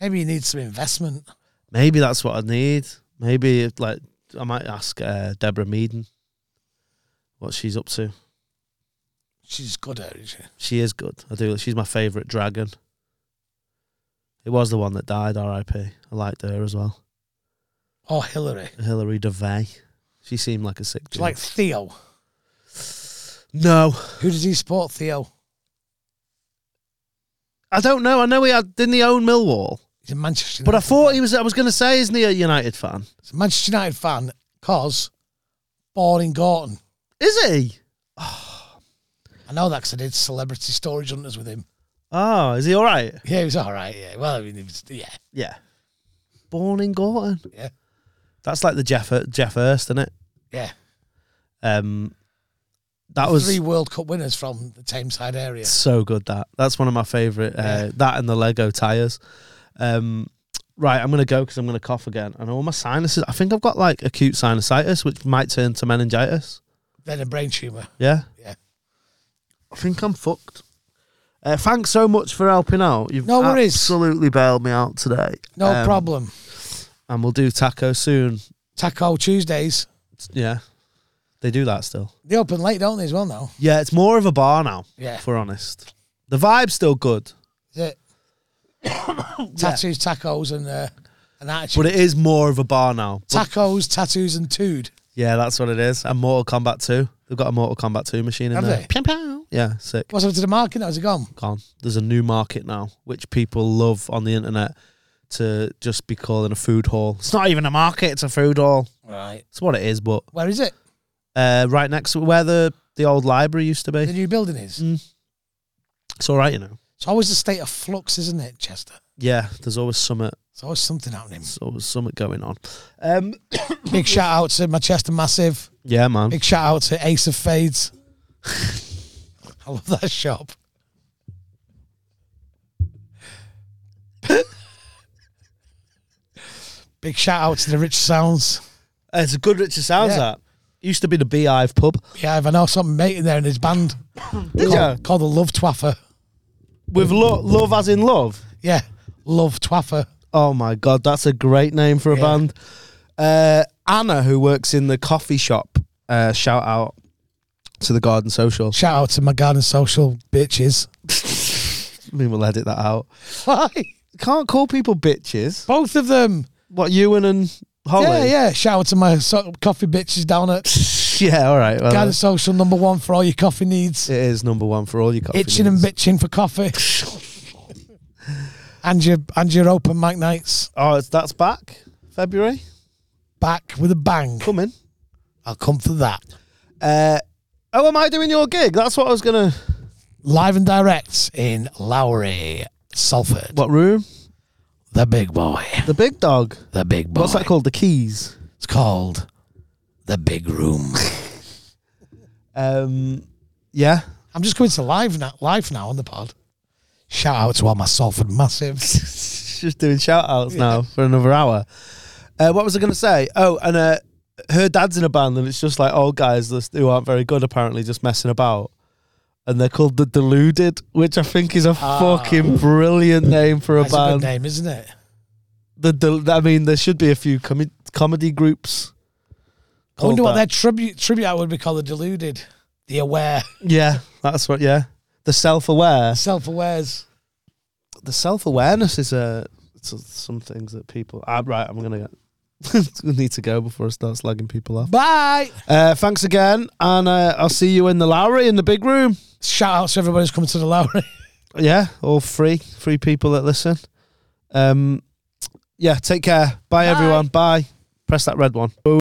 [SPEAKER 3] Maybe you need some investment.
[SPEAKER 2] maybe that's what I need. Maybe like I might ask uh, Deborah Meaden what she's up to.
[SPEAKER 3] She's good at it. isn't
[SPEAKER 2] She is good. I do. She's my favourite dragon. It was the one that died. R.I.P. I liked her as well.
[SPEAKER 3] she? Or Hillary.
[SPEAKER 2] Hilary DeVay. She seemed like a sick.
[SPEAKER 3] She's
[SPEAKER 2] dude.
[SPEAKER 3] like Theo.
[SPEAKER 2] No,
[SPEAKER 3] Who does he support, Theo?
[SPEAKER 2] I don't know. I know he had didn't he own Millwall,
[SPEAKER 3] He's a Manchester
[SPEAKER 2] but I
[SPEAKER 3] United
[SPEAKER 2] thought he was. I was going to say, isn't he a United fan?
[SPEAKER 3] He's a Manchester United fan because born in Gorton.
[SPEAKER 2] Is he?
[SPEAKER 3] I know that because I did celebrity storage hunters with him.
[SPEAKER 2] Oh, is he all right?
[SPEAKER 3] Yeah, he was all right. Yeah. Well, I mean, he was, yeah.
[SPEAKER 2] Yeah. Born in Gorton.
[SPEAKER 3] Yeah.
[SPEAKER 2] That's like the Jeff uh, Jeff Hurst, isn't it?
[SPEAKER 3] Yeah.
[SPEAKER 2] Um, that was
[SPEAKER 3] Three World Cup winners from the Tameside area.
[SPEAKER 2] so good. That that's one of my favorite. Uh, That and the Lego tires. Um, right, I'm gonna go because I'm gonna cough again, and all my sinuses. I think I've got like acute sinusitis, which might turn to meningitis.
[SPEAKER 3] Then a brain tumour.
[SPEAKER 2] Yeah.
[SPEAKER 3] Yeah.
[SPEAKER 2] I think I'm fucked. Uh, thanks so much for helping out. You've
[SPEAKER 3] No worries.
[SPEAKER 2] absolutely bailed me out today.
[SPEAKER 3] No
[SPEAKER 2] Um,
[SPEAKER 3] problem.
[SPEAKER 2] And we'll do taco soon.
[SPEAKER 3] Taco Tuesdays.
[SPEAKER 2] Yeah. They do that still.
[SPEAKER 3] They open late, don't they, as well now?
[SPEAKER 2] Yeah, it's more of a bar now,
[SPEAKER 3] Yeah.
[SPEAKER 2] if we're honest. The vibe's still good,
[SPEAKER 3] Is it? Tattoos, tacos, and uh, an attitude.
[SPEAKER 2] but it is more of a bar now. But-
[SPEAKER 3] Tacos, tattoos, and tood.
[SPEAKER 2] yeah, that's what it is. And Mortal Kombat 2. They've got a Mortal Kombat 2 machine in
[SPEAKER 3] Have
[SPEAKER 2] there.
[SPEAKER 3] they?
[SPEAKER 2] Pew, pew. Yeah, sick.
[SPEAKER 3] What's up to the market now? Is it gone?
[SPEAKER 2] gone. There's a new market now, which people love on the internet to just be calling a food hall. It's not even a market; it's a food hall.
[SPEAKER 3] Right.
[SPEAKER 2] It's what it is, but
[SPEAKER 3] Where is it?
[SPEAKER 2] uh, right next to where the the old library used to
[SPEAKER 3] The
[SPEAKER 2] be.
[SPEAKER 3] new building is.
[SPEAKER 2] It's all right, you know.
[SPEAKER 3] It's always a state of flux, isn't it, Chester?
[SPEAKER 2] Yeah, there's always summit,
[SPEAKER 3] It's always something happening.
[SPEAKER 2] there's always summit going on. Um,
[SPEAKER 3] Big shout out to my Chester Massive.
[SPEAKER 2] yeah, man.
[SPEAKER 3] Big shout out to Ace of Fades. I love that shop. Big shout out to the Rich Sounds.
[SPEAKER 2] Uh, It's a good Richard Sounds
[SPEAKER 3] Yeah.
[SPEAKER 2] that used to be the Beehive pub
[SPEAKER 3] Yeah, I know some mate in there in his band. called,
[SPEAKER 2] ya?
[SPEAKER 3] called the Love Twaffer.
[SPEAKER 2] with lo- love as in love.
[SPEAKER 3] Yeah, Love Twaffer.
[SPEAKER 2] Oh my god, that's a great name for a
[SPEAKER 3] Yeah.
[SPEAKER 2] band. Uh, Anna, who works in the coffee shop, uh, shout out to the Garden Social.
[SPEAKER 3] Shout out to my garden social bitches.
[SPEAKER 2] I mean, we'll edit that out.
[SPEAKER 3] Why?
[SPEAKER 2] Can't call people bitches.
[SPEAKER 3] Both of them.
[SPEAKER 2] What Ewan and Holly?
[SPEAKER 3] Yeah, yeah. Shout out to my so- coffee bitches down at
[SPEAKER 2] yeah. All right. Well,
[SPEAKER 3] Garden
[SPEAKER 2] it
[SPEAKER 3] Social number one for all your coffee needs.
[SPEAKER 2] is number one for all you coffee.
[SPEAKER 3] Itching and
[SPEAKER 2] needs.
[SPEAKER 3] bitching for coffee. and your and your open mic nights
[SPEAKER 2] Oh, it's, that's back February
[SPEAKER 3] back with a bang.
[SPEAKER 2] coming.
[SPEAKER 3] I'll come for that.
[SPEAKER 2] Uh, oh, am I doing your gig? That's what I was gonna.
[SPEAKER 3] Live and direct in Lowry, Salford.
[SPEAKER 2] What room?
[SPEAKER 3] The big boy.
[SPEAKER 2] The big dog.
[SPEAKER 3] The big boy.
[SPEAKER 2] What's that called? The keys.
[SPEAKER 3] It's called the big room.
[SPEAKER 2] Um, yeah.
[SPEAKER 3] I'm just going to live now. Live now on the pod. Shout out to all my Salford massives.
[SPEAKER 2] Just doing shout outs now for another hour. Uh, what was I gonna say? Oh, and uh, her dad's in a band, and it's just like old guys this- who aren't very good apparently just messing about, and they're called the Deluded, which I think is a fucking brilliant name for Ah. a
[SPEAKER 3] That's a good
[SPEAKER 2] band.
[SPEAKER 3] name, isn't it?
[SPEAKER 2] The Del- I mean, there should be a few comi- comedy groups.
[SPEAKER 3] I wonder
[SPEAKER 2] called
[SPEAKER 3] what
[SPEAKER 2] that.
[SPEAKER 3] their tribute tribute act would be called. The deluded, the aware,
[SPEAKER 2] Yeah, that's what. Yeah, the self-aware.
[SPEAKER 3] self awares.
[SPEAKER 2] The self-awareness is a it's a- some things that people. Ah, right, I'm gonna get. we need to go before I start slagging people off.
[SPEAKER 3] Bye.
[SPEAKER 2] Uh, thanks again, and uh, I'll see you in the Lowry in the big room.
[SPEAKER 3] Shout out to everybody who's coming to the Lowry.
[SPEAKER 2] Yeah, all three, three people that listen. Um, yeah, take care. Bye, everyone. Bye. Press that red one. Boom.